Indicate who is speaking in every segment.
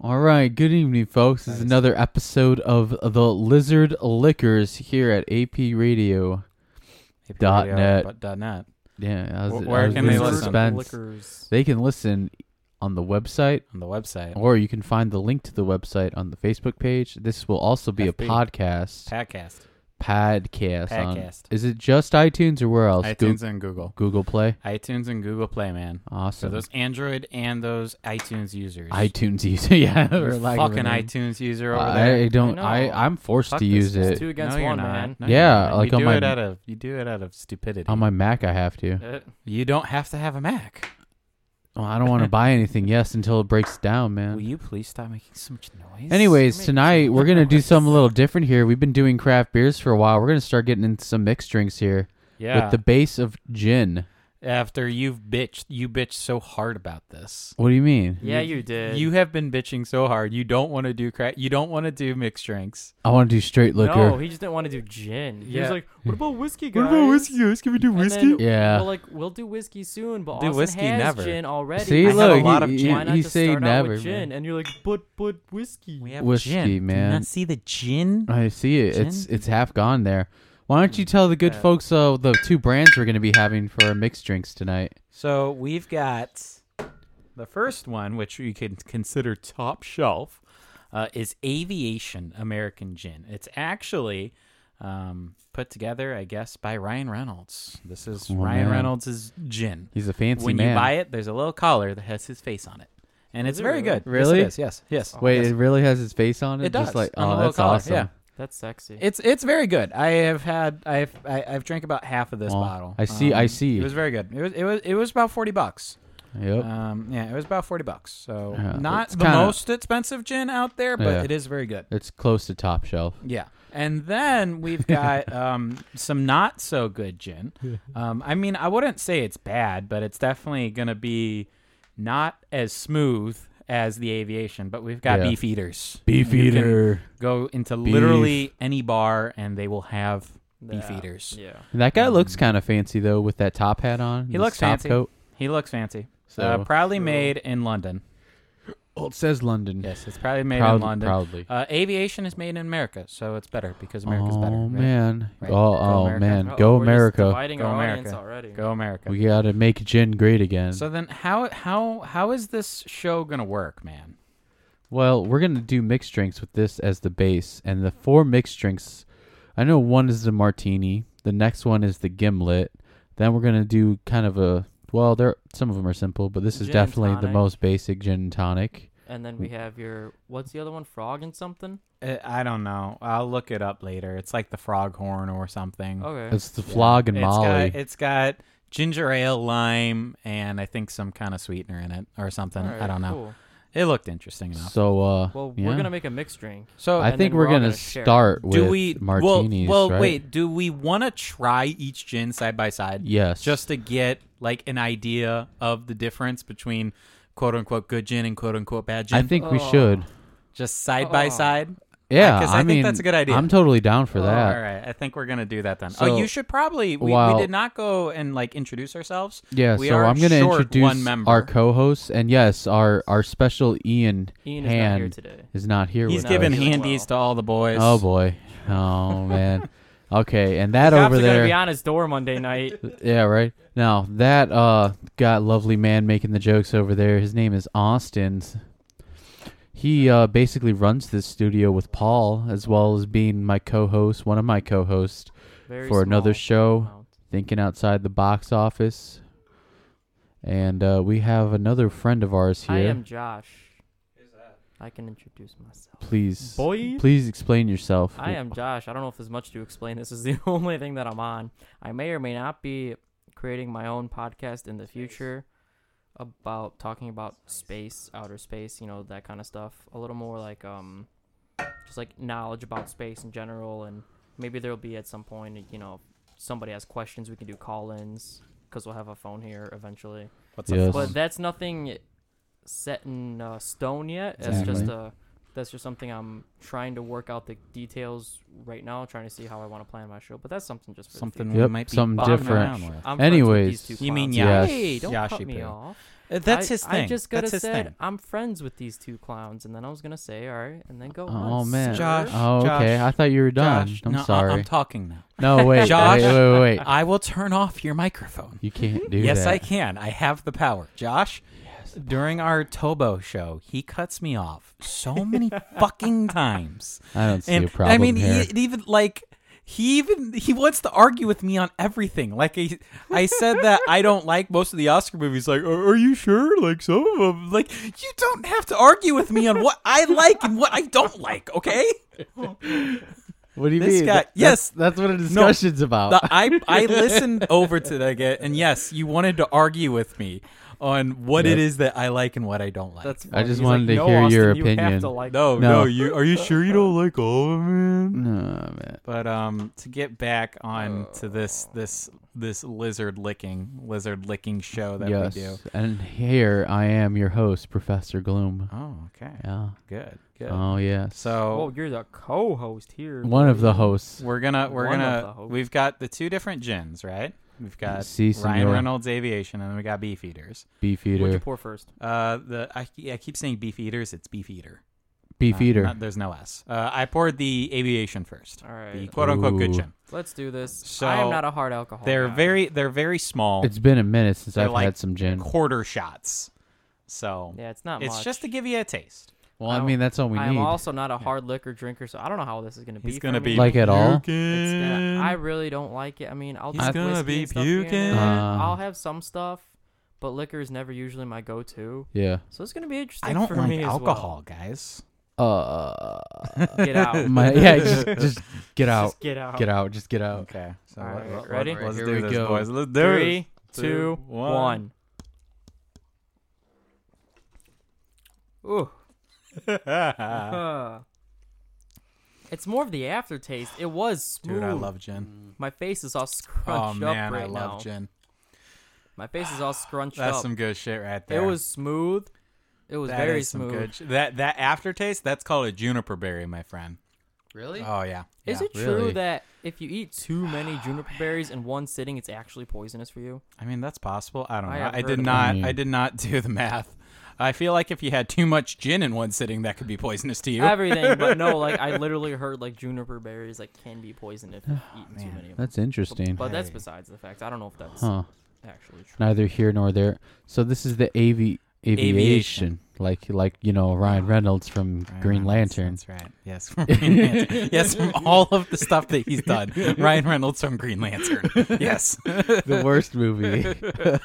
Speaker 1: All right, good evening, folks. This is
Speaker 2: Nice.
Speaker 1: another episode of the Lizard Liquors here at AP Radio. Dot net.
Speaker 2: But dot net.
Speaker 1: Yeah, I was,
Speaker 2: Wh- where
Speaker 1: I was
Speaker 2: can they
Speaker 1: in
Speaker 2: listen?
Speaker 1: suspense.
Speaker 3: Liquors.
Speaker 1: They can listen on the website,
Speaker 2: on the website.
Speaker 1: or you can find the link to the website on the Facebook page. This will also be
Speaker 2: FB.
Speaker 1: a podcast,
Speaker 2: Podcast.
Speaker 1: podcast. on-
Speaker 2: Podcast.
Speaker 1: is it just iTunes or where else? Goo-
Speaker 2: iTunes and Google.
Speaker 1: Google Play.
Speaker 2: iTunes and Google Play, man. So
Speaker 1: Awesome.
Speaker 2: those Android and those iTunes users.
Speaker 1: iTunes user, yeah.
Speaker 2: You
Speaker 1: or lack of a
Speaker 2: fucking
Speaker 1: name.
Speaker 2: iTunes user over there.
Speaker 1: I don't.
Speaker 3: I know.
Speaker 1: I I'm forced
Speaker 2: Fuck
Speaker 1: to
Speaker 2: this
Speaker 1: use
Speaker 2: guy.
Speaker 1: it
Speaker 3: Two against
Speaker 2: no, you're
Speaker 3: one,
Speaker 2: not.
Speaker 3: man.
Speaker 2: No, you're
Speaker 1: Yeah,
Speaker 2: not.
Speaker 1: like
Speaker 2: you
Speaker 1: on
Speaker 2: do
Speaker 1: my-
Speaker 2: it out of you do it out of stupidity.
Speaker 1: on my Mac. I have to.
Speaker 3: Uh,
Speaker 2: you don't have to have a Mac.
Speaker 1: Well, Oh, I don't want to buy anything. Yes, until it breaks down,
Speaker 2: Will
Speaker 1: man.
Speaker 2: you please stop making so much noise?
Speaker 1: Anyways,
Speaker 3: Make
Speaker 1: tonight
Speaker 3: some
Speaker 1: we're gonna do
Speaker 3: noise.
Speaker 1: something a little different here. We've been doing craft beers for a while. We're gonna start getting into some mixed drinks here
Speaker 2: yeah.
Speaker 1: with the base of gin.
Speaker 2: After you've bitched, you bitched so hard about this.
Speaker 1: What do you mean?
Speaker 3: yeah, you did.
Speaker 2: You have been bitching so hard. You don't want to do crack. You don't want to do mixed drinks.
Speaker 1: I want to do straight liquor.
Speaker 3: No, he just didn't want to do gin. He
Speaker 2: Yeah.
Speaker 3: was like, "What about whiskey, guys?
Speaker 2: guys? Can we do
Speaker 3: And then
Speaker 1: Yeah.
Speaker 3: We're like, we'll do whiskey soon, but
Speaker 2: Do
Speaker 3: Austin
Speaker 2: whiskey
Speaker 3: has
Speaker 2: never.
Speaker 3: gin already.
Speaker 1: See,
Speaker 2: I
Speaker 3: Why
Speaker 2: have
Speaker 1: look,
Speaker 2: a lot of
Speaker 1: he,
Speaker 2: gin.
Speaker 1: he,
Speaker 3: not
Speaker 1: he
Speaker 3: just
Speaker 1: say
Speaker 3: start out
Speaker 1: never.
Speaker 3: with gin?
Speaker 1: man.
Speaker 3: And you're like, but but whiskey.
Speaker 2: We have
Speaker 1: Whiskey,
Speaker 2: gin. Do you
Speaker 1: man. Uh,
Speaker 2: not see the gin?
Speaker 1: I see it. It's
Speaker 2: Gin?
Speaker 1: it's half gone there. Why don't you
Speaker 2: Mm.
Speaker 1: tell the good
Speaker 3: Yeah.
Speaker 1: folks uh, the two brands we're gonna be having for our mixed drinks tonight?
Speaker 2: So we've got the first one, which you can consider top shelf, uh, is Aviation American Gin. It's actually um, put together, I guess, by Ryan Reynolds. This is
Speaker 1: Oh,
Speaker 2: Ryan
Speaker 1: man.
Speaker 2: Reynolds' gin.
Speaker 1: He's a fancy
Speaker 2: when
Speaker 1: man.
Speaker 2: you buy it, there's a little collar that has his face on it, and it's
Speaker 3: it really?
Speaker 2: very good.
Speaker 1: Really?
Speaker 2: Yes, it is. yes, yes.
Speaker 1: Wait,
Speaker 2: yes.
Speaker 1: it really has his face on it.
Speaker 2: It
Speaker 1: Just
Speaker 2: does,
Speaker 1: like,
Speaker 2: on the
Speaker 1: oh,
Speaker 2: little
Speaker 1: that's
Speaker 2: collar,
Speaker 1: awesome.
Speaker 2: yeah.
Speaker 3: That's sexy.
Speaker 2: It's it's very good. I have had I've I, I've drank about half of this
Speaker 1: Well,
Speaker 2: bottle. Um,
Speaker 1: I see- I see.
Speaker 2: It was very good. It was it was it was about forty bucks.
Speaker 1: Yep.
Speaker 2: Um, yeah, it was about forty bucks. So
Speaker 1: Yeah,
Speaker 2: not
Speaker 1: it's
Speaker 2: the
Speaker 1: kinda-
Speaker 2: most expensive gin out there, but
Speaker 1: Yeah.
Speaker 2: it is very good.
Speaker 1: it's close to top shelf.
Speaker 2: Yeah. And then we've got um, some not so good gin. Um, I mean, I wouldn't say it's bad, but it's definitely going to be not as smooth as the aviation. But we've got
Speaker 1: Yeah.
Speaker 2: beef eaters.
Speaker 1: Beef
Speaker 2: You can
Speaker 1: eater.
Speaker 2: Go into
Speaker 1: Beef.
Speaker 2: literally any bar, and they will have beef
Speaker 3: yeah.
Speaker 2: eaters.
Speaker 3: Yeah.
Speaker 1: That guy looks kind of fancy though, with that top hat on.
Speaker 2: Mm. He
Speaker 1: his
Speaker 2: looks
Speaker 1: top
Speaker 2: fancy.
Speaker 1: Coat.
Speaker 2: He looks fancy.
Speaker 1: So
Speaker 2: uh, proudly
Speaker 3: True.
Speaker 2: made in London.
Speaker 1: oh, it says London.
Speaker 2: Yes, it's proudly made
Speaker 1: Proud-
Speaker 2: in London.
Speaker 1: Proudly.
Speaker 2: Uh, aviation is made in America, so it's better because America's
Speaker 1: oh
Speaker 2: better. right?
Speaker 1: man.
Speaker 2: Right.
Speaker 1: Oh,
Speaker 2: Go
Speaker 1: oh
Speaker 2: America.
Speaker 1: man.
Speaker 3: Uh-oh,
Speaker 1: Go
Speaker 3: we're just
Speaker 1: America.
Speaker 3: dividing
Speaker 2: Go
Speaker 3: our
Speaker 2: America.
Speaker 3: audience already.
Speaker 2: Go America.
Speaker 1: We gotta make gin great again.
Speaker 2: So then, how how how is this show gonna work, man?
Speaker 1: well, we're gonna do mixed drinks with this as the base, and the four mixed drinks. I know one is the martini. The next one is the gimlet. Then we're gonna do kind of a well. There, some of them are simple, but this is
Speaker 3: Gin and
Speaker 1: definitely the
Speaker 3: tonic.
Speaker 1: most basic gin and tonic.
Speaker 3: And then we have your what's the other one? Frog and something.
Speaker 2: I don't know. I'll look it up later. It's like the Froghorn or something.
Speaker 3: Okay.
Speaker 1: It's the flog and
Speaker 2: Mm. Oh, it's
Speaker 1: molly.
Speaker 2: Got, it's got ginger ale, lime, and I think some kind of sweetener in it or something.
Speaker 3: All right,
Speaker 2: I don't know.
Speaker 3: cool.
Speaker 2: It looked interesting enough.
Speaker 1: so, uh,
Speaker 3: Well,
Speaker 1: yeah.
Speaker 3: we're gonna make a mixed drink.
Speaker 2: So
Speaker 1: I
Speaker 3: and
Speaker 1: think
Speaker 3: then
Speaker 1: we're,
Speaker 3: we're all
Speaker 1: gonna,
Speaker 3: gonna share.
Speaker 1: start with
Speaker 2: do we
Speaker 1: martinis.
Speaker 2: Well, well
Speaker 1: right?
Speaker 2: wait. Do we want to try each gin side by side?
Speaker 1: Yes.
Speaker 2: just to get like an idea of the difference between quote unquote good gin and quote unquote bad gin.
Speaker 1: I think we
Speaker 3: Oh.
Speaker 1: should.
Speaker 2: just side by
Speaker 3: Oh.
Speaker 2: side.
Speaker 1: Yeah,
Speaker 2: 'cause I
Speaker 1: I,
Speaker 2: think
Speaker 1: mean,
Speaker 2: that's a good idea.
Speaker 1: I'm totally down for that.
Speaker 2: All right, I think we're gonna do that then.
Speaker 1: So,
Speaker 2: oh, you should probably. We,
Speaker 1: while-
Speaker 2: we did not go and like introduce ourselves.
Speaker 1: Yeah,
Speaker 2: we
Speaker 1: so
Speaker 2: are
Speaker 1: I'm gonna
Speaker 2: short
Speaker 1: introduce
Speaker 2: one member.
Speaker 1: our co-host, and yes, our our special Ian
Speaker 3: Ian is not here
Speaker 1: Hand
Speaker 3: today.
Speaker 1: is not here.
Speaker 2: He's
Speaker 1: with
Speaker 2: giving
Speaker 1: us.
Speaker 3: hand-
Speaker 2: handies to all the boys.
Speaker 1: Oh boy, oh man. Okay, and that
Speaker 3: Cops
Speaker 1: over
Speaker 3: are gonna be
Speaker 1: there,
Speaker 3: on his door Monday night.
Speaker 1: yeah, right. Now that uh, got lovely man making the jokes over there. His name is Austin. He uh, basically runs this studio with Paul, as well as being my co-host, one of my co-hosts.
Speaker 3: Very
Speaker 1: for another
Speaker 3: small
Speaker 1: show,
Speaker 3: amount.
Speaker 1: thinking outside the box office. And uh, we have another friend of ours here.
Speaker 3: I am Josh. I can introduce myself.
Speaker 1: Please,
Speaker 3: Boy.
Speaker 1: please explain yourself.
Speaker 3: I am Josh. I don't know if there's much to explain. This is the only thing that I'm on. I may or may not be creating my own podcast in the future about talking about space, outer space, you know, that kind of stuff. A little more like um just like knowledge about space in general and maybe there'll be at some point, you know, somebody has questions, we can do call-ins cuz we'll have a phone here eventually.
Speaker 2: What's
Speaker 1: Yes.
Speaker 2: up?
Speaker 3: But that's nothing set in uh, stone yet. That's just
Speaker 1: Exactly.
Speaker 3: a that's just something I'm trying to work out the details right now, trying to see how I want to plan my show. But that's something just for
Speaker 2: Something
Speaker 3: The
Speaker 2: we
Speaker 1: Yep,
Speaker 2: might be
Speaker 1: something
Speaker 2: bopping
Speaker 1: different.
Speaker 2: around with.
Speaker 3: future. I'm friends with
Speaker 1: Anyways.
Speaker 3: these two
Speaker 2: You mean
Speaker 3: clowns.
Speaker 1: Yash-
Speaker 3: Hey, don't
Speaker 2: Yashi
Speaker 3: cut me
Speaker 2: poo.
Speaker 3: off.
Speaker 2: Uh, That's
Speaker 3: I,
Speaker 2: his thing.
Speaker 3: I just could
Speaker 2: That's
Speaker 3: have
Speaker 2: his
Speaker 3: said
Speaker 2: thing.
Speaker 3: I'm friends with these two clowns, and then I was gonna say all right, and then go.
Speaker 1: Oh,
Speaker 3: on,
Speaker 1: man.
Speaker 3: sir."
Speaker 2: Josh.
Speaker 1: Oh, okay. I thought you were done.
Speaker 2: Josh,
Speaker 1: I'm
Speaker 2: no, I-
Speaker 1: sorry.
Speaker 2: I'm talking now.
Speaker 1: no, wait,
Speaker 2: Josh.
Speaker 1: wait, wait, wait, wait.
Speaker 2: I will turn off your microphone.
Speaker 1: You can't do
Speaker 2: yes,
Speaker 1: that.
Speaker 2: I can. I have the power. Josh, during our Tobo show, he cuts me off so many fucking times.
Speaker 1: I don't see a
Speaker 2: And
Speaker 1: problem
Speaker 2: I mean,
Speaker 1: here.
Speaker 2: e- even like he even he wants to argue with me on everything. Like I, I said that I don't like most of the Oscar movies. Like, are, are you sure? Like some of them. Like you don't have to argue with me on what I like and what I don't like. Okay.
Speaker 1: what do you
Speaker 2: this
Speaker 1: mean?
Speaker 2: guy-
Speaker 1: That- that's,
Speaker 2: yes.
Speaker 1: that's what a discussion's about.
Speaker 2: The- I I listened over to that guy, and yes, you wanted to argue with me on what
Speaker 1: Yep.
Speaker 2: it is that I like and what I don't like.
Speaker 3: That's
Speaker 1: I
Speaker 3: funny.
Speaker 1: just
Speaker 3: He's
Speaker 1: wanted
Speaker 3: like,
Speaker 1: to
Speaker 3: "No,
Speaker 1: hear
Speaker 3: Austin,
Speaker 1: your
Speaker 3: you have to
Speaker 1: opinion."
Speaker 3: like
Speaker 2: no,
Speaker 1: No.
Speaker 2: no, You are you sure you don't like all of them?
Speaker 1: no, man.
Speaker 2: But um, to get back on
Speaker 3: Oh.
Speaker 2: to this this this lizard licking lizard licking show Oh, that
Speaker 1: yes.
Speaker 2: we do.
Speaker 1: And here I am, your host, Professor Gloom.
Speaker 2: Oh, okay,
Speaker 1: Yeah.
Speaker 2: good, good.
Speaker 1: Oh, yes.
Speaker 3: Oh,
Speaker 2: so
Speaker 3: you're the co-host here.
Speaker 1: One of the hosts.
Speaker 2: we're gonna we're
Speaker 3: One of the
Speaker 2: gonna
Speaker 3: hosts.
Speaker 2: we've got the two different gins, right? We've got
Speaker 1: Si,
Speaker 2: Ryan
Speaker 1: senor.
Speaker 2: Reynolds Aviation, and then we got Beefeaters.
Speaker 3: What'd you
Speaker 1: Beefeater.
Speaker 3: pour first?
Speaker 2: Uh, the I, I keep saying Beefeaters, it's Beefeater. Uh,
Speaker 1: Beefeater.
Speaker 2: not- there's no S. Uh, I poured the aviation first.
Speaker 3: All right.
Speaker 2: The quote unquote good
Speaker 1: Ooh.
Speaker 2: gin.
Speaker 3: Let's do this.
Speaker 2: So,
Speaker 3: I am not a hard alcohol.
Speaker 2: They're
Speaker 3: guy.
Speaker 2: very they're very small
Speaker 1: It's been a minute since
Speaker 2: They're
Speaker 1: I've
Speaker 2: like
Speaker 1: had some gin.
Speaker 2: quarter shots. So
Speaker 3: Yeah, it's not
Speaker 2: it's
Speaker 3: much.
Speaker 2: just to give you a taste.
Speaker 1: Well, I
Speaker 3: I'm-
Speaker 1: mean, that's all we
Speaker 3: I am
Speaker 1: need.
Speaker 3: also not a hard liquor drinker, so I don't know how this is gonna be.
Speaker 2: He's
Speaker 3: for
Speaker 2: gonna
Speaker 3: me.
Speaker 2: be
Speaker 1: Like at all?
Speaker 3: It's gonna, I
Speaker 2: I,
Speaker 3: really don't like it. I mean, I'll
Speaker 2: He's
Speaker 3: drink
Speaker 2: gonna
Speaker 3: whiskey
Speaker 2: be
Speaker 3: and stuff here and there.
Speaker 2: puking.
Speaker 1: Uh.
Speaker 3: I'll have some stuff, but liquor is never usually my go-to.
Speaker 1: yeah.
Speaker 3: So it's gonna be interesting.
Speaker 2: don't
Speaker 3: for
Speaker 2: like
Speaker 3: me as well.
Speaker 2: alcohol, guys.
Speaker 1: Uh.
Speaker 3: Get out.
Speaker 1: my yeah. Just, just get out.
Speaker 3: Just get out.
Speaker 1: Get out. Just get out.
Speaker 2: Okay. So
Speaker 3: All
Speaker 2: let-
Speaker 3: right,
Speaker 2: let-
Speaker 3: ready?
Speaker 2: Let's
Speaker 1: Here
Speaker 2: do
Speaker 1: we
Speaker 2: this,
Speaker 1: go.
Speaker 2: boys. Let's do
Speaker 3: Three,
Speaker 2: it.
Speaker 3: two,
Speaker 2: two, one.
Speaker 3: one. Ooh. Uh, it's more of the aftertaste. It was smooth.
Speaker 2: Dude, I love gin.
Speaker 3: My face is all
Speaker 2: Oh
Speaker 3: scrunched
Speaker 2: man,
Speaker 3: up right
Speaker 2: I love
Speaker 3: now.
Speaker 2: gin.
Speaker 3: My face is all scrunched
Speaker 2: That's
Speaker 3: up.
Speaker 2: some good shit right
Speaker 3: it
Speaker 2: there.
Speaker 3: was smooth. It was
Speaker 2: That
Speaker 3: very
Speaker 2: is some
Speaker 3: smooth.
Speaker 2: good sh- that that aftertaste, that's called a juniper berry, my friend.
Speaker 1: Really?
Speaker 2: Oh yeah.
Speaker 3: Is
Speaker 2: Yeah.
Speaker 3: it true
Speaker 1: Really?
Speaker 3: that if you eat too many juniper berries in one sitting, it's actually poisonous for you?
Speaker 2: I mean, that's possible. I don't know.
Speaker 3: I
Speaker 2: I,
Speaker 3: have heard
Speaker 2: did
Speaker 3: of
Speaker 2: not.
Speaker 1: that.
Speaker 2: I did not do the math. I feel like if you had too much gin in one sitting, that could be poisonous to you.
Speaker 3: Everything, but no, like I literally heard like juniper berries like can be poisoned if you eat too many of them.
Speaker 1: That's interesting.
Speaker 3: But that's besides the fact. I don't know if that's
Speaker 1: Huh.
Speaker 3: actually true.
Speaker 1: Neither here nor there. So this is the AV aviation,
Speaker 2: Aviation.
Speaker 1: like like you know Ryan Reynolds from
Speaker 2: Ryan
Speaker 1: Green
Speaker 2: Reynolds,
Speaker 1: Lantern.
Speaker 2: That's right. Yes. from Green Lantern. yes. From all of the stuff that he's done, Ryan Reynolds from Green Lantern. Yes.
Speaker 1: the worst movie.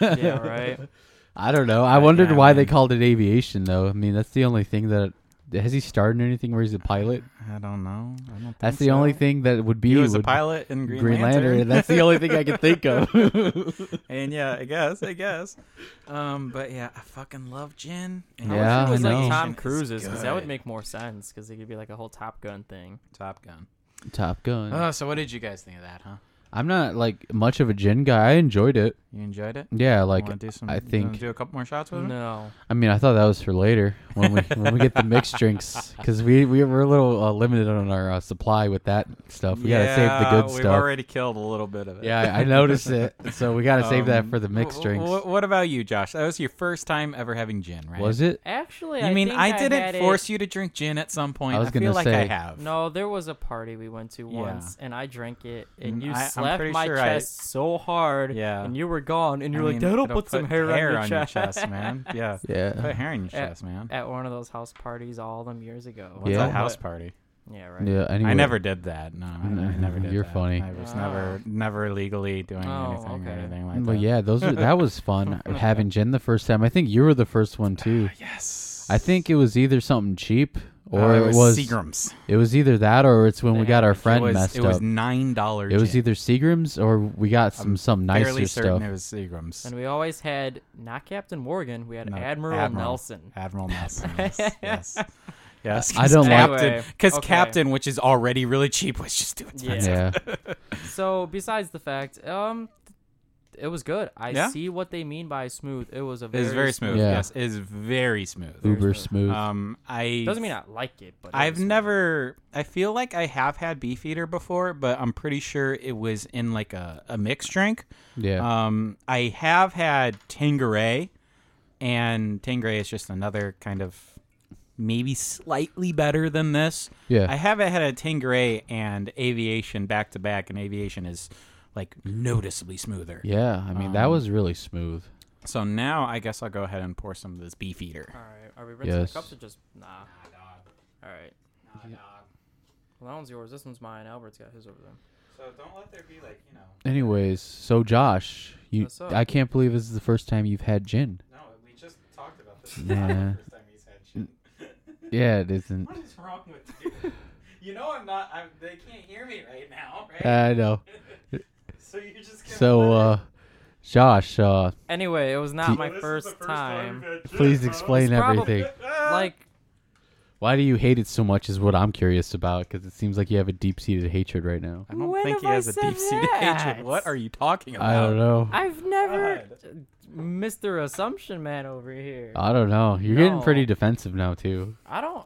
Speaker 3: yeah, right.
Speaker 1: I don't know. I wondered
Speaker 2: yeah,
Speaker 1: why
Speaker 2: man.
Speaker 1: they called it aviation though. I mean, that's the only thing that has he starred in anything where he's a pilot.
Speaker 2: I don't know. I don't think
Speaker 1: That's the only
Speaker 2: so.
Speaker 1: thing that would be
Speaker 2: He was a
Speaker 1: would-
Speaker 2: pilot in Green,
Speaker 1: Green Lantern.
Speaker 2: Lantern.
Speaker 1: and that's the only thing I can think of.
Speaker 2: and yeah, I guess, I guess. Um, but yeah, I fucking love gin. And
Speaker 1: I wish Yeah,
Speaker 3: it was
Speaker 1: I
Speaker 3: like
Speaker 1: know.
Speaker 3: Tom
Speaker 2: It's
Speaker 3: Cruise's because that would
Speaker 2: good.
Speaker 3: make more sense because it could be like a whole Top Gun thing.
Speaker 2: Top Gun.
Speaker 1: Top Gun.
Speaker 2: Oh, so what did you guys think of that, huh?
Speaker 1: I'm not like much of a gin guy. I enjoyed it.
Speaker 2: You enjoyed it?
Speaker 1: Yeah, like
Speaker 2: Wanna do some,
Speaker 1: I
Speaker 2: you
Speaker 1: think-
Speaker 2: wanna do a couple more shots with it.
Speaker 3: No,
Speaker 1: I mean, I thought that was for later when we when we get the mixed drinks because we we were a little uh, limited on our uh, supply with that stuff. We gotta save the good
Speaker 2: we've
Speaker 1: stuff.
Speaker 2: already killed a little bit of it.
Speaker 1: Yeah, I, I noticed it, so we gotta save that
Speaker 2: Um,
Speaker 1: for the mixed
Speaker 2: wh- wh-
Speaker 1: drinks.
Speaker 2: what about you, Josh? That was your first time ever having gin, right?
Speaker 1: Was it?
Speaker 3: actually,
Speaker 2: You
Speaker 3: I
Speaker 2: mean
Speaker 3: think
Speaker 2: I
Speaker 3: had
Speaker 2: didn't
Speaker 3: it-
Speaker 2: force you to drink gin at some point?
Speaker 1: I was
Speaker 2: feel
Speaker 1: gonna
Speaker 2: like I
Speaker 1: say-
Speaker 2: have.
Speaker 3: No, there was a party we went to
Speaker 2: Yeah.
Speaker 3: once, and I drank it, and
Speaker 2: Mm,
Speaker 3: you
Speaker 2: I- I'm
Speaker 3: slapped
Speaker 2: pretty
Speaker 3: my
Speaker 2: sure I-
Speaker 3: chest so hard,
Speaker 2: Yeah.
Speaker 3: and you were gone, and
Speaker 2: I
Speaker 3: you were like,
Speaker 2: mean,
Speaker 3: "That'll
Speaker 2: it'll
Speaker 3: put some
Speaker 2: put
Speaker 3: hair,
Speaker 2: hair
Speaker 3: on your chest."
Speaker 2: man. Yeah. Put
Speaker 1: Yeah,
Speaker 2: hair on your
Speaker 3: Yeah.
Speaker 2: chest, man.
Speaker 3: At one of those house parties all them years ago.
Speaker 2: What's
Speaker 1: Yeah.
Speaker 2: a house party?
Speaker 3: Yeah, right.
Speaker 1: yeah. Anyway,
Speaker 2: I never did that. No, I, I never did
Speaker 1: You're
Speaker 2: that.
Speaker 1: funny.
Speaker 2: I was
Speaker 3: Oh.
Speaker 2: never, never legally doing
Speaker 3: Oh,
Speaker 2: anything or
Speaker 3: okay.
Speaker 2: anything like
Speaker 1: But
Speaker 2: that.
Speaker 1: yeah, those were, that was fun having gin the first time. I think you were the first one too.
Speaker 2: Yes.
Speaker 1: I think it was either something cheap
Speaker 2: Uh,
Speaker 1: or
Speaker 2: it
Speaker 1: it
Speaker 2: was,
Speaker 1: was
Speaker 2: Seagram's.
Speaker 1: it was either that or it's when we
Speaker 3: The
Speaker 1: got our
Speaker 3: average. It
Speaker 1: friend
Speaker 2: it was,
Speaker 1: messed
Speaker 2: it was
Speaker 1: up.
Speaker 2: nine dollars.
Speaker 1: It was either Seagrams or we got some some
Speaker 2: fairly
Speaker 1: nicer
Speaker 2: certain
Speaker 1: stuff.
Speaker 2: it was Seagram's.
Speaker 3: And we always had not Captain Morgan, we had
Speaker 2: No,
Speaker 3: Admiral,
Speaker 2: Admiral.
Speaker 3: Nelson.
Speaker 2: Admiral Nelson. yes, yes. Yes.
Speaker 1: I don't like-
Speaker 2: Captain.
Speaker 3: Anyway,
Speaker 2: Because
Speaker 3: okay.
Speaker 2: Captain, which is already really cheap, was just too expensive.
Speaker 1: Yeah.
Speaker 3: So besides the fact, um, it was good. I
Speaker 2: Yeah?
Speaker 3: see what they mean by smooth. It was a
Speaker 2: It
Speaker 3: very
Speaker 2: is very smooth.
Speaker 1: Yeah.
Speaker 2: Yes, it is very smooth.
Speaker 1: uber smooth.
Speaker 2: Um, I
Speaker 3: Doesn't mean I like it, but it
Speaker 2: I've
Speaker 3: was smooth.
Speaker 2: never. I feel like I have had Beefeater before, but I'm pretty sure it was in like a, a mixed drink.
Speaker 1: yeah.
Speaker 2: Um, I have had Tangeray and Tangray is just another kind of maybe slightly better than this.
Speaker 1: Yeah.
Speaker 2: I haven't had a Tangray and Aviation back to back, and Aviation is like noticeably smoother.
Speaker 1: yeah, I mean that
Speaker 2: Um,
Speaker 1: was really smooth.
Speaker 2: So now I guess I'll go ahead and pour some of this Beefeater.
Speaker 3: All right. Are we rinsing
Speaker 1: Yes.
Speaker 3: the cups or just nah? All right. Well, that one's yours. This one's mine. Albert's got his over there.
Speaker 2: So don't let there be like, you know,
Speaker 1: Anyways, so Josh, you
Speaker 3: What's up?
Speaker 1: I can't believe this is the first time you've had gin.
Speaker 2: no, we just talked about this.
Speaker 1: Nah. The
Speaker 2: first time he's had
Speaker 1: Yeah, it isn't.
Speaker 2: What is wrong with you? You know I'm not. I'm, they can't hear me right now, right?
Speaker 1: I know.
Speaker 2: so you're just gonna
Speaker 1: Uh, So uh Josh, uh
Speaker 3: Anyway, it was not
Speaker 1: Do-
Speaker 3: my first, time.
Speaker 1: please explain
Speaker 3: It's probably-
Speaker 1: everything.
Speaker 3: Like,
Speaker 1: Why do you hate it so much is what I'm curious about cuz it seems like you have a deep-seated hatred right now.
Speaker 2: I don't
Speaker 3: When
Speaker 2: think
Speaker 3: have
Speaker 2: he
Speaker 3: I
Speaker 2: has a
Speaker 3: said
Speaker 2: deep-seated hatred.
Speaker 3: that?
Speaker 2: What are you talking about?
Speaker 1: I don't know.
Speaker 3: I've never, Mr. Assumption Man over here.
Speaker 1: I don't know. You're getting pretty
Speaker 3: No.
Speaker 1: defensive now too.
Speaker 3: I don't,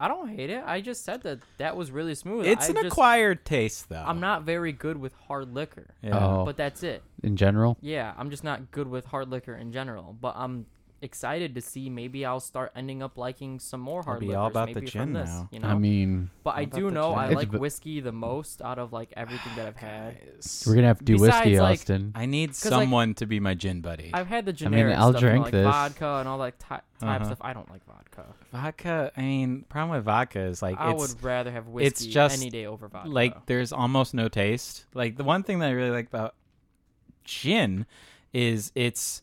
Speaker 3: I don't hate it. I just said that that was really smooth.
Speaker 2: It's
Speaker 3: I
Speaker 2: an
Speaker 3: just-
Speaker 2: acquired taste, though.
Speaker 3: I'm not very good with hard liquor,
Speaker 2: Yeah.
Speaker 1: Oh,
Speaker 3: but that's it.
Speaker 1: in general?
Speaker 3: Yeah, I'm just not good with hard liquor in general. But I'm excited to see. Maybe I'll start ending up liking some more hard
Speaker 2: be
Speaker 3: liquors.
Speaker 2: all about the
Speaker 3: maybe from
Speaker 2: gin
Speaker 3: this,
Speaker 2: now.
Speaker 3: You know?
Speaker 1: I mean,
Speaker 3: But I
Speaker 2: About
Speaker 3: do
Speaker 2: the
Speaker 3: know I
Speaker 2: gin.
Speaker 1: It's
Speaker 3: like
Speaker 1: v-
Speaker 3: whiskey the most out of like everything that I've had.
Speaker 2: Guys,
Speaker 1: we're going to have to do
Speaker 3: Besides,
Speaker 1: whiskey,
Speaker 3: like,
Speaker 1: Austin.
Speaker 2: I need
Speaker 3: like,
Speaker 2: someone to be my gin buddy.
Speaker 3: I've had the
Speaker 1: mean,
Speaker 3: generic
Speaker 1: I'll
Speaker 3: stuff,
Speaker 1: drink
Speaker 3: like
Speaker 1: this.
Speaker 3: vodka and all that ty- type
Speaker 2: Uh-huh.
Speaker 3: stuff. I don't like vodka.
Speaker 2: vodka. I mean, the problem with vodka is like
Speaker 3: I
Speaker 2: it's
Speaker 3: would rather have whiskey
Speaker 2: just
Speaker 3: any day over vodka.
Speaker 2: like there's almost no taste. Like the one thing that I really like about gin is it's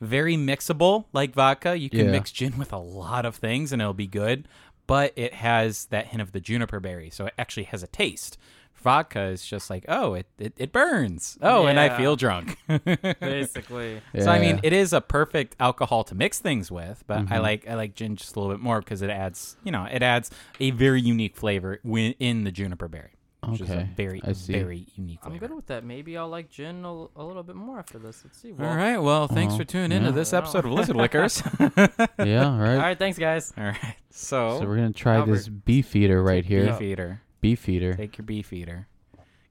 Speaker 2: very mixable like vodka. You can
Speaker 1: Yeah.
Speaker 2: mix gin with a lot of things and it'll be good, but it has that hint of the juniper berry, so it actually has a taste. Vodka is just like, oh, it it, it burns. Oh, and I
Speaker 3: Yeah.
Speaker 2: feel drunk.
Speaker 3: basically.
Speaker 2: So I mean,
Speaker 1: Yeah. Mm-hmm.
Speaker 2: it is a perfect alcohol to mix things with, but I like I like gin just a little bit more because it adds, you know, it adds a very unique flavor wi- in the juniper berry, which is a
Speaker 1: Okay,
Speaker 2: very
Speaker 1: I see.
Speaker 2: very unique
Speaker 3: I'm
Speaker 2: flavor.
Speaker 3: good with that. Maybe I'll like gin a, l- a little bit more after this. Let's see. Well,
Speaker 2: All right, well, thanks
Speaker 1: Uh-huh.
Speaker 2: for tuning into
Speaker 1: Yeah.
Speaker 2: this
Speaker 3: Wow.
Speaker 2: episode of Lizard Liquors.
Speaker 1: yeah, right.
Speaker 3: All right. Thanks, guys.
Speaker 2: All right, so,
Speaker 1: So we're going to try
Speaker 2: Oh. Albert,
Speaker 1: this beef eater right here.
Speaker 2: beef eater,
Speaker 1: Beef eater
Speaker 2: take your beef eater,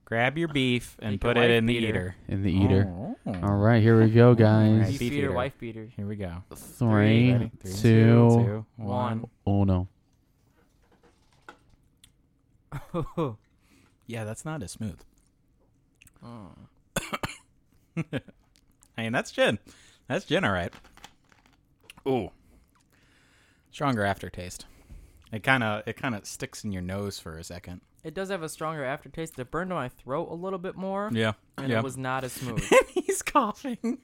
Speaker 2: grab your beef and
Speaker 3: Take
Speaker 2: put
Speaker 3: your
Speaker 2: it
Speaker 3: wife
Speaker 2: in the
Speaker 3: beater.
Speaker 2: eater.
Speaker 1: in the eater.
Speaker 2: Oh.
Speaker 1: All right, here we go,
Speaker 2: Alright,
Speaker 1: guys.
Speaker 3: Beef
Speaker 2: beef
Speaker 3: eater,
Speaker 2: eater.
Speaker 3: wife beater.
Speaker 2: Here we go.
Speaker 1: Three,
Speaker 2: Ready? Three,
Speaker 1: two,
Speaker 2: two,
Speaker 3: One.
Speaker 1: uno.
Speaker 2: Yeah, that's not as smooth.
Speaker 3: Mm.
Speaker 2: I mean, that's gin. That's gin, all right. Ooh, stronger aftertaste. It kind of it kind of sticks in your nose for a second.
Speaker 3: It does have a stronger aftertaste. It burned my throat a little bit more,
Speaker 2: Yeah,
Speaker 3: and it was not as smooth.
Speaker 2: He's coughing.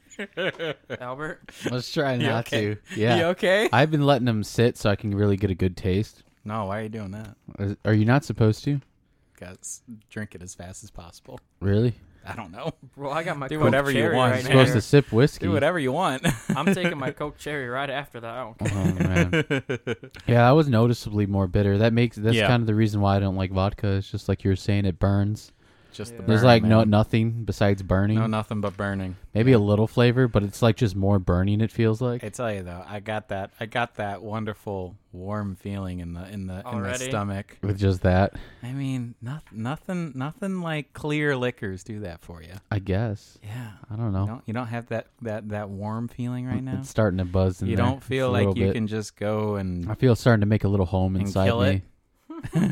Speaker 3: Albert,
Speaker 1: Let's try
Speaker 2: You
Speaker 1: not
Speaker 2: okay?
Speaker 1: to. Yeah.
Speaker 2: You okay?
Speaker 1: I've been letting them sit so I can really get a good taste.
Speaker 2: No, why are you doing that?
Speaker 1: Are- Are you not supposed to?
Speaker 2: Guys, drink it as fast as possible.
Speaker 1: Really?
Speaker 2: I don't know.
Speaker 3: well, I got my
Speaker 2: Do
Speaker 3: Coke
Speaker 2: whatever you
Speaker 3: cherry
Speaker 2: want,
Speaker 3: Right
Speaker 1: You're
Speaker 2: man.
Speaker 3: here.
Speaker 1: supposed to sip whiskey.
Speaker 2: Do whatever you want.
Speaker 3: I'm taking my Coke cherry right after that. I don't care.
Speaker 1: Oh man. yeah, that was noticeably more bitter. That makes that's
Speaker 2: Yeah.
Speaker 1: kind of the reason why I don't like vodka. It's just like you were saying, it burns.
Speaker 2: Just the
Speaker 3: Yeah.
Speaker 1: There's
Speaker 2: burn,
Speaker 1: like no
Speaker 2: man.
Speaker 1: nothing besides burning.
Speaker 2: no nothing but burning.
Speaker 1: Maybe a little flavor, but it's like just more burning. It feels like.
Speaker 2: I tell you though, I got that I got that wonderful warm feeling in the in the in the
Speaker 3: Already?
Speaker 2: stomach.
Speaker 1: with just that,
Speaker 2: I mean, not, nothing, nothing like clear liquors do that for you.
Speaker 1: I guess.
Speaker 2: Yeah,
Speaker 1: I don't know.
Speaker 2: you don't, you don't have that that that warm feeling right now.
Speaker 1: It's starting to buzz in
Speaker 2: You
Speaker 1: there.
Speaker 2: don't feel
Speaker 1: Just a
Speaker 2: like
Speaker 1: little
Speaker 2: you
Speaker 1: bit.
Speaker 2: can just go and
Speaker 1: I feel it's starting to make a little home
Speaker 2: And
Speaker 1: inside
Speaker 2: kill
Speaker 1: me.
Speaker 2: it.
Speaker 1: Get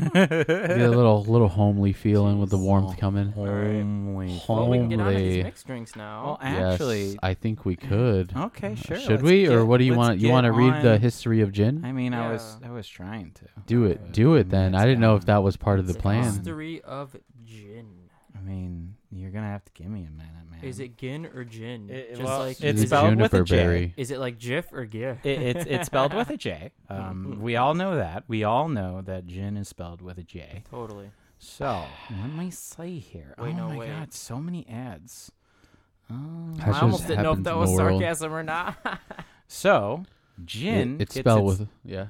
Speaker 1: a little little homely feeling with the warmth
Speaker 2: Jeez.
Speaker 1: coming.
Speaker 3: right.
Speaker 2: homely.
Speaker 3: Well, we can get on to
Speaker 1: Homely.
Speaker 3: these mixed drinks now.
Speaker 2: Well, actually,
Speaker 1: yes, I think we could.
Speaker 2: okay, sure.
Speaker 1: Should
Speaker 2: let's
Speaker 1: we, or
Speaker 2: get-
Speaker 1: what do you
Speaker 2: let's
Speaker 1: want? You
Speaker 2: get
Speaker 1: want to read the
Speaker 2: on-
Speaker 1: history of gin?
Speaker 2: I mean, I was
Speaker 3: Yeah.
Speaker 2: I Uh, was trying to
Speaker 1: Do
Speaker 2: but,
Speaker 1: it, do
Speaker 2: I
Speaker 1: it
Speaker 2: mean,
Speaker 1: then.
Speaker 2: it's
Speaker 1: I didn't know if
Speaker 2: down.
Speaker 1: that was part of the
Speaker 3: It's a
Speaker 1: plan.
Speaker 3: History of gin.
Speaker 2: I mean, you're gonna have to give me a minute, man.
Speaker 3: Is it gin or gin?
Speaker 2: It-
Speaker 3: Just
Speaker 2: well,
Speaker 3: like
Speaker 2: it's
Speaker 3: is,
Speaker 2: spelled- with a J.
Speaker 1: berry.
Speaker 3: is it like Jif or Gif?
Speaker 2: It, it's it's spelled with a J. Um, we all know that. We all know that gin is spelled with a J.
Speaker 3: Totally.
Speaker 2: So what am I say here?
Speaker 3: Wait,
Speaker 2: oh
Speaker 3: no,
Speaker 2: my
Speaker 3: wait.
Speaker 2: god, so many ads. Um,
Speaker 1: That
Speaker 3: I
Speaker 1: just
Speaker 3: almost didn't know if
Speaker 1: happens
Speaker 3: that
Speaker 1: in
Speaker 3: was
Speaker 1: the world.
Speaker 3: sarcasm or not.
Speaker 2: so
Speaker 1: It-
Speaker 2: gin.
Speaker 1: it's
Speaker 2: gets
Speaker 1: spelled
Speaker 2: its-
Speaker 1: with yeah.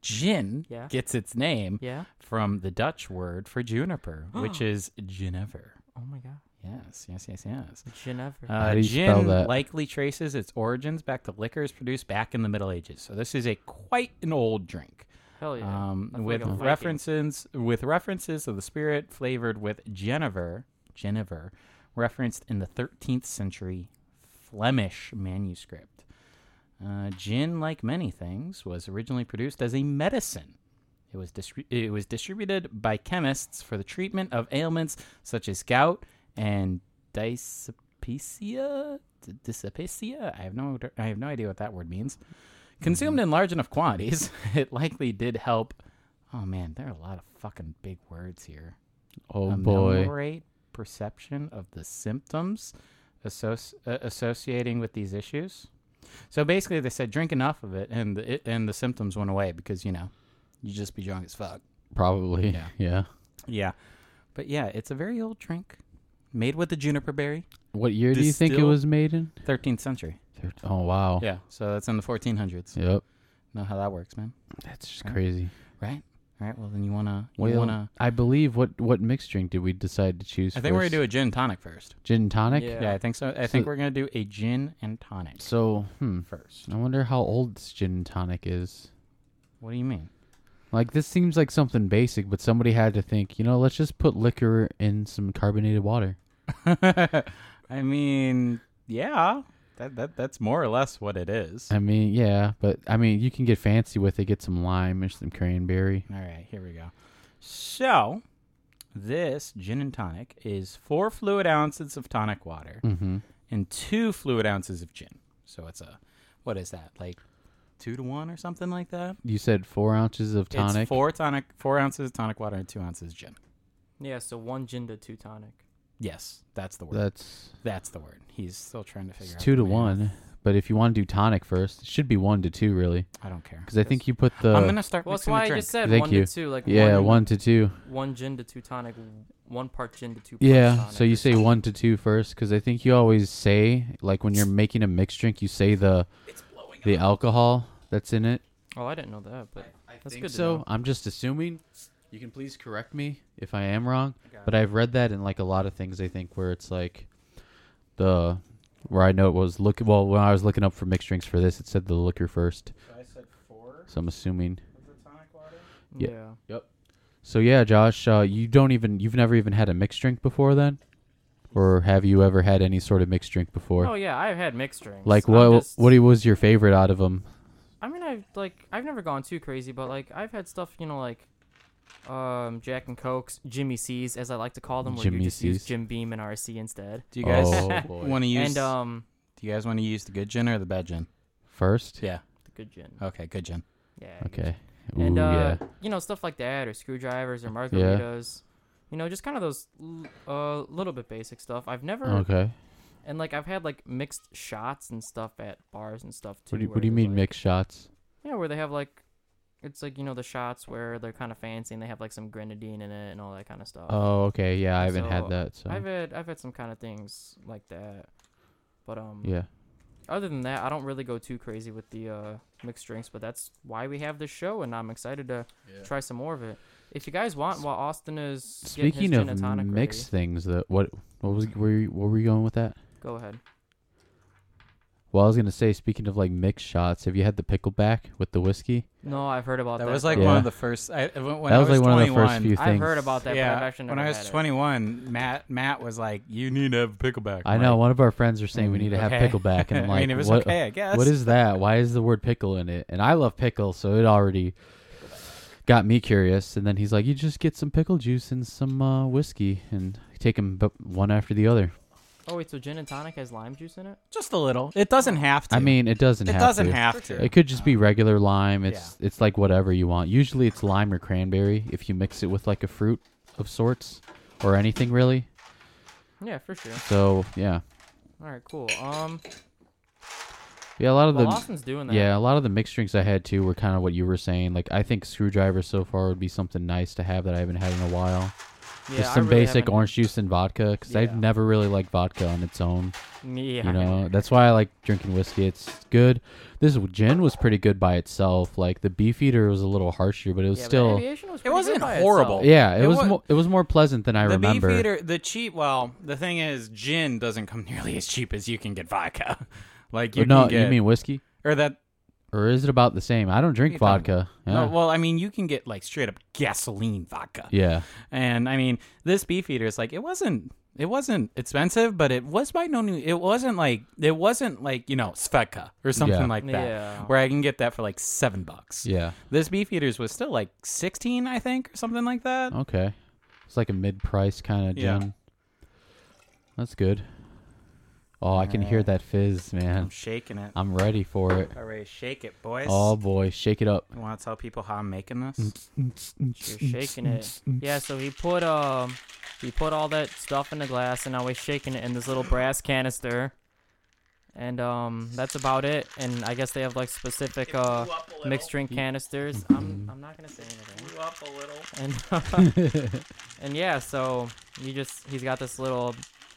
Speaker 2: gin.
Speaker 3: Yeah.
Speaker 2: Gets its name
Speaker 3: yeah.
Speaker 2: from the Dutch word for juniper, which is Genever.
Speaker 3: Oh my god.
Speaker 2: Yes, yes, yes, yes.
Speaker 3: Geneva.
Speaker 1: How
Speaker 2: Uh,
Speaker 1: do you
Speaker 2: gin
Speaker 1: spell that?
Speaker 2: likely traces its origins back to liquors produced back in the Middle Ages. So this is a quite an old drink.
Speaker 3: Hell yeah.
Speaker 2: um,
Speaker 3: I feel
Speaker 2: with
Speaker 3: like a Viking.
Speaker 2: references with references of the spirit flavored with Genever, Genever, referenced in the 13th century Flemish manuscript. Uh, gin, like many things, was originally produced as a medicine. It was, distri- it was distributed by chemists for the treatment of ailments such as gout and dyspepsia. D- Dyspepsia? I have no I have no idea what that word means.
Speaker 1: Mm-hmm.
Speaker 2: Consumed in large enough quantities, it likely did help. Oh man, there are a lot of fucking big words here
Speaker 1: Oh boy.
Speaker 2: ameliorate perception of the symptoms associ- uh, associating with these issues. So basically, they said drink enough of it, and the, it, and the symptoms went away because you know you just be drunk as fuck.
Speaker 1: Probably.
Speaker 2: Yeah.
Speaker 1: yeah.
Speaker 2: Yeah, but yeah, it's a very old drink, made with the juniper berry,
Speaker 1: What year do you think it
Speaker 2: Distill-
Speaker 1: was made in?
Speaker 2: 13th century.
Speaker 1: Thirt- Oh wow.
Speaker 2: Yeah, so that's in the 1400s.
Speaker 1: Yep.
Speaker 2: Know how that works, man?
Speaker 1: That's just
Speaker 2: Right.
Speaker 1: crazy.
Speaker 2: Right? All right. Well, then you wanna you
Speaker 1: Well,
Speaker 2: wanna.
Speaker 1: I believe what what mixed drink did we decide to choose?
Speaker 2: I think we're gonna
Speaker 1: first?
Speaker 2: do a gin tin-tonic first.
Speaker 1: gin and tonic.
Speaker 3: Yeah.
Speaker 2: Yeah, I think so. I
Speaker 1: So-
Speaker 2: think we're gonna do a gin and tonic
Speaker 1: So, hmm.
Speaker 2: first.
Speaker 1: I wonder how old this gin and tonic is.
Speaker 2: What do you mean?
Speaker 1: Like this seems like something basic, but somebody had to think. You know, let's just put liquor in some carbonated water.
Speaker 2: I mean, yeah, that, that that's more or less what it is.
Speaker 1: I mean, yeah, but I mean, you can get fancy with it. Get some lime or some cranberry.
Speaker 2: All right, here we go. So, this gin and tonic is four fluid ounces of tonic water
Speaker 1: Mm-hmm.
Speaker 2: and two fluid ounces of gin. So it's a what is that like two to one or something like that?
Speaker 1: You said four ounces of tonic.
Speaker 2: It's four tonic, four ounces of tonic water and two ounces of gin.
Speaker 3: Yeah, so one gin to two tonic.
Speaker 2: Yes, that's the word.
Speaker 1: That's
Speaker 2: that's the word. He's still trying to figure
Speaker 1: it's
Speaker 2: out.
Speaker 1: two
Speaker 2: the
Speaker 1: to
Speaker 2: math.
Speaker 1: one. But if you want to do tonic first, it should be one to two really,
Speaker 2: I don't care.
Speaker 1: because I think you uh, put the
Speaker 2: I'm gonna start.
Speaker 3: Well, that's
Speaker 2: mixing the
Speaker 3: why I
Speaker 2: drink.
Speaker 3: just said
Speaker 1: Thank
Speaker 3: one
Speaker 1: you.
Speaker 3: to two. Like
Speaker 1: yeah
Speaker 3: one,
Speaker 1: one to two.
Speaker 3: one gin to two tonic, w- one part gin to two. parts
Speaker 1: Yeah,
Speaker 3: tonic
Speaker 1: so you
Speaker 3: or
Speaker 1: say
Speaker 3: something.
Speaker 1: one to two first, because I think you always say like when you're making a mixed drink, you say the the alcohol that's in it.
Speaker 3: Oh, I didn't know that, but that's good.
Speaker 1: so
Speaker 3: To know.
Speaker 1: I'm just assuming. You can please correct me if I am wrong, but I've read that in like a lot of things. I think where it's like the where I know it was look. Well, when I was looking up for mixed drinks for this, it said the liquor first,
Speaker 2: I said four
Speaker 1: so I'm assuming.
Speaker 2: of the tonic water.
Speaker 1: yeah.
Speaker 3: yeah.
Speaker 1: So yeah, Josh, uh, you don't even you've never even had a mixed drink before then, or have you ever had any sort of mixed drink before?
Speaker 3: Oh yeah, I've had mixed drinks.
Speaker 1: Like
Speaker 3: I'm
Speaker 1: what?
Speaker 3: just-
Speaker 1: What was your favorite out of them?
Speaker 3: I mean, I've like I've never gone too crazy, but like I've had stuff, you know, like um Jack and Cokes, Jimmy C's, as I like to call them, where
Speaker 1: Jimmy
Speaker 3: you just use
Speaker 1: C's.
Speaker 3: Jim Beam and RC instead.
Speaker 2: Do you guys
Speaker 1: Oh, boy.
Speaker 2: want to use?
Speaker 3: And um,
Speaker 2: do you guys want to use the good gin or the bad gin?
Speaker 1: First,
Speaker 2: Yeah.
Speaker 3: the good gin.
Speaker 2: Okay, good gin.
Speaker 3: Yeah.
Speaker 1: Oh, okay. Ooh,
Speaker 3: And uh,
Speaker 1: yeah.
Speaker 3: you know, stuff like that, or screwdrivers, or margaritas. You know, just kind of those l- uh little bit basic stuff. I've never
Speaker 1: Okay.
Speaker 3: and like I've had like mixed shots and stuff at bars and stuff too.
Speaker 1: What do you,
Speaker 3: where
Speaker 1: what do you
Speaker 3: there's,
Speaker 1: mean
Speaker 3: like-
Speaker 1: mixed shots?
Speaker 3: Yeah, where they have like, it's like you know the shots where they're kind of fancy and they have like some grenadine in it and all that kind of stuff.
Speaker 1: Oh, okay. Yeah, I haven't
Speaker 3: so
Speaker 1: had that. So
Speaker 3: I've had I've had some kind of things like that, but um,
Speaker 1: yeah.
Speaker 3: other than that, I don't really go too crazy with the uh, mixed drinks. But that's why we have this show, and I'm excited to try some more of it. If you guys want, while Austin is getting his
Speaker 1: Speaking
Speaker 3: gin
Speaker 1: of
Speaker 3: and tonic
Speaker 1: mixed things, though, what what was where you, where were you going with that?
Speaker 3: ready, go ahead.
Speaker 1: Well, I was gonna say, speaking of like mixed shots, have you had the pickleback with the whiskey?
Speaker 3: No, I've heard about that.
Speaker 2: That was like
Speaker 1: Yeah.
Speaker 2: one of the first. I, when, when
Speaker 1: that
Speaker 2: I
Speaker 1: was,
Speaker 2: was
Speaker 1: like one of the
Speaker 2: 21,
Speaker 1: first few
Speaker 3: I've
Speaker 1: things.
Speaker 3: heard about that, but I've
Speaker 2: Yeah,
Speaker 3: actually never
Speaker 2: when I was
Speaker 3: had it.
Speaker 2: 21, Matt Matt was like, "You need to have pickleback."
Speaker 1: I
Speaker 2: I'm
Speaker 1: know
Speaker 2: like,
Speaker 1: one of our friends are saying we
Speaker 2: "Mm,
Speaker 1: need to
Speaker 2: okay."
Speaker 1: have pickleback, and I'm like,
Speaker 2: I mean, it was
Speaker 1: what?
Speaker 2: okay, I guess.
Speaker 1: What is that? Why is the word pickle in it? And I love pickle, so it already got me curious. And then he's like, "You just get some pickle juice and some uh, whiskey, and take them one after the other."
Speaker 3: Oh wait, so gin and tonic has lime juice in it?
Speaker 2: just a little? It doesn't have to.
Speaker 1: I mean, it doesn't.
Speaker 2: it
Speaker 1: have
Speaker 2: doesn't
Speaker 1: to.
Speaker 2: have to.
Speaker 1: It could just be regular lime. It's it's like whatever you want. Usually, it's lime or cranberry if you mix it with like a fruit of sorts or anything really.
Speaker 3: Yeah, for sure.
Speaker 1: So yeah,
Speaker 3: All right, cool. Um,
Speaker 1: yeah. A lot of
Speaker 3: well,
Speaker 1: the
Speaker 3: Austin's doing that.
Speaker 1: Yeah, a lot of the mixed drinks I had too were kind of what you were saying. Like I think screwdriver so far would be something nice to have that I haven't had in a while.
Speaker 3: yeah,
Speaker 1: Just
Speaker 3: I
Speaker 1: some
Speaker 3: really
Speaker 1: basic
Speaker 3: haven't-
Speaker 1: orange juice and vodka because
Speaker 3: Yeah.
Speaker 1: I've never really liked vodka on its own.
Speaker 3: Yeah.
Speaker 1: You know, that's why I like drinking whiskey. It's good. This gin was pretty good by itself. Like the Beefeater was a little harsher, but it was
Speaker 3: Yeah, but
Speaker 1: still
Speaker 3: aviation was
Speaker 2: It
Speaker 3: pretty good
Speaker 2: wasn't
Speaker 3: by
Speaker 2: horrible.
Speaker 3: itself.
Speaker 1: yeah. It,
Speaker 2: It
Speaker 1: was
Speaker 2: wa-
Speaker 1: mo- it was more pleasant than I
Speaker 2: the
Speaker 1: remember.
Speaker 2: beefeater, the cheap. Well, the thing is, gin doesn't come nearly as cheap as you can get vodka. like you
Speaker 1: Or no,
Speaker 2: can get,
Speaker 1: you mean whiskey,
Speaker 2: or that
Speaker 1: or is it about the same? I don't drink
Speaker 2: What are you talking
Speaker 1: vodka. Yeah.
Speaker 2: No, well, I mean, you can get like straight up gasoline vodka.
Speaker 1: yeah.
Speaker 2: And I mean, this beef eater is like, it wasn't, It wasn't expensive, but it was by no new. It wasn't like it wasn't like you know Sveka or something
Speaker 1: Yeah.
Speaker 2: like that,
Speaker 3: Yeah.
Speaker 2: where I can get that for like seven bucks.
Speaker 1: Yeah.
Speaker 2: This Beefeaters was still like sixteen, I think, or something like that.
Speaker 1: Okay. It's like a mid-price kind of
Speaker 2: Yeah.
Speaker 1: gin. That's good. Oh, I can hear that fizz,
Speaker 2: I'm
Speaker 1: man.
Speaker 2: shaking it.
Speaker 1: I'm ready for it.
Speaker 2: All right, shake it, boys.
Speaker 1: Oh boy, shake it up.
Speaker 2: You want to tell people how I'm making
Speaker 1: Mm,
Speaker 2: this?
Speaker 3: You're shaking it. Yeah, so he put um he put all that stuff in the glass and now he's shaking it in this little brass canister. And um that's about it. And I guess they have like specific uh mixed drink canisters. I'm I'm not gonna say anything.
Speaker 2: up a little.
Speaker 3: And and yeah, so you just he's got this little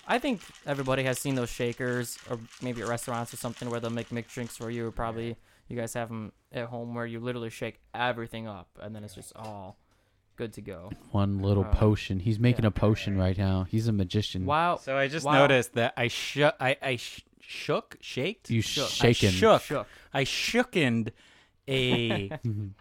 Speaker 3: I think everybody has seen those shakers or maybe at restaurants or something where they'll make mixed drinks for you or probably you guys have them at home where you literally shake everything up and then it's just all good to go.
Speaker 1: One little
Speaker 2: Oh,
Speaker 3: Uh,
Speaker 1: potion. He's making
Speaker 3: yeah.
Speaker 1: a potion right now. He's a magician.
Speaker 3: Wow.
Speaker 2: So I just
Speaker 3: Wow.
Speaker 2: noticed that I shook, I, I sh- shook, shaked,
Speaker 1: You shaken.
Speaker 2: I shook,
Speaker 3: Shook.
Speaker 2: I shookened a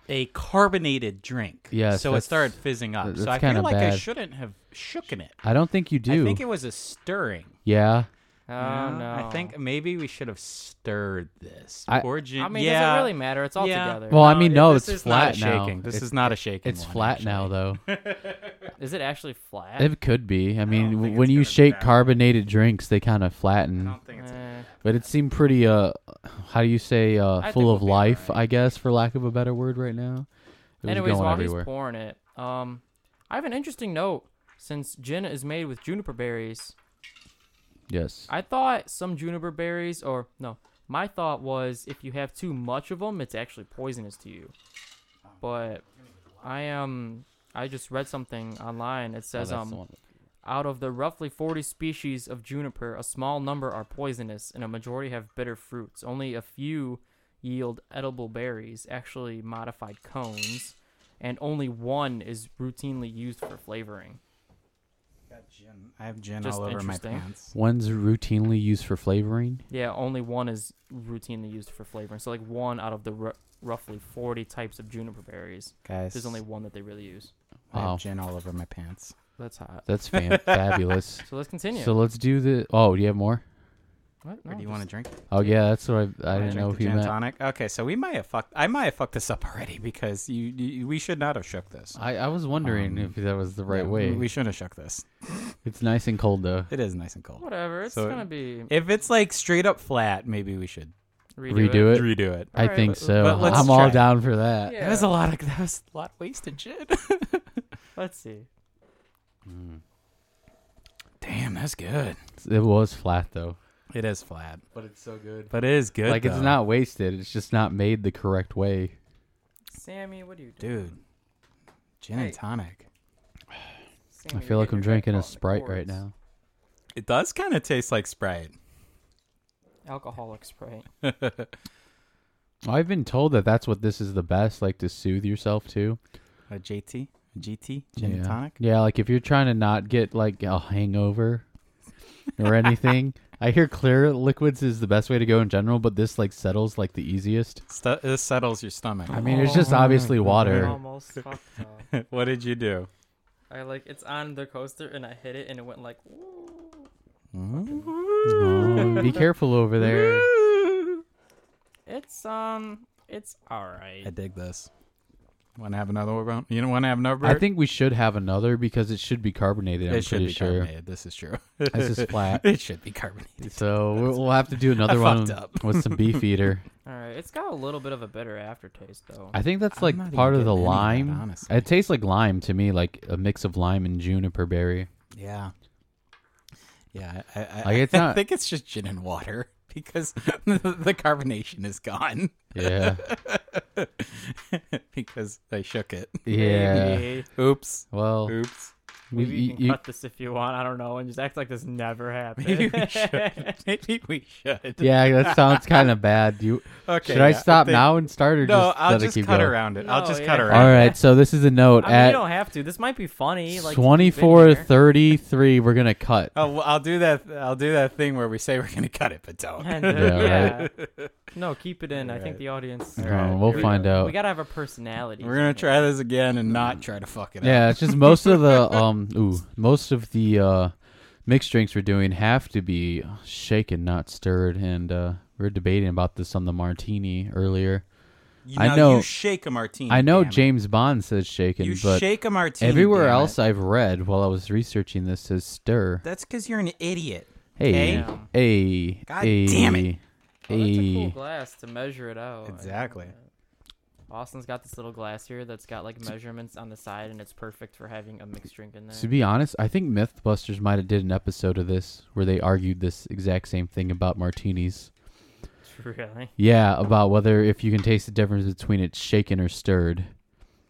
Speaker 2: a carbonated drink.
Speaker 1: Yes,
Speaker 2: so it
Speaker 1: that's-
Speaker 2: started fizzing up.
Speaker 1: that-
Speaker 2: So
Speaker 1: that's
Speaker 2: I feel
Speaker 1: kinda
Speaker 2: like I
Speaker 1: bad.
Speaker 2: shouldn't have shooken it.
Speaker 1: I don't think you do.
Speaker 2: I think it was a stirring.
Speaker 1: yeah.
Speaker 3: Oh
Speaker 2: Yeah,
Speaker 3: no.
Speaker 2: I think maybe we should have stirred this.
Speaker 1: I-
Speaker 2: Or gin-
Speaker 3: I mean,
Speaker 2: yeah.
Speaker 3: does it really matter? It's all
Speaker 2: yeah.
Speaker 3: together.
Speaker 1: Well, I mean, no,
Speaker 2: this
Speaker 1: it's
Speaker 2: is not a
Speaker 1: flat now.
Speaker 2: shaking. This
Speaker 1: It-
Speaker 2: is not a shaking.
Speaker 1: It's
Speaker 2: one,
Speaker 1: flat
Speaker 2: actually.
Speaker 1: now though.
Speaker 3: Is it actually flat?
Speaker 1: It could be. I mean,
Speaker 2: don't
Speaker 1: w-
Speaker 2: think
Speaker 1: when
Speaker 2: it's
Speaker 1: you
Speaker 2: gonna be
Speaker 1: shake
Speaker 2: that.
Speaker 1: carbonated drinks, they kind of
Speaker 2: I
Speaker 1: flatten.
Speaker 2: don't think it's.
Speaker 3: Eh,
Speaker 1: But it seemed pretty, uh, how do you say, uh,
Speaker 2: think
Speaker 1: full
Speaker 2: we'll
Speaker 1: of
Speaker 2: be
Speaker 1: life,
Speaker 2: alright.
Speaker 1: I guess, for lack of a better word right now. It was
Speaker 3: anyways,
Speaker 1: going
Speaker 3: while
Speaker 1: everywhere.
Speaker 3: he's pouring it, um, I have an interesting note. Since gin is made with juniper berries,
Speaker 1: yes.
Speaker 3: I thought some juniper berries, or no, my thought was if you have too much of them, it's actually poisonous to you. But I um, I just read something online. It says um, Out of the roughly 40 species of juniper, a small number are poisonous and a majority have bitter fruits. Only a few yield edible berries, actually modified cones, and only one is routinely used for flavoring.
Speaker 2: I have gin
Speaker 3: Just
Speaker 2: all over my
Speaker 3: interesting.
Speaker 2: pants.
Speaker 1: One's routinely used for flavoring.
Speaker 3: Yeah, only one is routinely used for flavoring. So, like, one out of the r- roughly 40 types of juniper berries,
Speaker 2: Guys,
Speaker 3: there's only one that they really use.
Speaker 2: I
Speaker 1: Wow.
Speaker 2: have gin all over my pants.
Speaker 3: That's hot.
Speaker 1: That's fan- fabulous.
Speaker 3: So, let's continue.
Speaker 1: So let's do the. Oh, do you have more?
Speaker 3: What?
Speaker 2: or
Speaker 3: No,
Speaker 2: do you want to
Speaker 3: just-
Speaker 2: drink?
Speaker 1: Oh, yeah, that's what I, I
Speaker 2: Wanna
Speaker 1: didn't
Speaker 2: drink
Speaker 1: know
Speaker 2: the
Speaker 1: if you
Speaker 2: gin
Speaker 1: meant.
Speaker 2: tonic. Okay, so we might have fucked. I might have fucked this up already because you, you we should not have shook this.
Speaker 1: I, I was wondering
Speaker 2: Um,
Speaker 1: if that was Uh, the right
Speaker 2: Yeah,
Speaker 1: way.
Speaker 2: We shouldn't have shook this.
Speaker 1: it's nice and cold, though.
Speaker 2: It is nice and cold.
Speaker 3: Whatever. It's
Speaker 2: So-
Speaker 3: going to be.
Speaker 2: If it's like straight up flat, maybe we should
Speaker 3: Redo,
Speaker 1: Redo
Speaker 3: it.
Speaker 1: it.
Speaker 2: redo it.
Speaker 1: I
Speaker 3: Alright,
Speaker 1: think
Speaker 3: but-
Speaker 1: so.
Speaker 2: but let's
Speaker 1: I'm all
Speaker 2: try.
Speaker 1: down for that.
Speaker 3: Yeah.
Speaker 2: That was a lot of that was a lot of wasted gin.
Speaker 3: Let's see.
Speaker 2: Damn, that's good.
Speaker 1: It was flat, though.
Speaker 2: It is flat,
Speaker 1: But it's so good.
Speaker 2: but it is good.
Speaker 1: like it's
Speaker 2: though.
Speaker 1: not wasted. It's just not made the correct way.
Speaker 3: Sammy, what do you do?
Speaker 2: dude. Gin
Speaker 3: Hey.
Speaker 2: and tonic.
Speaker 1: I feel like I'm drinking a Sprite right now.
Speaker 2: It does kind of taste like Sprite.
Speaker 3: Alcoholic Sprite.
Speaker 1: I've been told that that's what this is the best, like to soothe yourself too.
Speaker 2: A JT, a GT, gin
Speaker 1: yeah.
Speaker 2: and tonic.
Speaker 1: Yeah, like if you're trying to not get like a hangover or anything. I hear clear liquids is the best way to go in general, but this like settles like the easiest.
Speaker 2: Stu- this settles your stomach.
Speaker 1: I mean, it's just obviously
Speaker 2: Oh.
Speaker 1: water.
Speaker 3: Almost fucked up.
Speaker 2: what did you do?
Speaker 3: I like it's on the coaster and I hit it and it went like. "Ooh."
Speaker 2: Mm-hmm.
Speaker 1: Oh, be careful over there.
Speaker 3: It's um, it's all right.
Speaker 2: I dig this. Want to have another one? You don't want to have another?
Speaker 1: I think we should have another because it should be carbonated. I'm
Speaker 2: it should
Speaker 1: pretty
Speaker 2: be
Speaker 1: sure.
Speaker 2: carbonated. This is true.
Speaker 1: This is flat.
Speaker 2: it should be carbonated.
Speaker 1: So we'll we'll have to do another one
Speaker 2: fucked up.
Speaker 1: with some beef eater.
Speaker 3: All right. It's got a little bit of a bitter aftertaste though.
Speaker 1: I think that's
Speaker 2: I'm not
Speaker 1: like
Speaker 2: even
Speaker 1: part of the
Speaker 2: getting any of that,
Speaker 1: lime.
Speaker 2: honestly.
Speaker 1: It tastes like lime to me, like a mix of lime and juniper berry.
Speaker 2: Yeah. Yeah, I, I,
Speaker 1: Like, it's
Speaker 2: I
Speaker 1: not-
Speaker 2: think it's just gin and water because the, the carbonation is gone
Speaker 1: Yeah,
Speaker 2: because I shook it.
Speaker 1: yeah.
Speaker 3: Maybe,
Speaker 2: Oops.
Speaker 1: Well,
Speaker 2: Oops.
Speaker 1: we,
Speaker 3: maybe you
Speaker 1: you,
Speaker 3: can
Speaker 1: you-
Speaker 3: cut this if you want. I don't know, and just act like this never happened.
Speaker 2: Maybe we should. Maybe we should.
Speaker 1: yeah, that sounds kind of bad. You
Speaker 2: Okay.
Speaker 1: should I
Speaker 2: yeah,
Speaker 1: stop
Speaker 2: think-
Speaker 1: now and start, or
Speaker 2: No,
Speaker 1: just
Speaker 2: I'll
Speaker 1: let
Speaker 2: just
Speaker 1: it keep
Speaker 2: cut
Speaker 1: going?
Speaker 2: around it. I'll
Speaker 3: No,
Speaker 2: just
Speaker 3: yeah.
Speaker 2: cut
Speaker 3: All
Speaker 1: All
Speaker 2: around
Speaker 1: right, so this is a note
Speaker 3: I mean, you
Speaker 1: at
Speaker 3: don't have to. This might be funny. Like to keep it in
Speaker 1: twenty four
Speaker 3: here.
Speaker 1: thirty three. We're gonna cut.
Speaker 2: Oh, well, I'll do that. I'll do that thing where we say we're gonna cut it, but don't.
Speaker 3: And, uh,
Speaker 1: Yeah,
Speaker 3: yeah. No, keep it in. I think
Speaker 2: Alright.
Speaker 3: the audience.
Speaker 1: Oh,
Speaker 2: right,
Speaker 1: we'll
Speaker 2: here we
Speaker 1: find out.
Speaker 3: We gotta have a personality.
Speaker 2: We're gonna try this again and not try to fuck it up.
Speaker 1: yeah, it's just most of the um, ooh, most of the uh, mixed drinks we're doing have to be shaken, not stirred. And uh, we are debating about this on the martini earlier.
Speaker 2: You,
Speaker 1: I
Speaker 2: now
Speaker 1: know-
Speaker 2: you shake a martini.
Speaker 1: I know
Speaker 2: damn it.
Speaker 1: James Bond says shaken,
Speaker 2: You
Speaker 1: but
Speaker 2: shake a martini.
Speaker 1: everywhere
Speaker 2: damn it.
Speaker 1: else I've read while I was researching this says stir.
Speaker 2: That's because you're an idiot.
Speaker 1: Hey,
Speaker 2: okay?
Speaker 1: hey,
Speaker 2: God damn
Speaker 3: Oh,
Speaker 2: it.
Speaker 3: that's a cool
Speaker 1: Hey.
Speaker 3: glass to measure it out. I-
Speaker 2: Exactly.
Speaker 3: Austin's got this little glass here that's got like measurements on the side, and it's perfect for having a mixed drink in there.
Speaker 1: To be honest, I think MythBusters might have did an episode of this where they argued this exact same thing about martinis.
Speaker 3: Really?
Speaker 1: Yeah, about whether if you can taste the difference between it's shaken or stirred.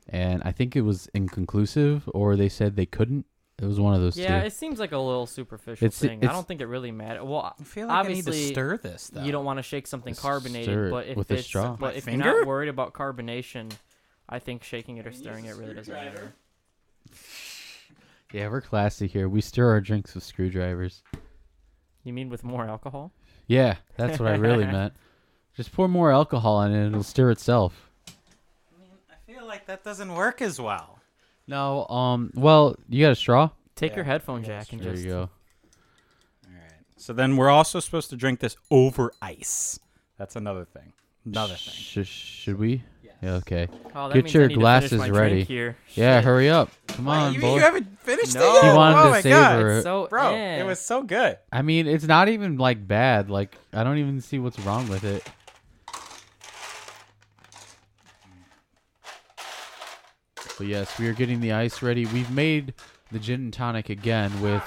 Speaker 1: And I think it was inconclusive, or they said they couldn't. It was one of those
Speaker 3: Yeah,
Speaker 1: two.
Speaker 3: it seems like a little superficial
Speaker 1: It's-
Speaker 3: thing. I
Speaker 1: it's-
Speaker 3: don't think it really matters. Well,
Speaker 2: I feel like I need
Speaker 3: Obviously,
Speaker 2: to stir this though.
Speaker 3: you don't want to shake something
Speaker 1: Just
Speaker 3: carbonated,
Speaker 1: stir it
Speaker 3: but if
Speaker 1: with a
Speaker 3: it's
Speaker 1: straw.
Speaker 3: but
Speaker 2: My
Speaker 3: if you're
Speaker 2: finger?
Speaker 3: not worried about carbonation, I think shaking it or stirring it really doesn't matter.
Speaker 1: Yeah, we're classy here. We stir our drinks with screwdrivers.
Speaker 3: You mean with more alcohol?
Speaker 1: Yeah, that's what I really meant. Just pour more alcohol in it, and it'll stir itself.
Speaker 2: I feel like that doesn't work as well.
Speaker 1: No, um, well, you got a straw?
Speaker 3: Take
Speaker 2: Yeah.
Speaker 3: your headphone jack and
Speaker 1: There
Speaker 3: just
Speaker 1: you go.
Speaker 2: All right. So then we're also supposed to drink this over ice. That's another thing. Another thing.
Speaker 1: Sh- should we? Yeah, okay.
Speaker 3: Oh, that
Speaker 1: Get
Speaker 3: means
Speaker 1: your
Speaker 3: I need to finish
Speaker 1: glasses
Speaker 3: my drink
Speaker 1: ready.
Speaker 3: Here.
Speaker 1: Yeah,
Speaker 3: Shit.
Speaker 1: hurry up. Come on,
Speaker 2: you,
Speaker 1: boy.
Speaker 2: you haven't finished
Speaker 3: No.
Speaker 2: it
Speaker 1: He
Speaker 2: yet.
Speaker 1: wanted
Speaker 2: oh
Speaker 1: to
Speaker 2: my
Speaker 1: savor
Speaker 2: god,
Speaker 1: it.
Speaker 3: So,
Speaker 2: bro,
Speaker 3: eh.
Speaker 2: it was so good.
Speaker 1: I mean, it's not even like bad. Like I don't even see what's wrong with it. But yes, we are getting the ice ready. We've made the gin and tonic again with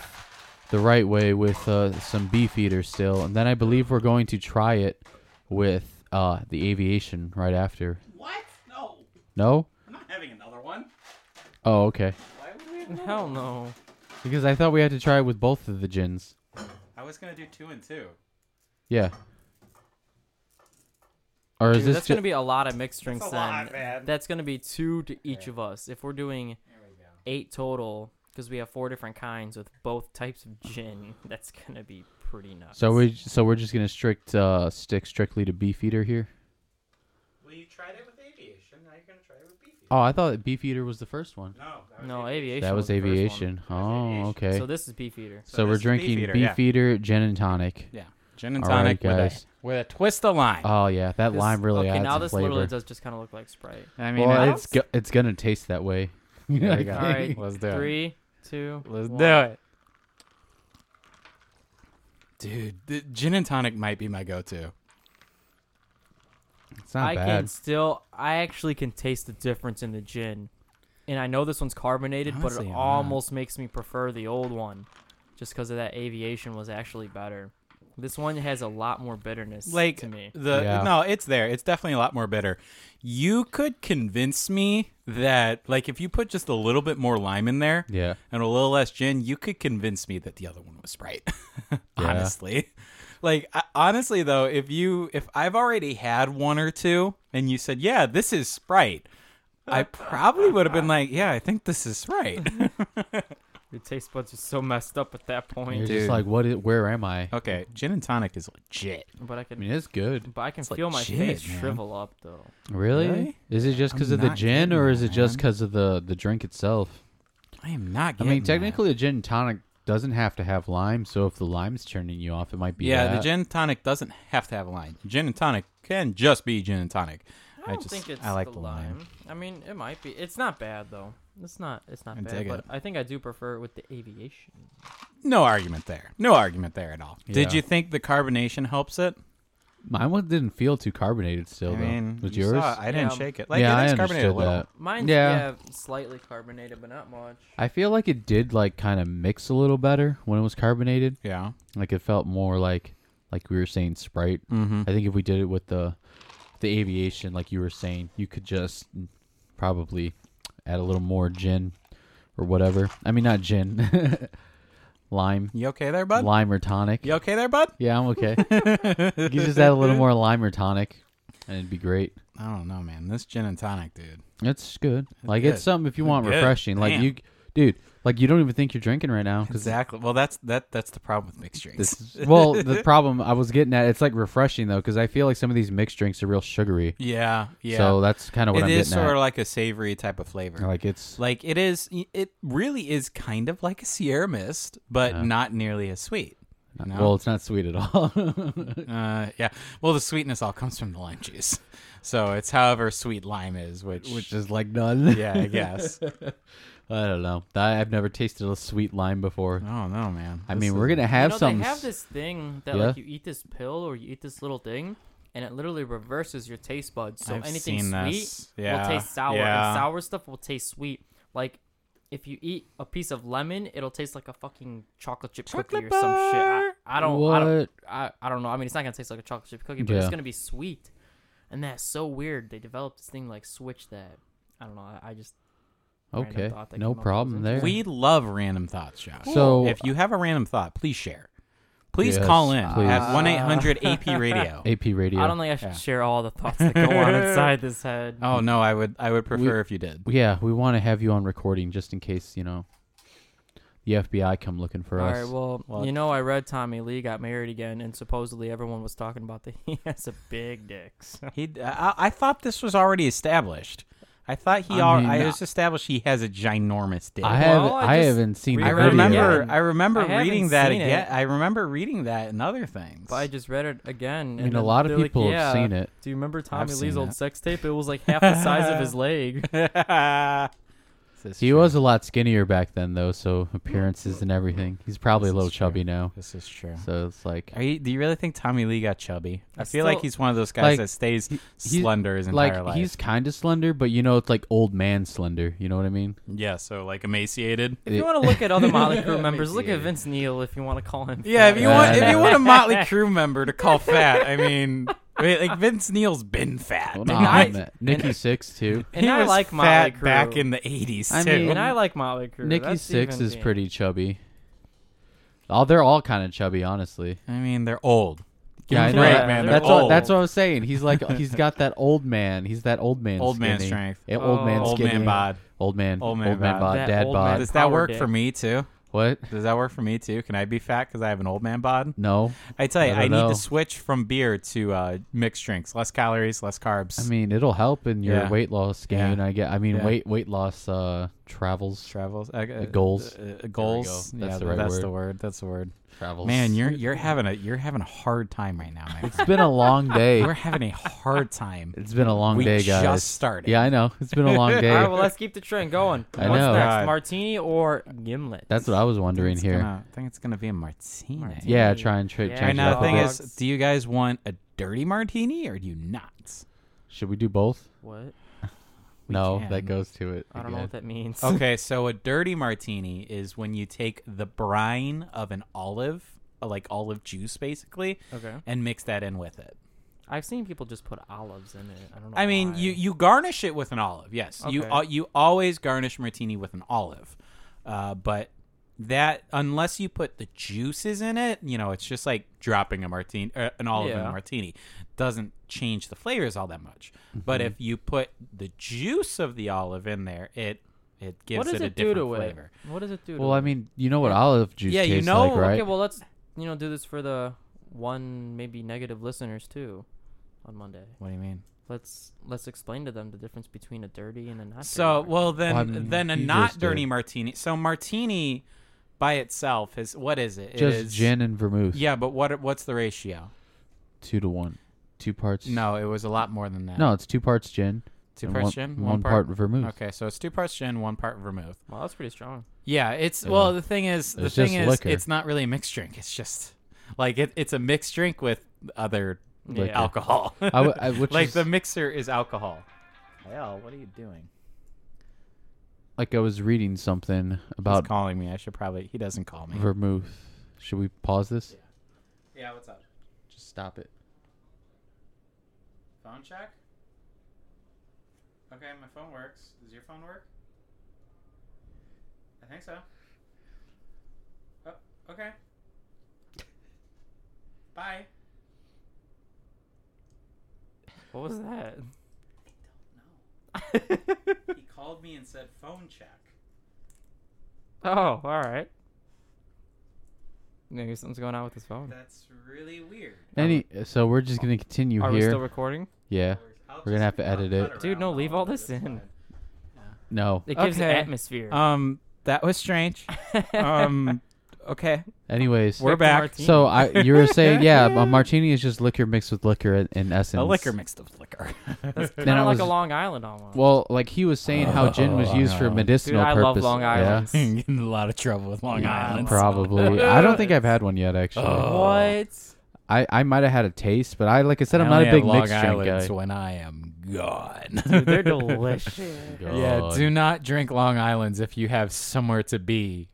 Speaker 1: the right way with uh, some beef eater still, and then I believe we're going to try it with uh, the aviation right after.
Speaker 2: What? No,
Speaker 1: No?
Speaker 2: I'm not having another one.
Speaker 1: Oh, okay.
Speaker 2: Why would we?
Speaker 3: Hell no.
Speaker 1: Because I thought we had to try it with both of the gins.
Speaker 2: I was gonna do two and two.
Speaker 1: Yeah. Or is
Speaker 3: Dude,
Speaker 1: this
Speaker 3: that's
Speaker 1: ju-
Speaker 3: gonna be a lot of mixed drinks
Speaker 2: a
Speaker 3: then.
Speaker 2: lot, man.
Speaker 3: That's gonna be two to each of us. If we're doing eight total, because we have four different kinds with both types of gin, that's gonna be pretty nuts.
Speaker 1: So we so we're just gonna strict uh, stick strictly to Beefeater here.
Speaker 2: Well, you tried it with aviation. Now you're gonna try it with beefy.
Speaker 1: Oh, I thought Beefeater was the first one.
Speaker 2: No, that was
Speaker 3: no aviation.
Speaker 1: That was
Speaker 3: the first one.
Speaker 1: aviation.
Speaker 2: Aviation.
Speaker 1: Oh, okay.
Speaker 3: So
Speaker 1: So,
Speaker 3: this is beefeater.
Speaker 2: So
Speaker 1: we're
Speaker 2: this is
Speaker 1: drinking
Speaker 2: Beefeater,
Speaker 1: Beefeater,
Speaker 2: yeah.
Speaker 1: gin and tonic.
Speaker 2: Yeah, gin and
Speaker 1: All right,
Speaker 2: tonic
Speaker 1: guys.
Speaker 2: with, a, with a twist of lime.
Speaker 1: Oh yeah, that
Speaker 3: This-
Speaker 1: lime really
Speaker 3: okay,
Speaker 1: adds
Speaker 3: now
Speaker 1: some
Speaker 3: this
Speaker 1: flavor.
Speaker 3: literally does just kind of look like Sprite.
Speaker 2: I mean,
Speaker 1: well,
Speaker 2: I-
Speaker 1: it's go- it's gonna taste that way.
Speaker 2: There
Speaker 1: I
Speaker 2: we go.
Speaker 1: think.
Speaker 3: Alright.
Speaker 2: Let's do it.
Speaker 3: Three, two,
Speaker 2: Let's
Speaker 3: one.
Speaker 2: do it. Dude, the gin and tonic might be my go-to.
Speaker 1: It's not
Speaker 3: I
Speaker 1: bad.
Speaker 3: can still, I actually can taste the difference in the gin, and I know this one's carbonated,
Speaker 2: Honestly,
Speaker 3: but
Speaker 2: I'm
Speaker 3: it
Speaker 2: not.
Speaker 3: almost makes me prefer the old one, just because of that aviation was actually better. This one has a lot more bitterness
Speaker 2: Like
Speaker 3: to me.
Speaker 2: the
Speaker 1: Yeah.
Speaker 2: no, it's there. It's definitely a lot more bitter. You could convince me that like if you put just a little bit more lime in there
Speaker 1: Yeah.
Speaker 2: and a little less gin, you could convince me that the other one was Sprite. honestly. Like I, honestly though, if you if I've already had one or two and you said, "Yeah, this is Sprite." I probably would have been like, "Yeah, I think this is Sprite."
Speaker 3: Your taste buds are so messed up at that
Speaker 1: You're
Speaker 3: point.
Speaker 1: just
Speaker 2: Dude.
Speaker 1: like, what? Is, where am I?
Speaker 2: okay, gin and tonic is legit.
Speaker 3: But I
Speaker 1: I
Speaker 3: can,
Speaker 1: mean, it's good.
Speaker 3: but I can
Speaker 2: It's like
Speaker 3: feel my
Speaker 2: gin,
Speaker 3: face
Speaker 2: man.
Speaker 3: shrivel up though.
Speaker 1: Really?
Speaker 2: Really?
Speaker 1: Is it just because
Speaker 2: I'm
Speaker 1: of the
Speaker 2: not
Speaker 1: gin, or
Speaker 2: kidding,
Speaker 1: is it just
Speaker 2: man.
Speaker 1: because of the the drink itself?
Speaker 2: I am not
Speaker 1: I
Speaker 2: getting
Speaker 1: mean,
Speaker 2: that.
Speaker 1: technically, a gin and tonic doesn't have to have lime. So if the lime's turning you off, it might be.
Speaker 2: Yeah,
Speaker 1: that.
Speaker 2: the gin and tonic doesn't have to have a lime. Gin and tonic can just be gin and tonic.
Speaker 3: I don't
Speaker 2: just
Speaker 3: think it's
Speaker 2: I like
Speaker 3: the lime. I mean, it might be. It's not bad though. It's not. It's not
Speaker 2: I
Speaker 3: bad.
Speaker 2: dig
Speaker 3: But
Speaker 2: it.
Speaker 3: I think I do prefer it with the aviation.
Speaker 2: No argument there. No argument there at all. Did
Speaker 1: Yeah.
Speaker 2: you think the carbonation helps it?
Speaker 1: Mine one didn't feel too carbonated. Still,
Speaker 2: I mean,
Speaker 1: though, was
Speaker 2: you
Speaker 1: yours?
Speaker 2: saw it. I didn't
Speaker 3: Yeah.
Speaker 2: shake it. Like
Speaker 1: yeah,
Speaker 2: it
Speaker 1: I
Speaker 2: is carbonated a
Speaker 1: understood
Speaker 2: little.
Speaker 1: that.
Speaker 3: Mine's yeah.
Speaker 1: Yeah.
Speaker 3: slightly carbonated, but not much.
Speaker 1: I feel like it did like kind of mix a little better when it was carbonated.
Speaker 2: Yeah.
Speaker 1: Like it felt more like like we were saying Sprite.
Speaker 2: Mm-hmm.
Speaker 1: I think if we did it with the the aviation, like you were saying, you could just probably add a little more gin or whatever. I mean, not gin, lime,
Speaker 2: You okay there, bud?
Speaker 1: lime or tonic.
Speaker 2: You okay there, bud?
Speaker 1: Yeah, I'm okay. you could just add a little more lime or tonic, and it'd be great.
Speaker 2: I don't know, man. This gin and tonic, dude.
Speaker 1: It's good. Like
Speaker 2: good.
Speaker 1: it's something if you want
Speaker 2: Good.
Speaker 1: refreshing. Like
Speaker 2: Damn.
Speaker 1: you dude. Like you don't even think you're drinking right now because
Speaker 2: Exactly. Well, that's that. That's the problem with mixed drinks.
Speaker 1: this. Is, well, the problem I was getting at, it's like refreshing though because I feel like some of these mixed drinks are real sugary.
Speaker 2: yeah, yeah.
Speaker 1: So that's kind of what
Speaker 2: it
Speaker 1: I'm
Speaker 2: is
Speaker 1: getting
Speaker 2: sort
Speaker 1: at.
Speaker 2: of like a savory type of flavor.
Speaker 1: like it's
Speaker 2: Like it is, it really is kind of like a Sierra Mist, but
Speaker 1: Yeah.
Speaker 2: not nearly as sweet. you know?
Speaker 1: well, it's not sweet at all.
Speaker 2: uh, yeah. Well, the sweetness all comes from the lime juice, so it's however sweet lime is, which,
Speaker 1: which is like none.
Speaker 2: yeah, I guess.
Speaker 1: I don't know. I, I've never tasted a sweet lime before.
Speaker 3: Uh,
Speaker 2: oh no, man.
Speaker 1: I
Speaker 2: This
Speaker 1: mean,
Speaker 2: is-
Speaker 1: we're gonna have
Speaker 3: you know,
Speaker 1: some.
Speaker 3: They have
Speaker 1: s-
Speaker 3: this thing that like
Speaker 1: Yeah.
Speaker 3: you eat this pill or you eat this little thing, and it literally reverses your taste buds. So
Speaker 2: I've
Speaker 3: anything
Speaker 2: seen
Speaker 3: sweet
Speaker 2: this. Yeah,
Speaker 3: will taste sour,
Speaker 2: yeah.
Speaker 3: and sour stuff will taste sweet. Like if you eat a piece of lemon, it'll taste like a fucking chocolate chip cookie
Speaker 2: Chocolate
Speaker 3: or some shit. I,
Speaker 2: bar.
Speaker 3: I don't.
Speaker 1: what?
Speaker 3: I don't. I, I don't know. I mean, it's not gonna taste like a chocolate chip cookie, but
Speaker 1: Yeah.
Speaker 3: it's gonna be sweet, and that's so weird. They developed this thing like switch that. I don't know. I, I just random
Speaker 1: okay,
Speaker 3: thought that came
Speaker 1: no
Speaker 3: up. It was
Speaker 1: problem there.
Speaker 2: We love random thoughts, Josh.
Speaker 1: So-
Speaker 2: if you have a random thought, please share. Please
Speaker 1: Yes,
Speaker 2: call in
Speaker 1: please.
Speaker 2: at one eight hundred AP Radio.
Speaker 1: AP radio.
Speaker 3: I don't think I should
Speaker 2: Yeah.
Speaker 3: share all the thoughts that go on inside this head.
Speaker 2: Oh no, I would I would prefer if you did.
Speaker 1: yeah, we want to have you on recording just in case you know the FBI come looking for
Speaker 3: All
Speaker 1: us.
Speaker 3: right. Well,
Speaker 2: Well,
Speaker 3: you know, I read Tommy Lee got married again, and supposedly everyone was talking about that he has a big dick. So.
Speaker 2: He uh, I, I thought this was already established. I thought he
Speaker 1: I
Speaker 2: al-
Speaker 1: mean,
Speaker 2: I was established he has a ginormous dick.
Speaker 1: I haven't.
Speaker 3: Well,
Speaker 1: I,
Speaker 3: I just
Speaker 1: haven't seen.
Speaker 3: read
Speaker 1: the
Speaker 2: I
Speaker 3: it
Speaker 1: video.
Speaker 2: remember
Speaker 3: again.
Speaker 2: I remember
Speaker 3: I haven't
Speaker 2: reading that
Speaker 3: seen it.
Speaker 2: again. I remember reading that and other things.
Speaker 3: But I just read it again.
Speaker 1: I
Speaker 3: and
Speaker 1: mean, a
Speaker 3: then
Speaker 1: lot of
Speaker 3: they're like,
Speaker 1: people
Speaker 3: "Yeah,
Speaker 1: have seen it.
Speaker 3: Do you remember Tommy
Speaker 2: seen
Speaker 3: Lee's old
Speaker 2: it."
Speaker 3: sex tape? It was like half the size of his leg.
Speaker 2: This is
Speaker 1: He
Speaker 2: true.
Speaker 1: was a lot skinnier back then, though, so appearances and everything. He's probably a
Speaker 2: This
Speaker 1: little
Speaker 2: is true.
Speaker 1: chubby now.
Speaker 2: This is true.
Speaker 1: So it's like,
Speaker 2: Are you, do you really think Tommy Lee got chubby? I,
Speaker 3: I
Speaker 2: feel like
Speaker 3: still-
Speaker 2: he's one of those guys
Speaker 1: Like,
Speaker 2: that stays
Speaker 1: he- he's-
Speaker 2: slender his entire
Speaker 1: like
Speaker 2: life.
Speaker 1: he's kind of slender, but you know, it's like old man slender. You know what I mean?
Speaker 2: yeah, so like emaciated.
Speaker 3: If you
Speaker 1: It-
Speaker 3: want to look at other Motley Crue
Speaker 2: me
Speaker 3: members, look
Speaker 2: see
Speaker 3: at
Speaker 2: it.
Speaker 3: Vince Neil if you want to call him.
Speaker 2: Yeah, if
Speaker 3: fat.
Speaker 2: you want if you want a Motley Crew member to call fat, I mean, wait, like Vince Neil's been fat.
Speaker 1: Well,
Speaker 2: And
Speaker 1: nah,
Speaker 2: I-
Speaker 1: man. Nikki Six too.
Speaker 3: And
Speaker 2: he
Speaker 3: I
Speaker 2: was
Speaker 3: like Motley
Speaker 2: fat
Speaker 3: Crue.
Speaker 2: back in the eighties too.
Speaker 1: I mean,
Speaker 3: And I like Motley Crue.
Speaker 1: Nikki
Speaker 3: That's
Speaker 1: Six
Speaker 3: even
Speaker 1: is
Speaker 3: being-
Speaker 1: pretty chubby. Oh, they're all kind of chubby, honestly.
Speaker 2: I mean, they're old. Give
Speaker 1: yeah,
Speaker 2: them
Speaker 1: I
Speaker 2: a
Speaker 1: know.
Speaker 2: break,
Speaker 1: that-
Speaker 2: man. They're
Speaker 1: That's
Speaker 2: old.
Speaker 1: what, that's what I was saying. He's like he's got that old man. He's that old man.
Speaker 2: Old man
Speaker 1: skinny.
Speaker 2: strength.
Speaker 1: Yeah, old man.
Speaker 2: old
Speaker 1: skinny.
Speaker 2: man bod.
Speaker 1: Old man.
Speaker 2: Old man bod.
Speaker 1: bod.
Speaker 3: That
Speaker 1: Dad
Speaker 3: old
Speaker 1: bod.
Speaker 3: man-
Speaker 2: Does that
Speaker 3: Power
Speaker 2: work
Speaker 3: dick.
Speaker 2: for me too?
Speaker 1: What?
Speaker 2: Does that work for me too? Can I be fat because I have an old man bod?
Speaker 1: No.
Speaker 2: I tell
Speaker 1: I
Speaker 2: you, I,
Speaker 1: don't
Speaker 2: need
Speaker 1: know.
Speaker 2: to switch from beer to uh, mixed drinks. Less calories, less carbs.
Speaker 1: I mean, it'll help in your
Speaker 2: Yeah.
Speaker 1: weight loss
Speaker 2: Yeah.
Speaker 1: gain. I get. I mean,
Speaker 2: Yeah.
Speaker 1: weight weight loss uh, travels
Speaker 2: travels, uh, uh,
Speaker 1: goals.
Speaker 2: uh, uh, goals.
Speaker 1: There we go. That's
Speaker 2: yeah,
Speaker 1: the right
Speaker 2: that's
Speaker 1: word.
Speaker 2: the word. That's the word.
Speaker 1: travels.
Speaker 2: Man, you're you're having a you're having a hard time right now, man.
Speaker 1: It's been a long day.
Speaker 2: We're having a hard time.
Speaker 1: It's been a long
Speaker 2: we
Speaker 1: day, guys.
Speaker 2: just started.
Speaker 1: Yeah, I know. It's been a long day.
Speaker 3: All right, well, let's keep the trend going.
Speaker 1: I
Speaker 3: What's
Speaker 1: know.
Speaker 2: God.
Speaker 3: next, martini or gimlet?
Speaker 1: That's what I was
Speaker 2: I think
Speaker 1: wondering
Speaker 2: it's
Speaker 1: here.
Speaker 2: gonna- I think it's gonna be a martini.
Speaker 3: Martini.
Speaker 1: Yeah, try and tra-
Speaker 3: Yeah.
Speaker 1: change
Speaker 2: Right
Speaker 1: it
Speaker 2: now,
Speaker 1: up
Speaker 2: the
Speaker 1: a
Speaker 2: thing
Speaker 1: bit.
Speaker 2: is, do you guys want a dirty martini or do you not?
Speaker 1: Should we do both?
Speaker 3: what?
Speaker 2: We
Speaker 1: no,
Speaker 2: can.
Speaker 1: that goes to it.
Speaker 3: I don't know
Speaker 1: again.
Speaker 3: what that means.
Speaker 2: Okay, so a dirty martini is when you take the brine of an olive, uh, like olive juice, basically,
Speaker 3: Okay.
Speaker 2: and mix that in with it.
Speaker 3: I've seen people just put olives in it. I don't know.
Speaker 2: I mean,
Speaker 3: why.
Speaker 2: you you garnish it with an olive. Yes, you
Speaker 3: Okay.
Speaker 2: al- you always garnish martini with an olive, uh, but that unless you put the juices in it, you know, it's just like dropping a martini, uh, an olive in a
Speaker 3: Yeah.
Speaker 2: martini, doesn't change the flavors all that much.
Speaker 1: Mm-hmm.
Speaker 2: But if you put the juice of the olive in there, it it gives
Speaker 3: what does
Speaker 2: it,
Speaker 3: it,
Speaker 2: a
Speaker 3: do
Speaker 2: different
Speaker 3: to
Speaker 2: flavor.
Speaker 3: it? What does it do?
Speaker 1: Well,
Speaker 3: to
Speaker 1: I
Speaker 3: it?
Speaker 1: mean, you know what olive juice
Speaker 2: Yeah, you
Speaker 1: tastes
Speaker 2: know-
Speaker 1: like, right?
Speaker 3: okay. Well, let's you know do this for the one maybe negative listeners too, on Monday.
Speaker 2: What do you mean?
Speaker 3: Let's let's explain to them the difference between a dirty and a not. dirty
Speaker 2: So
Speaker 3: martini.
Speaker 2: well then
Speaker 1: Well, I mean,
Speaker 2: then a
Speaker 1: you
Speaker 2: not
Speaker 1: just did.
Speaker 2: dirty martini. So martini by itself is what is it? It
Speaker 1: Just
Speaker 2: is-
Speaker 1: gin and vermouth.
Speaker 2: Yeah, but what what's the ratio?
Speaker 1: Two to one. Two parts.
Speaker 2: No, it was a lot more than that.
Speaker 1: No, it's two parts gin.
Speaker 2: two
Speaker 1: and
Speaker 2: parts
Speaker 1: one,
Speaker 2: gin,
Speaker 1: one part, vermouth.
Speaker 2: Okay, so it's two parts gin, one part vermouth.
Speaker 3: Wow, that's pretty strong.
Speaker 2: Yeah, it's
Speaker 1: Yeah.
Speaker 2: well. The thing is, the
Speaker 1: It's
Speaker 2: thing
Speaker 1: just
Speaker 2: is,
Speaker 1: liquor.
Speaker 2: it's not really a mixed drink. It's just like it, it's a mixed drink with other
Speaker 1: Like
Speaker 3: yeah.
Speaker 2: alcohol.
Speaker 1: I w- I- which
Speaker 2: like
Speaker 1: is-
Speaker 2: the mixer is alcohol. Hell, what are you doing?
Speaker 1: Like I was reading something
Speaker 2: He's
Speaker 1: about
Speaker 2: calling me. I should probably. He doesn't call me.
Speaker 1: vermouth. Should we pause this?
Speaker 2: yeah, what's up?
Speaker 1: Just stop it.
Speaker 2: Phone check? Okay, my phone works. Does your phone work? I think so. Oh, okay. Bye.
Speaker 3: What was that?
Speaker 2: No.
Speaker 3: I
Speaker 2: He called me and said phone check.
Speaker 3: Oh, all right. Maybe something's going on with this phone.
Speaker 2: That's really weird.
Speaker 1: Any, so we're just gonna continue
Speaker 3: Are we
Speaker 1: here.
Speaker 3: still recording?
Speaker 1: yeah. We're gonna have to edit it.
Speaker 3: Dude, no, leave all this in.
Speaker 1: No.
Speaker 3: It gives
Speaker 2: Okay.
Speaker 3: an atmosphere.
Speaker 2: Um, that was strange. um, okay,
Speaker 1: Anyways.
Speaker 2: we're
Speaker 3: Victor
Speaker 2: back.
Speaker 3: Martini.
Speaker 1: so I, you were saying, yeah, a martini is just liquor mixed with liquor in, in essence.
Speaker 2: a liquor mixed with liquor.
Speaker 3: That's
Speaker 1: Then
Speaker 3: kind
Speaker 1: I
Speaker 3: of like a
Speaker 1: was-
Speaker 3: Long Island almost.
Speaker 1: Well, like he was saying, how gin was
Speaker 2: Oh,
Speaker 1: used for
Speaker 2: Long Island.
Speaker 1: medicinal
Speaker 3: Dude, I love
Speaker 1: purposes.
Speaker 3: Long Island.
Speaker 1: Yeah.
Speaker 2: Getting in a lot of trouble with Long
Speaker 1: Yeah,
Speaker 2: Island.
Speaker 1: Probably. I don't think I've had one yet. Actually,
Speaker 3: Oh.
Speaker 2: What?
Speaker 1: I, I might have had a taste, but I like I said, I'm not a big mixed drink guy.
Speaker 2: when I am gone.
Speaker 3: Dude, they're delicious.
Speaker 2: yeah,
Speaker 1: God.
Speaker 2: do not drink Long Islands if you have somewhere to be,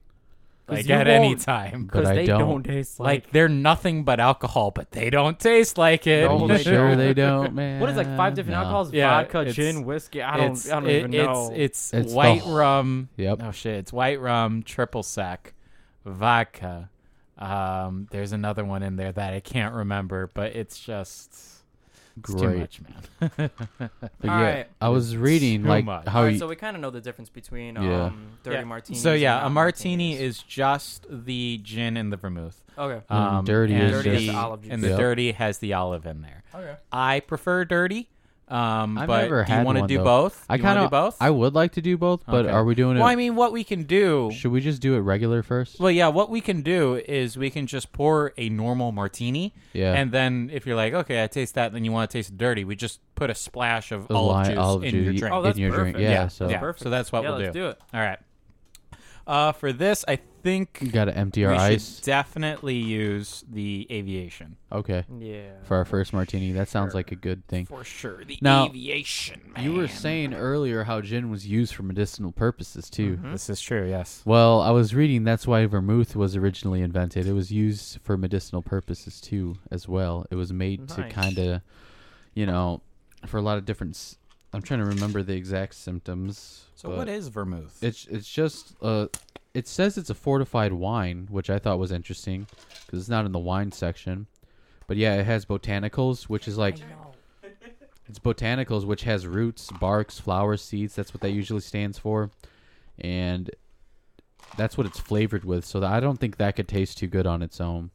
Speaker 3: 'Cause
Speaker 2: like
Speaker 3: you
Speaker 2: at any
Speaker 3: won't.
Speaker 2: time.
Speaker 1: But
Speaker 3: Because
Speaker 1: I
Speaker 3: they
Speaker 1: don't.
Speaker 3: taste like.
Speaker 2: Like they're nothing but alcohol, but they don't taste like it.
Speaker 1: Are
Speaker 3: No,
Speaker 1: you
Speaker 3: they
Speaker 1: sure
Speaker 3: don't.
Speaker 1: they don't, man?
Speaker 3: what is like five different
Speaker 1: No.
Speaker 3: alcohols?
Speaker 2: Yeah,
Speaker 3: Vodka,
Speaker 2: it's-
Speaker 3: gin, whiskey. I don't.
Speaker 2: it's,
Speaker 3: I don't
Speaker 2: it-
Speaker 3: even know.
Speaker 2: It's, it's
Speaker 1: It's the
Speaker 2: white
Speaker 1: wh-
Speaker 2: rum.
Speaker 1: Yep.
Speaker 2: Oh shit! It's white rum, triple sec, vodka. Um, there's another one in there that I can't remember, but it's just it's too
Speaker 1: Great.
Speaker 2: much, man.
Speaker 1: But yeah,
Speaker 3: All right.
Speaker 1: I was reading
Speaker 2: Too
Speaker 1: like
Speaker 2: much.
Speaker 1: how
Speaker 3: All right,
Speaker 1: you,
Speaker 3: so we kind of know the difference between um,
Speaker 1: Yeah.
Speaker 3: dirty
Speaker 2: Yeah.
Speaker 3: martinis.
Speaker 2: so
Speaker 3: and
Speaker 2: yeah, a
Speaker 3: not
Speaker 2: martini
Speaker 3: martinis.
Speaker 2: is just the gin and the vermouth.
Speaker 3: okay.
Speaker 1: And dirty
Speaker 2: Um, and
Speaker 1: is
Speaker 2: the,
Speaker 1: just-
Speaker 3: olive juice.
Speaker 2: and the
Speaker 1: Yep.
Speaker 2: dirty has the olive in there.
Speaker 3: Okay.
Speaker 2: I prefer dirty. Um,
Speaker 1: I've
Speaker 2: but
Speaker 1: never
Speaker 2: do you
Speaker 1: had
Speaker 2: want to
Speaker 1: one,
Speaker 2: do
Speaker 1: though.
Speaker 2: both?
Speaker 1: I
Speaker 2: Do you wanna
Speaker 1: kind
Speaker 2: do both.
Speaker 1: of I would like to do both, but
Speaker 2: Okay.
Speaker 1: are we doing
Speaker 2: well, I
Speaker 1: it?
Speaker 2: mean, what we can do.
Speaker 1: Should we just do it regular first?
Speaker 2: Well, yeah, what we can do is we can just pour a normal martini.
Speaker 1: Yeah.
Speaker 2: And then if you're like, okay, I taste that, then you want to taste dirty, we just put a splash of
Speaker 1: The
Speaker 2: olive
Speaker 1: lime-
Speaker 2: juice
Speaker 1: olive
Speaker 2: in
Speaker 1: juice,
Speaker 2: your
Speaker 1: you-
Speaker 2: drink.
Speaker 3: Oh, that's
Speaker 1: in your
Speaker 3: perfect.
Speaker 1: drink, yeah.
Speaker 2: Yeah,
Speaker 1: So
Speaker 2: yeah.
Speaker 3: Perfect.
Speaker 2: So that's what
Speaker 3: yeah,
Speaker 2: we'll
Speaker 3: let's
Speaker 2: do.
Speaker 3: do it.
Speaker 2: All right. Uh, for this, I think
Speaker 1: you got to empty our
Speaker 2: we
Speaker 1: ice.
Speaker 2: should definitely use the aviation.
Speaker 1: okay.
Speaker 3: Yeah.
Speaker 1: For our first martini, that sounds like a good thing.
Speaker 2: For sure. The
Speaker 1: Now,
Speaker 2: aviation,
Speaker 1: You were saying earlier how gin was used for medicinal purposes too.
Speaker 2: This is true, yes.
Speaker 1: Well, I was reading that's why vermouth was originally invented. It was used for medicinal purposes too, as well. It was made to
Speaker 3: Nice.
Speaker 1: kind of, you know, for a lot of different. s- I'm trying to remember the exact symptoms.
Speaker 2: So
Speaker 1: but
Speaker 2: what is vermouth?
Speaker 1: It's it's just uh, it says it's a fortified wine, which I thought was interesting because it's not in the wine section. But yeah, it has botanicals, which is like it's botanicals, which has roots, barks, flowers, seeds. That's what that usually stands for, and that's what it's flavored with. So I don't think that could taste too good on its own.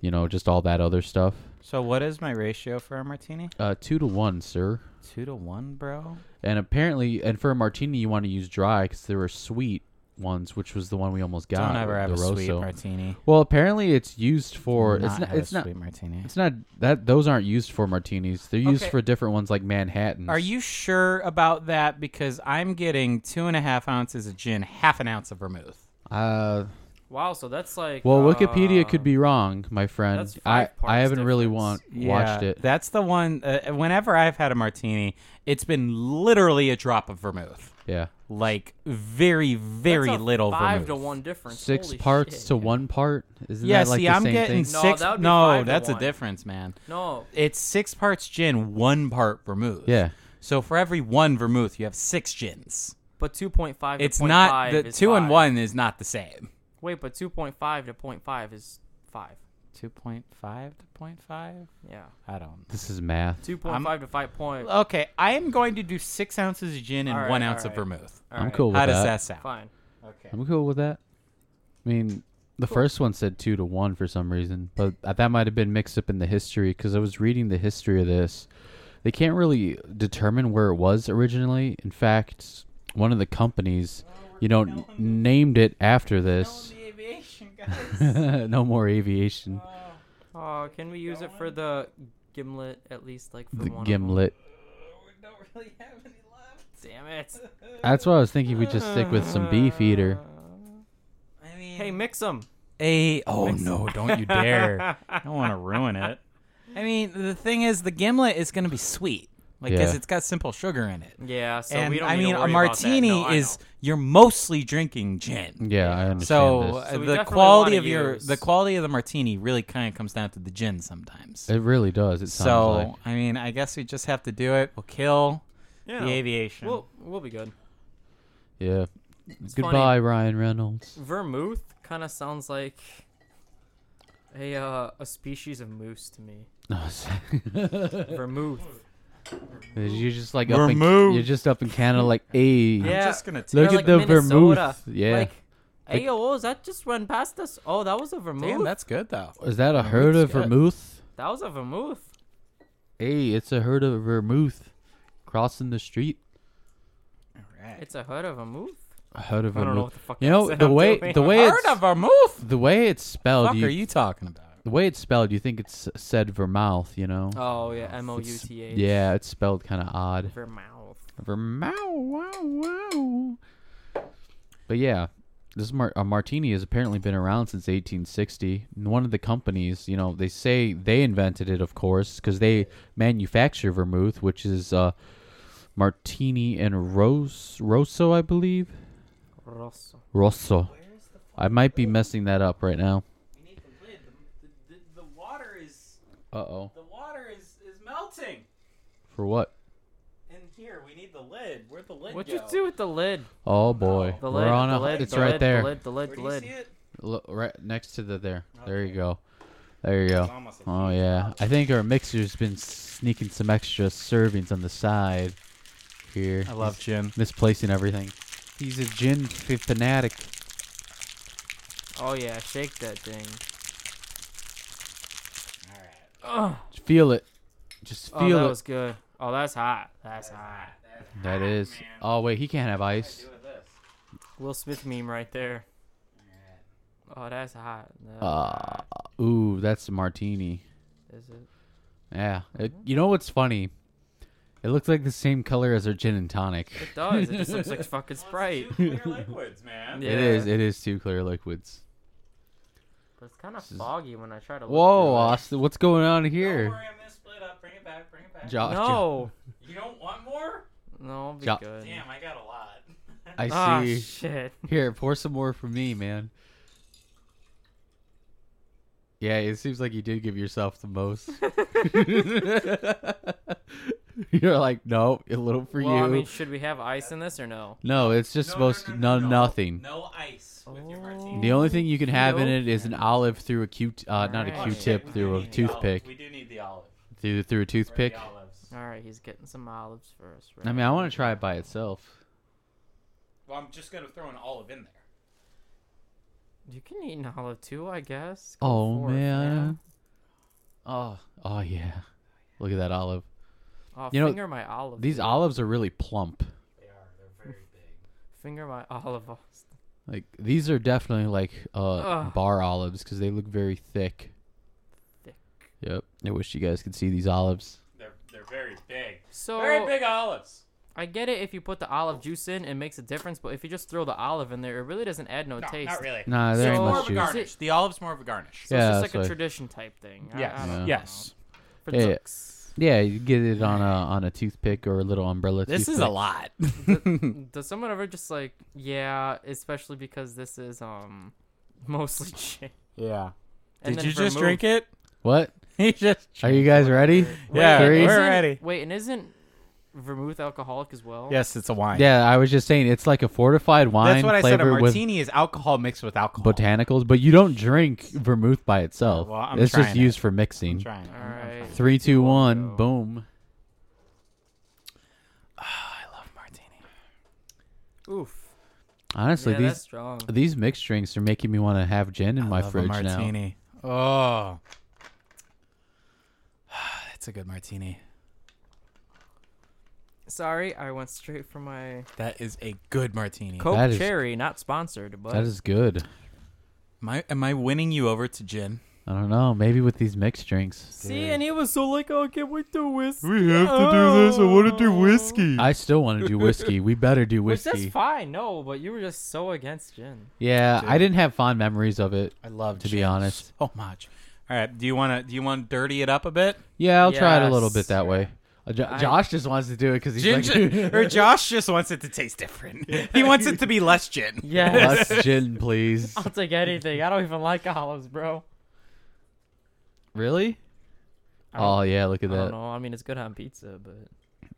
Speaker 1: You know, just all that other stuff.
Speaker 2: so what is my ratio for a martini?
Speaker 1: Uh, two to one, sir.
Speaker 2: Two to one, bro.
Speaker 1: And apparently, and for a martini, you want to use dry because there were sweet ones, which was the one we almost got.
Speaker 2: Don't ever have
Speaker 1: the
Speaker 2: a sweet
Speaker 1: Rosso.
Speaker 2: martini.
Speaker 1: Well, apparently, it's used for.
Speaker 2: Do
Speaker 1: it's not.
Speaker 2: have a
Speaker 1: It's not.
Speaker 2: sweet martini.
Speaker 1: It's not that those aren't used for martinis. They're used
Speaker 2: Okay.
Speaker 1: for different ones like Manhattans.
Speaker 2: Are you sure about that? Because I'm getting two and a half ounces of gin, half an ounce of vermouth.
Speaker 1: Uh,
Speaker 3: Wow. So that's like.
Speaker 1: well, Wikipedia
Speaker 3: uh,
Speaker 1: could be wrong, my friend.
Speaker 3: that's
Speaker 1: I
Speaker 3: five
Speaker 1: I
Speaker 3: parts
Speaker 1: haven't really want,
Speaker 3: difference.
Speaker 1: watched it.
Speaker 2: That's the one. Uh, whenever I've had a martini, it's been literally a drop of vermouth,
Speaker 1: yeah,
Speaker 2: like very, very
Speaker 3: that's a
Speaker 2: little
Speaker 3: Five
Speaker 2: vermouth.
Speaker 3: to one difference.
Speaker 1: six
Speaker 3: Holy
Speaker 1: parts
Speaker 3: shit.
Speaker 1: to one part. Isn't
Speaker 2: Yeah,
Speaker 1: that like
Speaker 2: see,
Speaker 1: the
Speaker 2: I'm
Speaker 1: same
Speaker 2: getting
Speaker 1: thing?
Speaker 3: No,
Speaker 2: six.
Speaker 3: that would be five to
Speaker 2: that's a
Speaker 3: one.
Speaker 2: difference, man.
Speaker 3: No.
Speaker 2: It's six parts gin, one part vermouth.
Speaker 1: Yeah.
Speaker 2: So for every one vermouth, you have six gins.
Speaker 3: But two point five.
Speaker 2: It's
Speaker 3: to 0.5
Speaker 2: not the
Speaker 3: is
Speaker 2: two and
Speaker 3: five.
Speaker 2: one is not the same.
Speaker 3: Wait, but two point five to 0.5 is five.
Speaker 2: Two point five to point five.
Speaker 3: Yeah.
Speaker 2: I don't.
Speaker 1: This is math.
Speaker 3: Two point five to five point.
Speaker 2: Okay, I am going to do six ounces of gin and
Speaker 3: All right,
Speaker 2: one
Speaker 3: all
Speaker 2: ounce of
Speaker 3: right.
Speaker 2: vermouth.
Speaker 1: I'm
Speaker 3: Alright,
Speaker 1: cool with
Speaker 2: How does
Speaker 1: that.
Speaker 2: that sound?
Speaker 3: Fine.
Speaker 2: Okay.
Speaker 1: I'm cool with that. I mean, the first one said two to one for some reason, but uh, that might have been mixed up in the history because I was reading the history of this. They can't really determine where it was originally. In fact, one of the companies, you know, n- named it after this. no more aviation.
Speaker 3: Oh, can we use it for the gimlet at least, like for
Speaker 1: The
Speaker 3: one? of 'em?
Speaker 1: gimlet.
Speaker 3: Damn it!
Speaker 1: That's what I was thinking. We just stick with some beef eater.
Speaker 2: I mean,
Speaker 3: Hey, mix them.
Speaker 2: a oh no, don't you dare! I don't want to ruin it. I mean, the thing is, the gimlet is going to be sweet, like because
Speaker 1: Yeah.
Speaker 2: it's got simple sugar in it.
Speaker 3: Yeah. So
Speaker 2: and
Speaker 3: we don't.
Speaker 2: I
Speaker 3: need
Speaker 2: mean,
Speaker 3: to
Speaker 2: a
Speaker 3: worry about that.
Speaker 2: martini
Speaker 3: No, I
Speaker 2: is
Speaker 3: know.
Speaker 2: you're mostly drinking gin.
Speaker 1: Yeah, I understand
Speaker 2: So,
Speaker 1: this.
Speaker 2: uh,
Speaker 3: So we
Speaker 2: the
Speaker 3: definitely
Speaker 2: quality
Speaker 3: wanna
Speaker 2: of your
Speaker 3: use-
Speaker 2: the quality of the martini really kind of comes down to the gin sometimes.
Speaker 1: It really does. It sounds
Speaker 2: uh, So
Speaker 1: like.
Speaker 2: I mean, I guess we just have to do it. We'll kill
Speaker 3: Yeah,
Speaker 2: the aviation.
Speaker 3: We'll we'll be good.
Speaker 1: Yeah.
Speaker 3: funny.
Speaker 1: Goodbye, Ryan Reynolds.
Speaker 3: Vermouth kind of sounds like a uh, a species of moose to me.
Speaker 1: No,
Speaker 3: Vermouth.
Speaker 1: You're just like up in,
Speaker 2: Vermouth.
Speaker 1: you're just up in Canada, like hey,
Speaker 3: Yeah.
Speaker 2: just gonna
Speaker 1: look
Speaker 3: Or
Speaker 1: at
Speaker 3: like
Speaker 1: the
Speaker 3: Minnesota.
Speaker 1: vermouth. Yeah,
Speaker 3: Like
Speaker 1: Like-
Speaker 3: hey, oh, is that just run past us? Oh, that was a vermouth.
Speaker 2: Damn, that's good though.
Speaker 1: Is that a herd of
Speaker 2: good.
Speaker 1: vermouth?
Speaker 3: that was a vermouth.
Speaker 1: Hey, it's a herd of vermouth crossing the street.
Speaker 2: All right.
Speaker 3: It's a herd of vermouth.
Speaker 1: A herd of
Speaker 3: I don't know
Speaker 1: vermouth.
Speaker 3: what the fuck.
Speaker 1: You know,
Speaker 3: accent
Speaker 1: the
Speaker 3: I'm
Speaker 1: way-
Speaker 3: doing.
Speaker 1: the way
Speaker 2: Heard
Speaker 1: it's-
Speaker 2: of a move?
Speaker 1: The way it's spelled,
Speaker 2: Fuck
Speaker 1: you,
Speaker 2: are you talking about?
Speaker 1: the way it's spelled, you think it's said vermouth. You know?
Speaker 3: Oh yeah, M O U
Speaker 1: It's-
Speaker 3: T H.
Speaker 1: yeah, it's spelled kind of odd.
Speaker 3: Vermouth.
Speaker 1: Vermouth. Wow, wow. But yeah, this mar- a martini has apparently been around since 1860. And one of the companies, you know, they say they invented it, of course, because they manufacture vermouth, which is uh, Martini and Rose Rosso, I believe.
Speaker 3: Rosso.
Speaker 1: Rosso. I might be messing that up right now.
Speaker 2: We need the lid. The, the, the water is
Speaker 1: Uh oh.
Speaker 2: the water is is melting
Speaker 1: For what?
Speaker 2: in here. We need the lid. Where'd the lid
Speaker 3: What'd you do with the lid?
Speaker 1: Oh boy.
Speaker 3: The
Speaker 1: We're
Speaker 3: lid.
Speaker 1: on a.
Speaker 3: the lid.
Speaker 1: it's
Speaker 3: the
Speaker 1: right
Speaker 3: lid,
Speaker 1: there.
Speaker 3: The lid. The lid. The lid.
Speaker 2: it?
Speaker 1: Look, right next to the there. There you
Speaker 2: Okay.
Speaker 1: go. There you go.
Speaker 2: almost a
Speaker 1: Oh
Speaker 2: huge
Speaker 1: yeah, I think our mixer's been sneaking some extra servings on the side here.
Speaker 2: I love gin.
Speaker 1: misplacing everything. He's a gin f- fanatic.
Speaker 3: Oh yeah, shake that thing.
Speaker 2: All right.
Speaker 3: Ugh.
Speaker 1: Feel it, just
Speaker 3: Oh,
Speaker 1: feel
Speaker 3: that
Speaker 1: it.
Speaker 3: was good. Oh, that's hot. That's hot.
Speaker 1: that is. Oh wait, he can't have ice.
Speaker 3: Will Smith meme right there. Oh, that's hot. That's
Speaker 1: Uh,
Speaker 3: hot.
Speaker 1: ooh, that's a martini.
Speaker 3: Is it?
Speaker 1: Yeah, it, you know what's funny? It looks like the same color as our gin and tonic.
Speaker 3: It does. It just looks like fucking Sprite.
Speaker 2: Clear liquids, man.
Speaker 3: Yeah.
Speaker 1: It is. It is two clear liquids.
Speaker 3: But it's kind of foggy when I try to. Look
Speaker 1: Whoa,
Speaker 3: through it.
Speaker 1: Austin, what's going on
Speaker 2: Don't
Speaker 1: here?
Speaker 2: worry, I'm gonna split up. Bring it back. Bring it back.
Speaker 1: Josh,
Speaker 3: No,
Speaker 2: You don't want more?
Speaker 3: no, it'll be
Speaker 1: Jo-
Speaker 3: good.
Speaker 2: Damn, I got a lot.
Speaker 1: I
Speaker 3: Ah,
Speaker 1: see.
Speaker 3: shit.
Speaker 1: Here, pour some more for me, man. Yeah, it seems like you did give yourself the most. You're like, no, a little for
Speaker 3: Well,
Speaker 1: you.
Speaker 3: I mean, should we have ice in this or no?
Speaker 1: no, it's just supposed to no, nothing.
Speaker 2: No ice with your
Speaker 3: Oh.
Speaker 2: martini.
Speaker 1: The only thing you can have in
Speaker 3: Nope.
Speaker 1: it is an olive through a Q, uh, not a
Speaker 3: Alright.
Speaker 2: Oh,
Speaker 1: Q-tip,
Speaker 2: shit, we do
Speaker 1: through a
Speaker 2: need the olive.
Speaker 1: toothpick,
Speaker 2: We do need the olive.
Speaker 1: through through a
Speaker 2: Where are
Speaker 1: toothpick.
Speaker 2: The olives?
Speaker 3: All right, he's getting some olives first. Right?
Speaker 1: I mean, I want to try it by itself.
Speaker 2: Well, I'm just gonna throw an olive in there.
Speaker 3: You can eat an olive too, I guess. Go
Speaker 1: Oh
Speaker 3: for it,
Speaker 1: man. Oh, oh yeah. Look at that olive.
Speaker 3: Oh,
Speaker 1: You know,
Speaker 3: finger my olive.
Speaker 1: These
Speaker 3: dude.
Speaker 1: olives are really plump.
Speaker 2: They are. They're very big.
Speaker 3: Finger my olive. Austin.
Speaker 1: Like these are definitely like uh,
Speaker 3: Ugh.
Speaker 1: bar olives because they look very thick.
Speaker 3: Thick.
Speaker 1: Yep. I wish you guys could see these olives.
Speaker 2: They're they're very big.
Speaker 3: So
Speaker 2: very big olives.
Speaker 3: I get it if you put the olive juice in, it makes a difference. But if you just throw the olive in there, it really doesn't add no,
Speaker 2: No,
Speaker 3: taste.
Speaker 2: not really.
Speaker 1: Nah, there
Speaker 3: So-
Speaker 1: ain't
Speaker 2: more
Speaker 1: much
Speaker 2: of a
Speaker 1: juice.
Speaker 2: garnish. The olive's more of a garnish.
Speaker 3: So
Speaker 1: Yeah,
Speaker 3: it's
Speaker 1: that's
Speaker 3: just like a
Speaker 1: what-
Speaker 3: tradition type thing. I-
Speaker 2: Yes.
Speaker 3: I don't
Speaker 1: Yeah.
Speaker 3: know.
Speaker 2: Yes.
Speaker 3: For
Speaker 1: Yeah.
Speaker 3: ducks.
Speaker 1: Yeah, you get it on a on a toothpick or a little umbrella.
Speaker 2: This is a
Speaker 1: toothpick.
Speaker 2: lot.
Speaker 3: Does someone ever just like, yeah, especially because this is um mostly shit.
Speaker 2: yeah.
Speaker 3: And
Speaker 2: Did
Speaker 3: then
Speaker 2: you just
Speaker 3: vermouth.
Speaker 2: drink it?
Speaker 1: What?
Speaker 2: You just.
Speaker 1: Are you guys ready?
Speaker 2: Yeah,
Speaker 3: and
Speaker 1: Three?
Speaker 2: we're
Speaker 3: isn't-
Speaker 2: ready.
Speaker 3: Wait, and isn't vermouth alcoholic as well?
Speaker 2: Yes, it's a wine.
Speaker 1: Yeah, I was just saying it's like a fortified wine
Speaker 2: That's what I said. A
Speaker 1: flavored with
Speaker 2: martini is alcohol mixed with alcohol.
Speaker 1: botanicals, but you don't drink vermouth by itself.
Speaker 2: Well, I'm
Speaker 1: it's just
Speaker 2: trying it.
Speaker 1: used for
Speaker 2: Mm, I'm
Speaker 1: mixing.
Speaker 2: trying.
Speaker 3: All right.
Speaker 1: Three, two, one,
Speaker 3: Whoa.
Speaker 1: boom.
Speaker 2: I love martini.
Speaker 3: Oof.
Speaker 1: Honestly,
Speaker 3: yeah, that's
Speaker 1: these
Speaker 3: strong.
Speaker 1: these mixed drinks are making me want to have gin in my
Speaker 2: Love a
Speaker 1: fridge now.
Speaker 2: martini. Oh. That's a good martini.
Speaker 3: Sorry, I went straight for my
Speaker 2: That is a good martini.
Speaker 3: Coke
Speaker 1: That is-
Speaker 3: Cherry, not sponsored, but
Speaker 1: That is good.
Speaker 2: Am I, am I winning you over to gin?
Speaker 1: I don't know. Maybe with these mixed drinks.
Speaker 3: see, and he was so like, oh, I can't wait to whiskey.
Speaker 2: We have
Speaker 3: to do this. I wanna
Speaker 2: Oh.
Speaker 3: do whiskey.
Speaker 1: I still want to do whiskey. We better do
Speaker 3: Which that's
Speaker 1: whiskey.
Speaker 3: fine, no, but you were just so against gin.
Speaker 1: yeah,
Speaker 2: Dude.
Speaker 1: I didn't have fond memories of it.
Speaker 2: I love
Speaker 1: To be
Speaker 2: gin
Speaker 1: honest.
Speaker 2: so much. All right. Do you want to? Do you want to dirty it up a bit?
Speaker 1: Yeah, I'll try it a little bit
Speaker 3: Yes.
Speaker 1: that way. Uh, Jo-
Speaker 3: I-
Speaker 1: Josh just wants to do it because he's
Speaker 2: Gin,
Speaker 1: like,
Speaker 2: or Josh just wants it to taste different. He wants it to be less gin.
Speaker 3: Yes.
Speaker 1: less gin, please.
Speaker 3: I'll take anything. I don't even like olives, bro.
Speaker 1: Really?
Speaker 3: I don't-
Speaker 1: Oh yeah, look at
Speaker 3: I don't
Speaker 1: that.
Speaker 3: know. I mean, it's good on pizza, but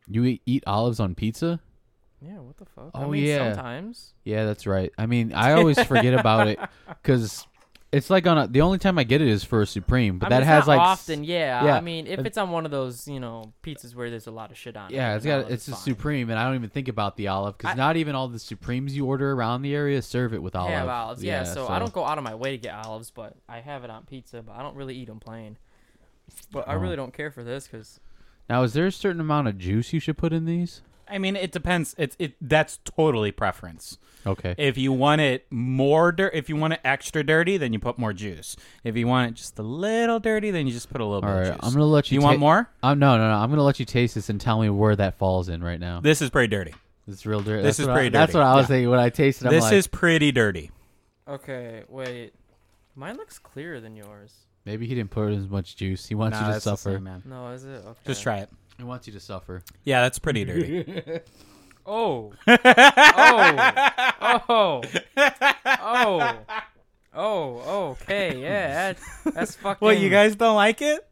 Speaker 1: You e- eat olives on pizza?
Speaker 3: yeah, what the fuck? I
Speaker 1: Oh,
Speaker 3: mean,
Speaker 1: yeah.
Speaker 3: Sometimes.
Speaker 1: Yeah, that's right. I mean, I always forget about it because It's like on a, the only time I get it is for a supreme, but
Speaker 3: I mean,
Speaker 1: that
Speaker 3: it's
Speaker 1: has
Speaker 3: not
Speaker 1: like s-
Speaker 3: often. Yeah,
Speaker 1: yeah.
Speaker 3: I mean, if it's on one of those, you know, pizzas where there's a lot of shit on.
Speaker 1: Yeah,
Speaker 3: it
Speaker 1: it's
Speaker 3: you know,
Speaker 1: got it's a
Speaker 3: fine.
Speaker 1: supreme, and I don't even think about the olive because
Speaker 3: I-
Speaker 1: not even all the supremes you order around the area serve it with olive.
Speaker 3: Yeah, olives. Yeah, so, I don't go out of my way to get olives, but I have it on pizza, but I don't really eat them plain. But I
Speaker 1: Oh.
Speaker 3: really don't care for this because
Speaker 1: Now, is there a certain amount of juice you should put in these?
Speaker 2: I mean, it depends. It's it. That's totally preference.
Speaker 1: Okay.
Speaker 2: If you want it more dir if you want it extra dirty, then you put more juice. If you want it just a little dirty, then you just put a little
Speaker 1: all
Speaker 2: bit
Speaker 1: right,
Speaker 2: of juice.
Speaker 1: I'm gonna let you.
Speaker 2: you want
Speaker 1: ta-
Speaker 2: more?
Speaker 1: Um, no, no, no. I'm gonna let you taste this and tell me where that falls in right now.
Speaker 2: This is pretty dirty.
Speaker 1: It's real dirty.
Speaker 2: This
Speaker 1: that's
Speaker 2: is
Speaker 1: what I,
Speaker 2: pretty
Speaker 1: That's
Speaker 2: dirty.
Speaker 1: what I was
Speaker 2: Yeah.
Speaker 1: thinking when I tasted. it. I'm
Speaker 2: This
Speaker 1: like,
Speaker 2: is pretty dirty.
Speaker 3: okay, wait, mine looks clearer than yours.
Speaker 1: maybe he didn't put in as much juice. He wants
Speaker 2: Nah,
Speaker 1: you to
Speaker 2: that's the
Speaker 1: suffer.
Speaker 2: same, man.
Speaker 3: No, is it? Okay.
Speaker 2: Just try it.
Speaker 1: He wants you to suffer.
Speaker 2: Yeah, that's pretty dirty.
Speaker 3: Oh. oh. Oh. Oh. Oh. Okay. Yeah. That, that's fucking.
Speaker 2: well, you guys don't like it?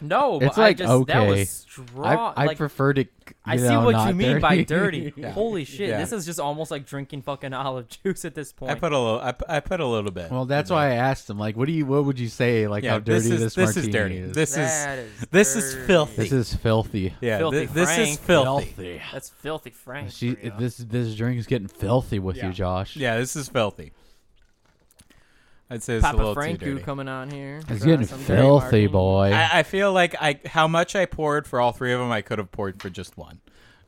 Speaker 3: No, but
Speaker 1: It's like,
Speaker 3: I just that
Speaker 1: okay.
Speaker 3: was strong.
Speaker 1: I, I
Speaker 3: like,
Speaker 1: prefer to. you
Speaker 3: I see
Speaker 1: know,
Speaker 3: what
Speaker 1: not
Speaker 3: you mean by dirty.
Speaker 1: Yeah.
Speaker 3: Holy shit!
Speaker 2: Yeah.
Speaker 3: This is just almost like drinking fucking olive juice at this point.
Speaker 2: I put a little. I, pu- I put a little bit.
Speaker 1: Well, that's why I asked him. Like, what do you? What would you say? Like,
Speaker 2: yeah,
Speaker 1: how dirty
Speaker 2: this is this is
Speaker 1: martini
Speaker 2: dirty.
Speaker 1: is?
Speaker 2: This is
Speaker 3: That is
Speaker 2: this is
Speaker 3: dirty.
Speaker 2: filthy.
Speaker 1: This is filthy.
Speaker 2: yeah. thi-
Speaker 3: filthy
Speaker 2: this is
Speaker 3: Frank.
Speaker 2: filthy.
Speaker 3: That's filthy, Frank.
Speaker 1: She,
Speaker 3: for ya.
Speaker 1: this this drink is getting filthy with
Speaker 2: Yeah.
Speaker 1: you, Josh.
Speaker 2: Yeah, this is filthy. I'd say it's a
Speaker 3: Papa
Speaker 2: little
Speaker 3: Frank
Speaker 2: too dirty.
Speaker 3: you coming on here.
Speaker 1: It's
Speaker 3: trying
Speaker 1: getting
Speaker 3: some dirty
Speaker 1: filthy,
Speaker 3: martini.
Speaker 1: boy.
Speaker 2: I, I feel like I how much I poured for all three of them, I could have poured for just one.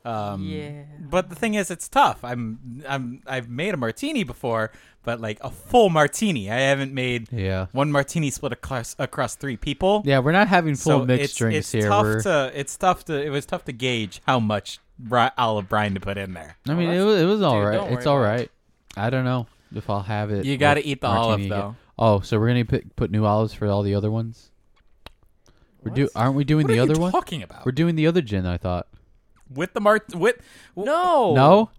Speaker 2: Um,
Speaker 3: Yeah.
Speaker 2: But the thing is, it's tough. I'm I'm I've made a martini before, but like a full martini, I haven't made
Speaker 1: yeah,
Speaker 2: one martini split across across three people.
Speaker 1: yeah. We're not having full
Speaker 2: so
Speaker 1: mixed
Speaker 2: it's,
Speaker 1: drinks
Speaker 2: it's
Speaker 1: here.
Speaker 2: Tough
Speaker 1: We're,
Speaker 2: to, it's tough to. It was tough to gauge how much bri- olive brine to put in there.
Speaker 1: I mean,
Speaker 3: Oh,
Speaker 1: it was it was all
Speaker 3: dude,
Speaker 1: right.
Speaker 3: don't
Speaker 1: It's
Speaker 3: worry
Speaker 1: all
Speaker 3: about it.
Speaker 1: right. I don't know if I'll have it.
Speaker 2: You got to
Speaker 1: with
Speaker 2: eat the
Speaker 1: martini
Speaker 2: olive
Speaker 1: again.
Speaker 2: though.
Speaker 1: Oh, so we're gonna put put new olives for all the other ones. We're do
Speaker 3: What?
Speaker 1: aren't we doing
Speaker 2: What
Speaker 1: the
Speaker 2: are
Speaker 1: other
Speaker 2: you
Speaker 1: one?
Speaker 2: talking about?
Speaker 1: We're doing the other gin. I thought.
Speaker 2: with the mart with Oh.
Speaker 3: No.
Speaker 1: No.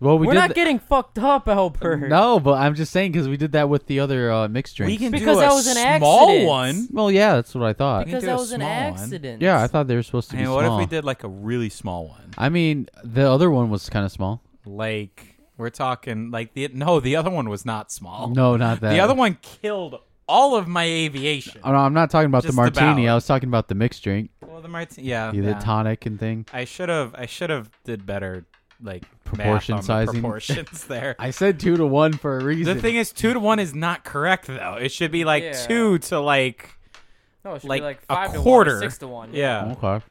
Speaker 1: Well, we
Speaker 3: We are
Speaker 1: did.
Speaker 3: not
Speaker 1: th-
Speaker 3: getting fucked up, Albert.
Speaker 1: no, but I'm just saying because we did that with the other uh, mixed drinks.
Speaker 2: we can
Speaker 3: Because
Speaker 2: do a
Speaker 3: that was an
Speaker 2: small
Speaker 3: accident.
Speaker 2: one.
Speaker 1: Well, yeah, that's what I thought.
Speaker 2: We can
Speaker 3: because
Speaker 2: do
Speaker 3: that
Speaker 2: a
Speaker 3: was an
Speaker 2: small one.
Speaker 3: accident.
Speaker 1: Yeah, I thought they were supposed to
Speaker 2: I
Speaker 1: be
Speaker 2: mean,
Speaker 1: small.
Speaker 2: what if we did like a really small one?
Speaker 1: I mean, the other one was kind of small.
Speaker 2: Like we're talking like the no, the other one was not small.
Speaker 1: No, not that.
Speaker 2: the other one killed all of my aviation.
Speaker 1: Oh, no, I'm not talking about the
Speaker 2: Just
Speaker 1: martini.
Speaker 2: about.
Speaker 1: I was talking about the mixed drink,
Speaker 2: Well, the martini, yeah,
Speaker 1: the
Speaker 2: yeah.
Speaker 1: tonic and thing.
Speaker 2: I should have, I should have did better, like
Speaker 1: Proportion
Speaker 2: math on the
Speaker 1: sizing.
Speaker 2: proportions there.
Speaker 1: I said two to one for a reason.
Speaker 2: the thing is, two to one is not correct though. It should be like
Speaker 3: Yeah.
Speaker 2: two to like
Speaker 3: No, it should
Speaker 2: Like
Speaker 3: be like
Speaker 2: a
Speaker 3: five to
Speaker 2: quarter.
Speaker 3: one, or six to one.
Speaker 2: yeah,
Speaker 1: okay.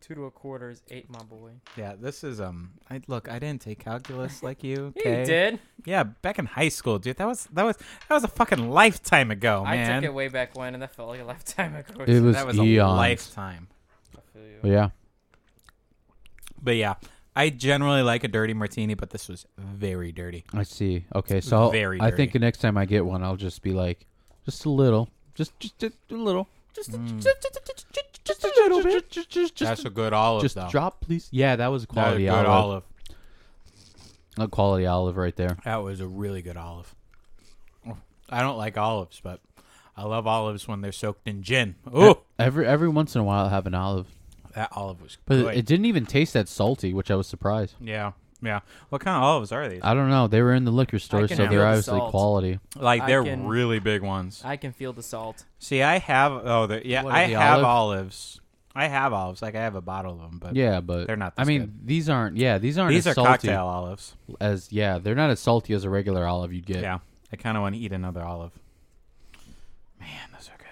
Speaker 3: two to a quarter is eight, my boy.
Speaker 2: yeah. This is um, I look, I didn't take calculus like you.
Speaker 3: Yeah,
Speaker 2: Okay?
Speaker 3: You did.
Speaker 2: Yeah, back in high school, dude. That was that was that was a fucking lifetime ago,
Speaker 3: I
Speaker 2: man.
Speaker 3: took it way back when, and that felt like a lifetime ago.
Speaker 1: Oh, It was,
Speaker 2: that was
Speaker 1: eons.
Speaker 2: a lifetime.
Speaker 3: I feel you.
Speaker 1: But yeah,
Speaker 2: But yeah, I generally like a dirty martini, but this was very dirty.
Speaker 1: I see. Okay, so I'll-
Speaker 2: Very
Speaker 1: I think the
Speaker 2: dirty.
Speaker 1: next time I get one, I'll just be like, just a little, just just, just a little, just, just, just, just, just, just a little bit, just just
Speaker 2: That's
Speaker 1: just,
Speaker 2: a good olive,
Speaker 1: just
Speaker 2: though.
Speaker 1: drop, please. Yeah, that was a
Speaker 2: That was a
Speaker 1: quality
Speaker 2: good
Speaker 1: olive.
Speaker 2: olive.
Speaker 1: A quality olive right there.
Speaker 2: That was a really good olive. I don't like olives, but I love olives when they're soaked in gin. Ooh,
Speaker 1: Every every once in a while, I'll have an olive,
Speaker 2: that olive was
Speaker 1: but
Speaker 2: good.
Speaker 1: it, it didn't even taste that salty, which I was surprised.
Speaker 2: yeah, yeah. What kind of olives are these?
Speaker 1: I don't know. They were in the liquor store,
Speaker 3: can
Speaker 1: so
Speaker 3: feel
Speaker 1: they're
Speaker 3: the
Speaker 1: obviously
Speaker 3: salt.
Speaker 1: quality.
Speaker 2: Like
Speaker 3: I
Speaker 2: they're
Speaker 3: can-
Speaker 2: really big ones.
Speaker 3: I can feel the salt.
Speaker 2: See, I have oh the, yeah,
Speaker 1: What,
Speaker 2: I
Speaker 1: the
Speaker 2: have
Speaker 1: olive?
Speaker 2: olives. I have olives. Like I have a bottle of them, but
Speaker 1: Yeah, but
Speaker 2: They're not
Speaker 1: I
Speaker 2: this
Speaker 1: mean, these aren't. Yeah, these aren't
Speaker 2: these
Speaker 1: as
Speaker 2: are
Speaker 1: salty
Speaker 2: cocktail olives.
Speaker 1: as. Yeah, they're not as salty as a regular olive you'd get.
Speaker 2: Yeah, I kind of want to eat another olive. Man, those are good.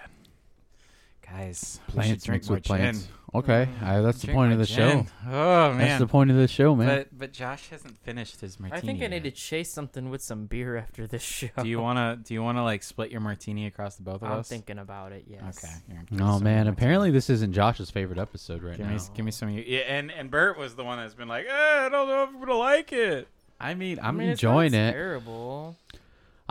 Speaker 2: Guys, we should
Speaker 1: plants
Speaker 2: drink
Speaker 1: mixed
Speaker 2: more
Speaker 1: with plants.
Speaker 2: gin. Mm,
Speaker 1: Okay, I, that's the
Speaker 2: Drink
Speaker 1: point of
Speaker 2: more
Speaker 1: the show.
Speaker 2: gin. Oh man,
Speaker 1: That's the point of the show, man.
Speaker 2: but but Josh hasn't finished his martini.
Speaker 3: I think I need to
Speaker 2: yet.
Speaker 3: chase something with some beer after this show.
Speaker 2: Do you wanna do you wanna like split your martini across the both of
Speaker 3: I'm
Speaker 2: us?
Speaker 3: thinking about it. Yes.
Speaker 2: Okay. you're gonna give me
Speaker 1: oh
Speaker 2: some
Speaker 1: man,
Speaker 2: martini.
Speaker 1: apparently this isn't Josh's favorite episode right
Speaker 2: Give
Speaker 1: now.
Speaker 2: me, give me some of you. Yeah, and, and Bert was the one that's been like, eh, I don't know if I'm going to like it.
Speaker 1: I mean, I'm
Speaker 3: I mean, it's not
Speaker 1: enjoying it.
Speaker 3: Terrible.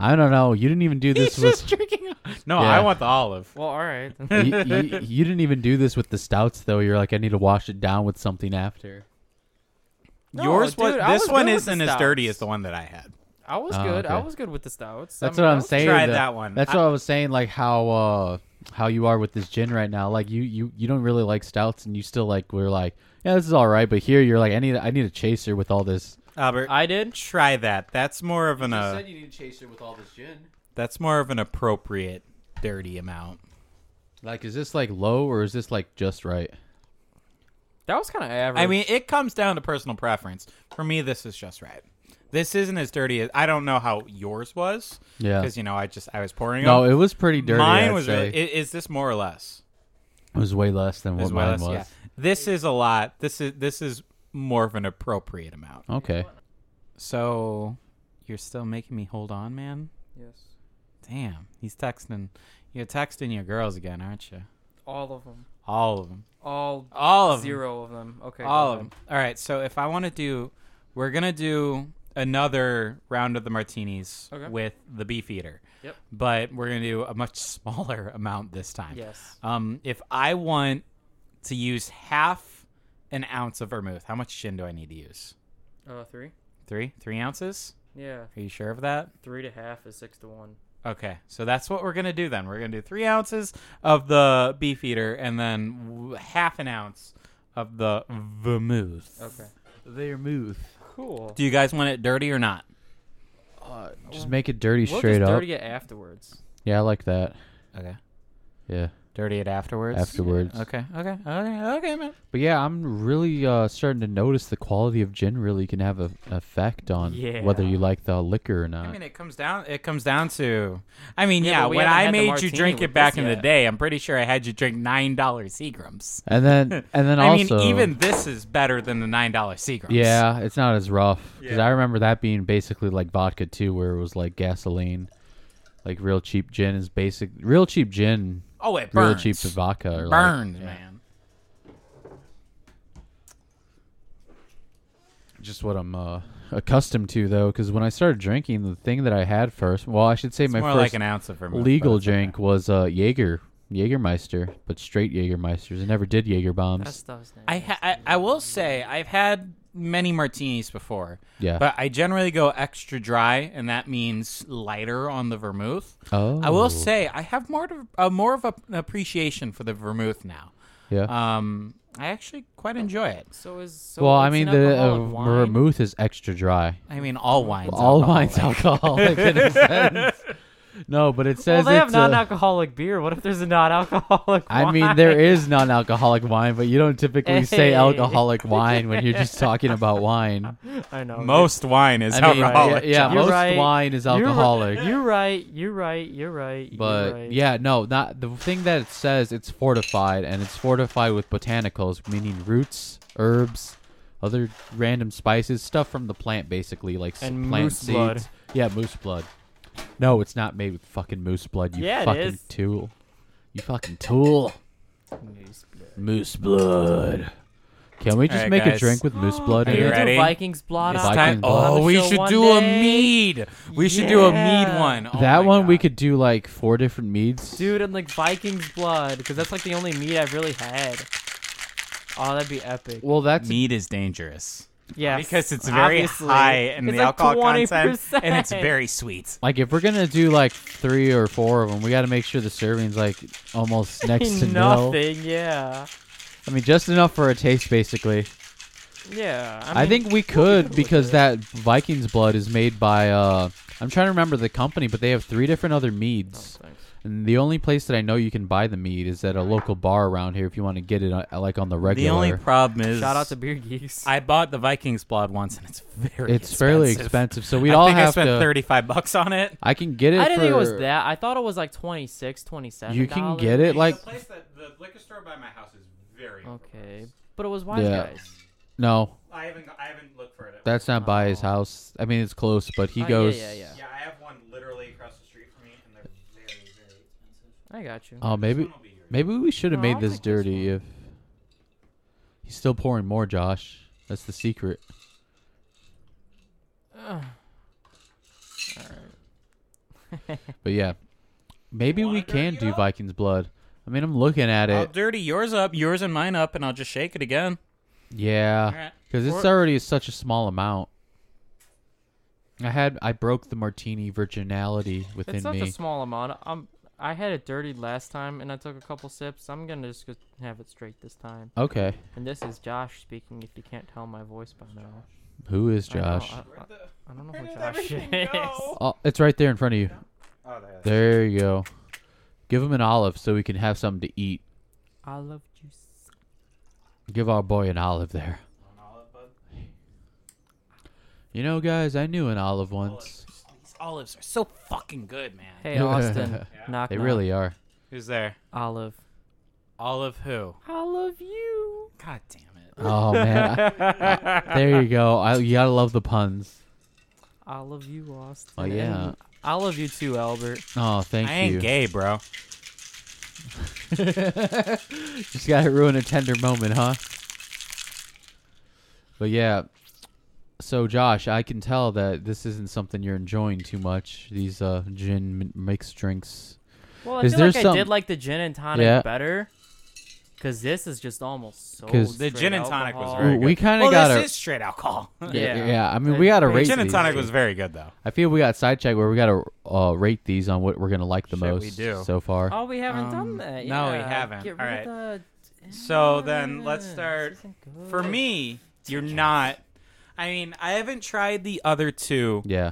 Speaker 1: I don't know. You didn't even do this with.
Speaker 2: drinking. No,
Speaker 1: Yeah.
Speaker 2: I want the olive.
Speaker 3: Well, all right. then.
Speaker 1: you, you- you didn't even do this with the stouts though. You're like, I need to wash it down with something after.
Speaker 3: No,
Speaker 2: Yours was.
Speaker 3: dude, I
Speaker 2: This
Speaker 3: was
Speaker 2: one
Speaker 3: good with the
Speaker 2: isn't as dirty
Speaker 3: stouts.
Speaker 2: as the one that I had.
Speaker 3: I was
Speaker 1: Oh,
Speaker 3: good. I
Speaker 1: okay.
Speaker 3: was good with the stouts. I
Speaker 1: That's
Speaker 3: mean,
Speaker 1: what
Speaker 3: I
Speaker 1: I'm
Speaker 3: was-
Speaker 1: saying.
Speaker 2: Try
Speaker 1: though.
Speaker 2: that one.
Speaker 1: That's
Speaker 2: I-
Speaker 1: what I was saying. Like how uh, how you are with this gin right now. Like you you you don't really like stouts, and you still like we're like yeah, this is all right. But here you're like I need I need a chaser with all this.
Speaker 2: Albert,
Speaker 3: I did.
Speaker 2: try that. That's more of an. Uh,
Speaker 1: you need a chaser with all this gin.
Speaker 2: That's more of an appropriate dirty amount.
Speaker 1: Like, is this like low or is this like just right?
Speaker 3: That was kind of average.
Speaker 2: I mean, it comes down to personal preference. For me, this is just right. This isn't as dirty as I don't know how yours was
Speaker 1: Yeah.
Speaker 2: because you know I just I was pouring.
Speaker 1: No,
Speaker 2: them.
Speaker 1: it was pretty dirty.
Speaker 2: mine
Speaker 1: I'd
Speaker 2: was.
Speaker 1: say.
Speaker 2: really- i- Is this more or less?
Speaker 1: It was way less than
Speaker 2: Is
Speaker 1: what
Speaker 2: way
Speaker 1: mine
Speaker 2: less?
Speaker 1: was.
Speaker 2: Yeah. This is a lot. This is this is more of an appropriate amount.
Speaker 1: Okay.
Speaker 2: So you're still making me hold on, man.
Speaker 3: yes,
Speaker 2: Damn, he's texting. You're texting your girls again, aren't you?
Speaker 3: all of them,
Speaker 2: All of them.
Speaker 3: all
Speaker 2: All of
Speaker 3: zero of them. Okay,
Speaker 2: them. All of them. All right. So if I want to do, we're gonna do another round of the martinis
Speaker 3: Okay.
Speaker 2: with the beef eater.
Speaker 3: Yep.
Speaker 2: But we're gonna do a much smaller amount this time.
Speaker 3: Yes.
Speaker 2: Um, if I want to use half an ounce of vermouth, how much gin do I need to use?
Speaker 3: Uh, three.
Speaker 2: Three. Three ounces.
Speaker 3: Yeah,
Speaker 2: Are you sure of that?
Speaker 3: three to half is six to one.
Speaker 2: Okay, so that's what we're gonna do then. We're gonna do three ounces of the beef eater and then w- half an ounce of the vermouth.
Speaker 3: Okay.
Speaker 1: Their move.
Speaker 3: Cool.
Speaker 2: Do you guys want it dirty or not?
Speaker 1: Uh, just make it dirty
Speaker 3: we'll
Speaker 1: straight
Speaker 3: just
Speaker 1: up.
Speaker 3: dirty it afterwards.
Speaker 1: Yeah, I like that.
Speaker 2: Okay,
Speaker 1: Yeah,
Speaker 2: dirty it afterwards.
Speaker 1: afterwards.
Speaker 2: Okay, okay, okay, okay, man.
Speaker 1: But yeah, I'm really uh, starting to notice the quality of gin really can have a, an effect on
Speaker 3: Yeah.
Speaker 1: whether you like the liquor or not.
Speaker 2: I mean, it comes down. It comes down to. I mean,
Speaker 3: Yeah,
Speaker 2: yeah.
Speaker 3: but we
Speaker 2: when
Speaker 3: haven't
Speaker 2: I
Speaker 3: had the
Speaker 2: made you
Speaker 3: martini
Speaker 2: drink
Speaker 3: with
Speaker 2: it back
Speaker 3: this
Speaker 2: in the
Speaker 3: yet.
Speaker 2: day, I'm pretty sure I had you drink nine dollar Seagrams.
Speaker 1: and then and then
Speaker 2: I
Speaker 1: also,
Speaker 2: mean, even this is better than the nine dollar Seagrams.
Speaker 1: yeah, it's not as rough because
Speaker 2: Yeah.
Speaker 1: I remember that being basically like vodka too, where it was like gasoline. Like real cheap gin is basic. Real cheap gin,
Speaker 2: Oh, it
Speaker 1: real
Speaker 2: burns.
Speaker 1: cheap vodka. Or
Speaker 2: Burned,
Speaker 1: like, yeah,
Speaker 2: man.
Speaker 1: just what I'm uh, accustomed to though, because when I started drinking, the thing that I had first, well, I should say
Speaker 2: It's
Speaker 1: my
Speaker 2: more
Speaker 1: first
Speaker 2: like an ounce of vermouth. but
Speaker 1: legal
Speaker 2: it's okay.
Speaker 1: drink was uh, Jaeger, Jaegermeister, but straight Jaegermeisters. I never did Jaeger
Speaker 3: That
Speaker 1: bombs.
Speaker 3: stuff's nice.
Speaker 2: I, ha- I I will say I've had many martinis before,
Speaker 1: Yeah.
Speaker 2: but I generally go extra dry, and that means lighter on the vermouth.
Speaker 1: oh,
Speaker 2: I will say I have more to, uh, more of a, an appreciation for the vermouth now.
Speaker 1: Yeah.
Speaker 2: Um, I actually quite enjoy it.
Speaker 3: So is so
Speaker 1: well, I
Speaker 3: it's
Speaker 1: mean,
Speaker 3: an
Speaker 1: the uh,
Speaker 3: alcoholic wine?
Speaker 1: vermouth is extra dry.
Speaker 2: I mean, all wines.
Speaker 1: All
Speaker 2: alcohol.
Speaker 1: wine's alcoholic in a sense. No, but it
Speaker 3: Well,
Speaker 1: says
Speaker 3: they have
Speaker 1: it's. uh,
Speaker 3: non-alcoholic beer. What if there's a non-alcoholic?
Speaker 1: I mean,
Speaker 3: wine?
Speaker 1: there is non-alcoholic wine, but you don't typically say
Speaker 3: Hey.
Speaker 1: alcoholic wine when you're just talking about wine.
Speaker 3: I know.
Speaker 2: Most wine is
Speaker 1: I mean,
Speaker 2: alcoholic.
Speaker 1: yeah, yeah,
Speaker 3: You're
Speaker 1: most
Speaker 3: right.
Speaker 1: wine is
Speaker 3: You're ri-
Speaker 1: alcoholic.
Speaker 3: You're right. You're right. You're right. You're
Speaker 1: But
Speaker 3: right.
Speaker 1: yeah, no, not the thing that it says it's fortified and it's fortified with botanicals, meaning roots, herbs, other random spices, stuff from the plant basically, like s-
Speaker 3: And
Speaker 1: plant
Speaker 3: moose
Speaker 1: seeds.
Speaker 3: blood.
Speaker 1: Yeah, moose blood. No, it's not made with fucking moose blood, you
Speaker 3: Yeah, it
Speaker 1: fucking
Speaker 3: is.
Speaker 1: tool. You fucking tool. Moose blood. Can we just
Speaker 2: Alright,
Speaker 1: make a
Speaker 2: guys.
Speaker 1: drink with moose blood
Speaker 2: Are
Speaker 1: in
Speaker 2: you
Speaker 1: it?
Speaker 2: ready?
Speaker 3: Do Vikings blot
Speaker 1: It's
Speaker 3: on
Speaker 1: time- Viking
Speaker 2: Time-
Speaker 1: blood.
Speaker 2: oh, we
Speaker 3: Show
Speaker 2: should
Speaker 3: one
Speaker 2: do a
Speaker 3: day.
Speaker 2: mead. We should do a mead
Speaker 3: Yeah.
Speaker 2: one. Oh
Speaker 1: that
Speaker 2: my
Speaker 1: one we
Speaker 2: God.
Speaker 1: could do like four different meads.
Speaker 3: dude, and like Vikings blood, because that's like the only meat I've really had. Oh, that'd be epic.
Speaker 1: Well, that's
Speaker 2: Mead is dangerous.
Speaker 3: Yeah,
Speaker 2: because it's very high in
Speaker 3: It's
Speaker 2: the
Speaker 3: like
Speaker 2: alcohol
Speaker 3: 20%.
Speaker 2: content and it's very sweet.
Speaker 1: Like if we're gonna do like three or four of them, we got to make sure the serving's like almost next to nil.
Speaker 3: Nothing. Yeah.
Speaker 1: I mean, just enough for a taste, basically.
Speaker 3: Yeah.
Speaker 1: I,
Speaker 3: mean,
Speaker 1: think we could because that Viking's blood is made by. uh I'm trying to remember the company, but they have three different other meads,
Speaker 3: Thanks.
Speaker 1: and the only place that I know you can buy the mead is at a local bar around here. If you want to get it uh, like on the regular,
Speaker 2: The only problem is
Speaker 3: Shout out to beer geeks.
Speaker 2: I bought the Vikings blood once and it's very
Speaker 1: it's fairly expensive, so we'd all
Speaker 2: I think
Speaker 1: have
Speaker 2: I spent
Speaker 1: to.
Speaker 2: 35 bucks on it.
Speaker 1: I can get it.
Speaker 3: I didn't think it was
Speaker 1: for-
Speaker 3: that. I thought it was like 26, 27.
Speaker 1: You can get it like
Speaker 2: place that the liquor store by my house is very
Speaker 3: Okay, but it was wise
Speaker 1: Yeah.
Speaker 3: guys.
Speaker 1: no,
Speaker 2: I haven't I haven't looked for it.
Speaker 1: that's not by his house. I mean, it's close, but he
Speaker 3: Oh, yeah,
Speaker 1: goes.
Speaker 3: yeah, yeah.
Speaker 2: I have one literally across the street from me and they're very very expensive.
Speaker 3: I got you.
Speaker 1: Oh, maybe
Speaker 2: be yours.
Speaker 1: maybe we should have
Speaker 3: No,
Speaker 1: made
Speaker 3: I'll
Speaker 1: this
Speaker 3: take this
Speaker 1: dirty if he's still pouring more, Josh. That's the secret. But yeah, maybe we
Speaker 2: wanna dirty
Speaker 1: can
Speaker 2: it
Speaker 1: do
Speaker 2: up?
Speaker 1: Vikings blood. I mean, I'm looking at
Speaker 2: I'll
Speaker 1: it.
Speaker 2: dirty yours up, yours and mine up, and I'll just shake it again.
Speaker 1: Yeah,
Speaker 2: Alright.
Speaker 1: because it's
Speaker 2: Or-
Speaker 1: already such a small amount. I had I broke the martini virginality within
Speaker 3: It's such
Speaker 1: me.
Speaker 3: a small amount. i I had it dirty last time, and I took a couple sips. I'm gonna just go- have it straight this time.
Speaker 1: okay,
Speaker 3: And this is Josh speaking. If you can't tell my voice by now,
Speaker 1: who is
Speaker 3: I know,
Speaker 1: Josh?
Speaker 3: I, I- I don't know
Speaker 2: Where
Speaker 3: who
Speaker 2: did
Speaker 3: Josh
Speaker 2: everything
Speaker 3: is.
Speaker 2: go?
Speaker 1: Oh, it's right there in front of you.
Speaker 2: Oh,
Speaker 4: Oh, there.
Speaker 1: There you go. Give him an olive so we can have something to eat.
Speaker 3: Olive juice.
Speaker 1: Give our boy an olive there. You know, guys, I knew an olive once.
Speaker 2: These olives are so fucking good, man.
Speaker 3: Hey Austin, knock
Speaker 1: They
Speaker 3: knock.
Speaker 1: really are.
Speaker 2: Who's there?
Speaker 3: Olive.
Speaker 2: Olive who?
Speaker 3: Olive you.
Speaker 2: God damn it.
Speaker 1: Oh man, I- I- there you go. I, you gotta love the puns.
Speaker 3: Olive you, Austin.
Speaker 1: Oh, yeah.
Speaker 3: And Olive you too, Albert.
Speaker 1: Oh, thank
Speaker 2: I ain't
Speaker 1: you.
Speaker 2: gay, bro.
Speaker 1: Just gotta ruin a tender moment, huh? But yeah, so Josh, I can tell that this isn't something you're enjoying too much. These uh gin mi- mixed drinks.
Speaker 3: Well, I
Speaker 1: Is
Speaker 3: feel
Speaker 1: there
Speaker 3: like I
Speaker 1: some-
Speaker 3: did like the gin and tonic
Speaker 1: Yeah.
Speaker 3: better. Cause this is just almost so.
Speaker 1: 'Cause-
Speaker 2: The gin
Speaker 3: straight
Speaker 2: and tonic was
Speaker 3: alcohol.
Speaker 2: Very
Speaker 1: Ooh, we kind
Speaker 2: Well,
Speaker 1: of got
Speaker 2: this
Speaker 1: a
Speaker 2: is straight alcohol.
Speaker 1: yeah,
Speaker 3: yeah.
Speaker 1: yeah, I mean, we
Speaker 3: Uh,
Speaker 1: got to rate
Speaker 2: Gin and
Speaker 1: these.
Speaker 2: tonic was very good, though.
Speaker 1: I feel we got sidetracked where we got to uh, rate these on what we're gonna like the
Speaker 2: Shit, we
Speaker 1: most
Speaker 2: do.
Speaker 1: so far.
Speaker 3: Oh, we haven't
Speaker 2: Um,
Speaker 3: done that.
Speaker 2: no, we
Speaker 3: yeah.
Speaker 2: haven't.
Speaker 3: Get rid
Speaker 2: All
Speaker 3: of the-
Speaker 2: So then, let's
Speaker 3: Yeah,
Speaker 2: start-
Speaker 3: this isn't good.
Speaker 2: For me, you're not. I mean, I haven't tried the other two
Speaker 1: Yeah,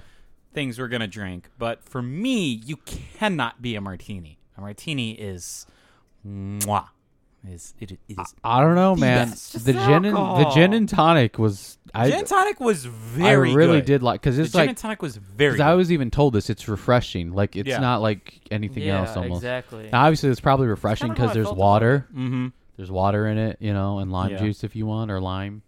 Speaker 2: things we're gonna drink, but for me, you cannot be a martini. A martini is, mwah, is it, it is.
Speaker 1: I don't know, man.
Speaker 2: Yes.
Speaker 1: The gin and the gin and tonic was I.
Speaker 2: gin and tonic was very.
Speaker 1: I really
Speaker 2: good.
Speaker 1: did like because
Speaker 2: The
Speaker 1: it's
Speaker 2: gin
Speaker 1: like
Speaker 2: and tonic was very.
Speaker 1: Because I
Speaker 2: good.
Speaker 1: was even told this, it's refreshing. Like it's
Speaker 2: Yeah.
Speaker 1: not like anything
Speaker 3: Yeah,
Speaker 1: else. Almost. Ah.
Speaker 3: exactly.
Speaker 1: Now, obviously, it's probably refreshing
Speaker 3: kinda how
Speaker 1: because
Speaker 3: I
Speaker 1: there's
Speaker 3: felt about
Speaker 1: water. Mm.
Speaker 2: Mhm.
Speaker 1: There's water in it, you know, and lime
Speaker 2: Yeah.
Speaker 1: juice if you want or lime.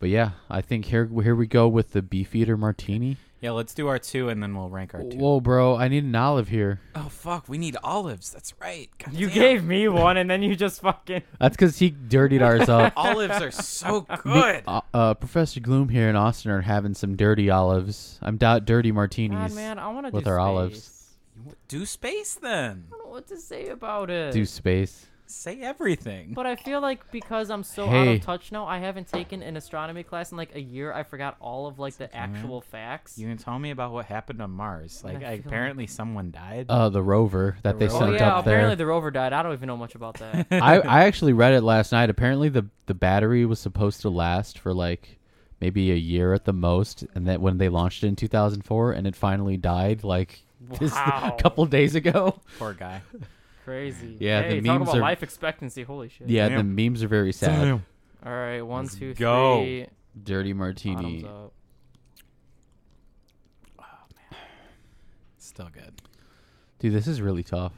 Speaker 1: But yeah, I think here here we go with the beef eater martini.
Speaker 2: Yeah, let's do our two, and then we'll rank our two.
Speaker 1: Whoa, bro! I need an olive here.
Speaker 2: Oh fuck, we need olives. That's right. God
Speaker 3: You
Speaker 2: damn.
Speaker 3: gave me one, and then you just fucking.
Speaker 1: That's because he dirtied ours up.
Speaker 2: olives are so
Speaker 1: Me-
Speaker 2: good.
Speaker 1: uh, uh, Professor Gloom here in Austin are having some dirty olives. I'm doubt dirty
Speaker 3: God,
Speaker 1: martinis.
Speaker 3: Ah, man, I want to do
Speaker 1: With our olives.
Speaker 3: space.
Speaker 2: Do space then.
Speaker 3: I don't know what to say about it.
Speaker 1: Do space.
Speaker 2: Say everything.
Speaker 3: But I feel like because I'm so out
Speaker 1: Hey.
Speaker 3: of touch now, I haven't taken an astronomy class in like a year. I forgot all of like the actual facts.
Speaker 2: You can tell me about what happened on Mars. Like
Speaker 3: I
Speaker 2: I
Speaker 3: feel-
Speaker 2: apparently someone died.
Speaker 1: Uh, the rover that they
Speaker 2: rover.
Speaker 3: oh
Speaker 1: sent
Speaker 3: yeah,
Speaker 1: up
Speaker 3: apparently
Speaker 1: there.
Speaker 3: the rover died. I don't even know much about that.
Speaker 1: I, I actually read it last night. Apparently, the the battery was supposed to last for like maybe a year at the most, and that when they launched it in 2004, and it finally died like just
Speaker 3: Wow.
Speaker 1: a couple days ago.
Speaker 2: Poor guy.
Speaker 3: Crazy.
Speaker 1: Yeah, the
Speaker 3: hey, talk
Speaker 1: memes
Speaker 3: about
Speaker 1: are-
Speaker 3: life expectancy. Holy shit.
Speaker 1: Yeah, the
Speaker 2: Damn.
Speaker 1: memes are very sad.
Speaker 3: All right, one, two, three.
Speaker 2: go.
Speaker 1: Dirty
Speaker 3: Bottoms
Speaker 1: martini.
Speaker 3: up.
Speaker 2: Still good.
Speaker 1: Dude, this is really tough.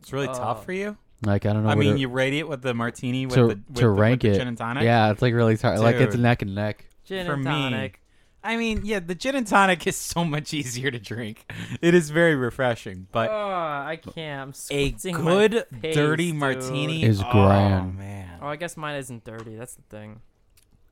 Speaker 2: It's really
Speaker 3: Uh,
Speaker 2: tough for you.
Speaker 1: Like I don't know.
Speaker 2: I
Speaker 1: whether
Speaker 2: mean, you rate it with the martini with
Speaker 1: to
Speaker 2: the with
Speaker 1: to
Speaker 2: the,
Speaker 1: rank
Speaker 2: with the
Speaker 1: it.
Speaker 2: gin and tonic.
Speaker 1: Yeah, it's like really tough. Like it's
Speaker 2: Dude.
Speaker 1: neck and neck.
Speaker 3: Gin
Speaker 2: For
Speaker 3: and
Speaker 2: me,
Speaker 3: tonic.
Speaker 2: I mean, yeah, the gin and tonic is so much easier to drink. It is very refreshing, but
Speaker 3: oh, I can't. I'm
Speaker 2: a
Speaker 3: squinting my
Speaker 2: good
Speaker 3: face,
Speaker 2: dirty
Speaker 3: dude.
Speaker 2: martini
Speaker 1: Is
Speaker 2: oh,
Speaker 1: grand.
Speaker 2: man.
Speaker 3: Oh, I guess mine isn't dirty. That's the thing.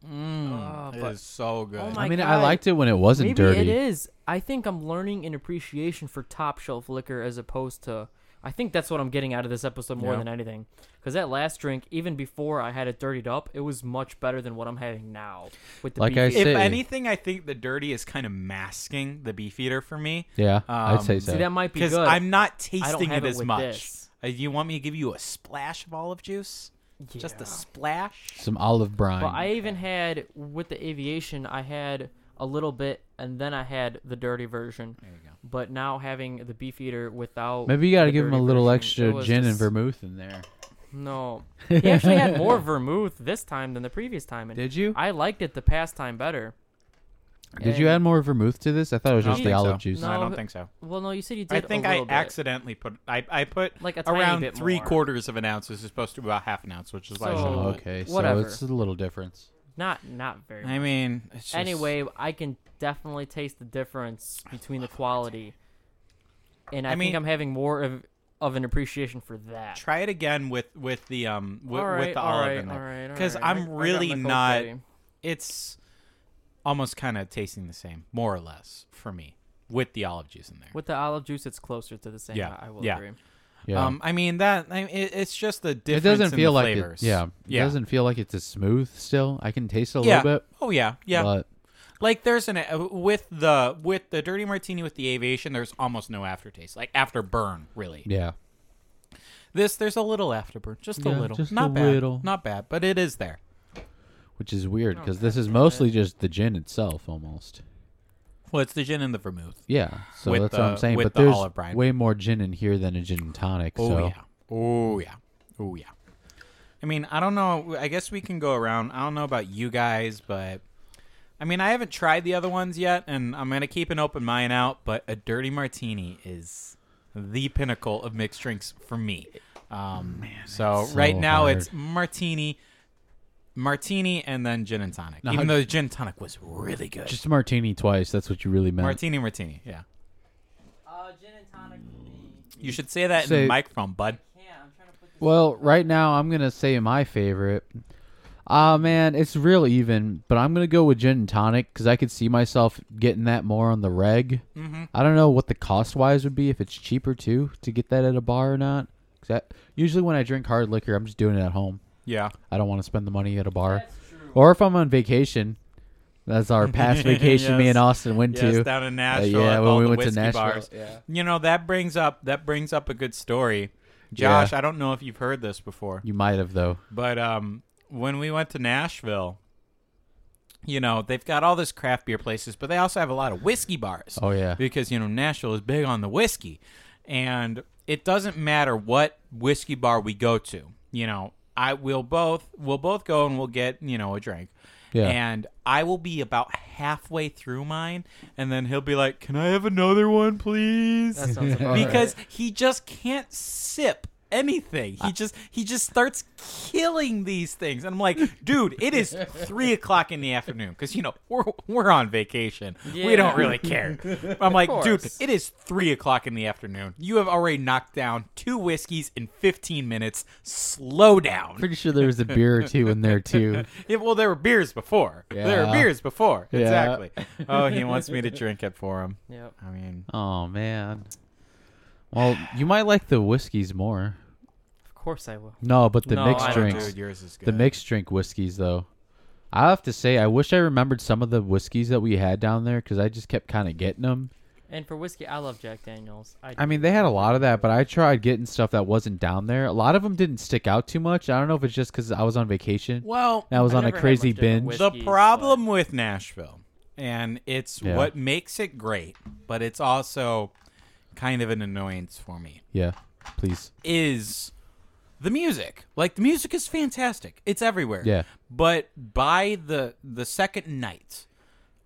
Speaker 2: Mm,
Speaker 3: Oh,
Speaker 2: it
Speaker 3: but-
Speaker 2: is so good.
Speaker 3: my
Speaker 1: I mean, I
Speaker 3: God.
Speaker 1: liked it when it wasn't
Speaker 3: Maybe
Speaker 1: dirty.
Speaker 3: it is. I think I'm learning an appreciation for top shelf liquor as opposed to. I think that's what I'm getting out of this episode more
Speaker 2: Yeah.
Speaker 3: than anything. Because that last drink, even before I had it dirtied up, it was much better than what I'm having now. With the
Speaker 1: Like I
Speaker 3: beefy-
Speaker 1: said-
Speaker 2: if
Speaker 1: Say-
Speaker 2: anything, I think the dirty is kind of masking the beef eater for me.
Speaker 1: Yeah, I'd
Speaker 2: Um,
Speaker 1: say
Speaker 2: See,
Speaker 1: so.
Speaker 3: see that might be
Speaker 2: Because
Speaker 3: good.
Speaker 2: I'm not
Speaker 3: I don't
Speaker 2: tasting
Speaker 3: have
Speaker 2: it
Speaker 3: it
Speaker 2: as
Speaker 3: with
Speaker 2: much.
Speaker 3: this.
Speaker 2: Uh, you want me to give you a splash of olive juice? Just
Speaker 3: Yeah.
Speaker 2: a splash?
Speaker 1: Some olive brine.
Speaker 3: But I even had with the aviation, I had a little bit, and then I had the dirty version. There you go. But now having the beef eater without
Speaker 1: Maybe you got to
Speaker 3: the
Speaker 1: give him a
Speaker 3: dirty
Speaker 1: little
Speaker 3: version, it
Speaker 1: extra
Speaker 3: was
Speaker 1: gin and
Speaker 3: just-
Speaker 1: vermouth in there.
Speaker 3: No, he actually had more vermouth this time than the previous time. And
Speaker 1: Did you?
Speaker 3: I liked it the past time better.
Speaker 1: Did you
Speaker 3: And-
Speaker 1: add more vermouth to this? I thought it was
Speaker 2: I
Speaker 1: just
Speaker 2: don't
Speaker 1: the
Speaker 2: think
Speaker 1: olive
Speaker 2: so.
Speaker 1: juice.
Speaker 2: I don't
Speaker 3: No,
Speaker 2: think so.
Speaker 3: Well, no, you said you
Speaker 2: I
Speaker 3: did.
Speaker 2: think
Speaker 3: I
Speaker 2: I accidentally put I, I put
Speaker 3: Like a tiny
Speaker 2: around
Speaker 3: bit
Speaker 2: three
Speaker 3: more.
Speaker 2: quarters of an ounce. This is supposed to be about half an ounce, which is why I
Speaker 3: So-
Speaker 2: should have.
Speaker 1: Oh,
Speaker 3: Oh,
Speaker 1: okay, so
Speaker 3: whatever.
Speaker 1: it's a little difference.
Speaker 3: not not very.
Speaker 2: I mean, it's just,
Speaker 3: anyway, I can definitely taste the difference between the quality, and I,
Speaker 2: I mean-
Speaker 3: think I'm having more of of an appreciation for that.
Speaker 2: try it again with with the um with,
Speaker 3: All
Speaker 2: with
Speaker 3: right,
Speaker 2: the
Speaker 3: all
Speaker 2: olive
Speaker 3: right,
Speaker 2: in
Speaker 3: all
Speaker 2: there
Speaker 3: right, all
Speaker 2: because
Speaker 3: right. I- I
Speaker 2: I'm
Speaker 3: got
Speaker 2: really
Speaker 3: my coke
Speaker 2: not.
Speaker 3: ready.
Speaker 2: It's almost kind of tasting the same, more or less, for me with the olive juice in there.
Speaker 3: With the olive juice, it's closer to the same.
Speaker 2: Yeah,
Speaker 3: I I will
Speaker 2: yeah.
Speaker 3: agree.
Speaker 1: Yeah,
Speaker 2: Um, I mean that. I mean, it, it's just the
Speaker 1: it
Speaker 2: difference.
Speaker 1: doesn't
Speaker 2: in
Speaker 1: feel
Speaker 2: the
Speaker 1: like
Speaker 2: flavors.
Speaker 1: it. Yeah, it
Speaker 2: yeah.
Speaker 1: doesn't feel like it's as smooth. Still, I can taste it a
Speaker 2: yeah.
Speaker 1: little bit.
Speaker 2: Oh yeah, yeah.
Speaker 1: but
Speaker 2: like there's an uh, with the with the dirty martini with the aviation. There's almost no aftertaste. Like afterburn, really.
Speaker 1: yeah,
Speaker 2: This there's a little afterburn, just a
Speaker 1: Yeah,
Speaker 2: little,
Speaker 1: just
Speaker 2: not
Speaker 1: a
Speaker 2: bad,
Speaker 1: little.
Speaker 2: not bad, but it is there.
Speaker 1: which is weird because this is mostly just the gin itself, almost.
Speaker 2: Well, it's the gin and the vermouth.
Speaker 1: Yeah, so
Speaker 2: With
Speaker 1: that's what I'm
Speaker 2: the-
Speaker 1: saying.
Speaker 2: with
Speaker 1: But
Speaker 2: the
Speaker 1: there's
Speaker 2: olive brine.
Speaker 1: way more gin in here than a gin and tonic.
Speaker 2: Oh
Speaker 1: so
Speaker 2: yeah. Oh yeah. Oh yeah. I mean, I don't know. I guess we can go around. I don't know about you guys, but I mean, I haven't tried the other ones yet, and I'm gonna keep an open mind out. But a dirty martini is the pinnacle of mixed drinks for me. Um, so,
Speaker 1: it's
Speaker 2: right
Speaker 1: so
Speaker 2: now
Speaker 1: hard.
Speaker 2: it's martini, martini, and then gin and tonic.
Speaker 1: Now,
Speaker 2: Even
Speaker 1: how-
Speaker 2: though the gin and tonic was really good.
Speaker 1: just a martini twice. That's what you really meant.
Speaker 2: martini, martini. Yeah,
Speaker 3: Uh, gin and tonic for me.
Speaker 2: you should say that in
Speaker 1: Say-
Speaker 2: the microphone, bud.
Speaker 3: Yeah, I'm trying to put this.
Speaker 1: Well, right now I'm gonna say my favorite. Ah man, it's real even, but I'm gonna go with gin and tonic because I could see myself getting that more on the reg.
Speaker 2: Mm-hmm.
Speaker 1: I don't know what the cost wise would be if it's cheaper too to get that at a bar or not. 'Cause that- usually when I drink hard liquor, I'm just doing it at home.
Speaker 2: Yeah.
Speaker 1: I don't want to spend the money at a bar,
Speaker 3: That's true.
Speaker 1: or if I'm on vacation. That's our past vacation me
Speaker 2: Yes.
Speaker 1: and Austin went
Speaker 2: Yes,
Speaker 1: to.
Speaker 2: down in
Speaker 1: Uh,
Speaker 2: Nashville.
Speaker 1: yeah,
Speaker 2: at
Speaker 1: when
Speaker 2: all
Speaker 1: we
Speaker 2: the
Speaker 1: went to
Speaker 2: whiskey
Speaker 1: Nashville.
Speaker 2: bars.
Speaker 3: Yeah.
Speaker 2: You know that brings up that brings up a good story. Josh, I don't know if you've heard this before,
Speaker 1: You might have though.
Speaker 2: but um, when we went to Nashville, you know they've got all this craft beer places, but they also have a lot of whiskey bars
Speaker 1: Oh yeah.
Speaker 2: because you know Nashville is big on the whiskey, and it doesn't matter what whiskey bar we go to. You know, I will both we'll both go and we'll get you know a drink.
Speaker 1: Yeah.
Speaker 2: And I will be about halfway through mine, and then he'll be like, "Can I have another one, please?"
Speaker 3: That sounds about right.
Speaker 2: because he just can't sip anything. He just he just starts killing these things, and I'm like, dude, it is three o'clock in the afternoon because you know we're we're on vacation. We
Speaker 3: Yeah.
Speaker 2: don't really care. I'm like, dude,
Speaker 3: course.
Speaker 2: it is three o'clock in the afternoon. You have already knocked down two whiskeys in 15 minutes. Slow down.
Speaker 1: Pretty sure there was a beer or two in there too.
Speaker 2: Yeah, well, there were beers before. There were
Speaker 1: Yeah.
Speaker 2: beers before.
Speaker 1: Yeah.
Speaker 2: Exactly. Oh, he wants me to drink it for him.
Speaker 3: Yep.
Speaker 2: I mean,
Speaker 1: Oh man. Well, you might like the whiskeys more.
Speaker 3: Of course I will.
Speaker 1: No, but the
Speaker 3: No,
Speaker 1: mixed
Speaker 2: oh,
Speaker 3: I don't
Speaker 1: drinks,
Speaker 2: Dude, yours is good.
Speaker 1: the mixed drink whiskeys though. I have to say, I wish I remembered some of the whiskeys that we had down there because I just kept kind of getting them.
Speaker 3: And for whiskey, I love Jack Daniels. I,
Speaker 1: I mean, they had a lot of that, but I tried getting stuff that wasn't down there. A lot of them didn't stick out too much. I don't know if it's just because I was on vacation.
Speaker 2: Well,
Speaker 1: and I was
Speaker 3: I
Speaker 1: on a
Speaker 3: never had
Speaker 1: crazy
Speaker 3: much different
Speaker 1: binge.
Speaker 3: whis-
Speaker 2: the
Speaker 3: whiskeys,
Speaker 2: problem with Nashville, and it's
Speaker 1: Yeah.
Speaker 2: what makes it great, but it's also kind of an annoyance for me,
Speaker 1: yeah, please.
Speaker 2: is the music. Like the music is fantastic. It's everywhere.
Speaker 1: Yeah.
Speaker 2: But by the the second night,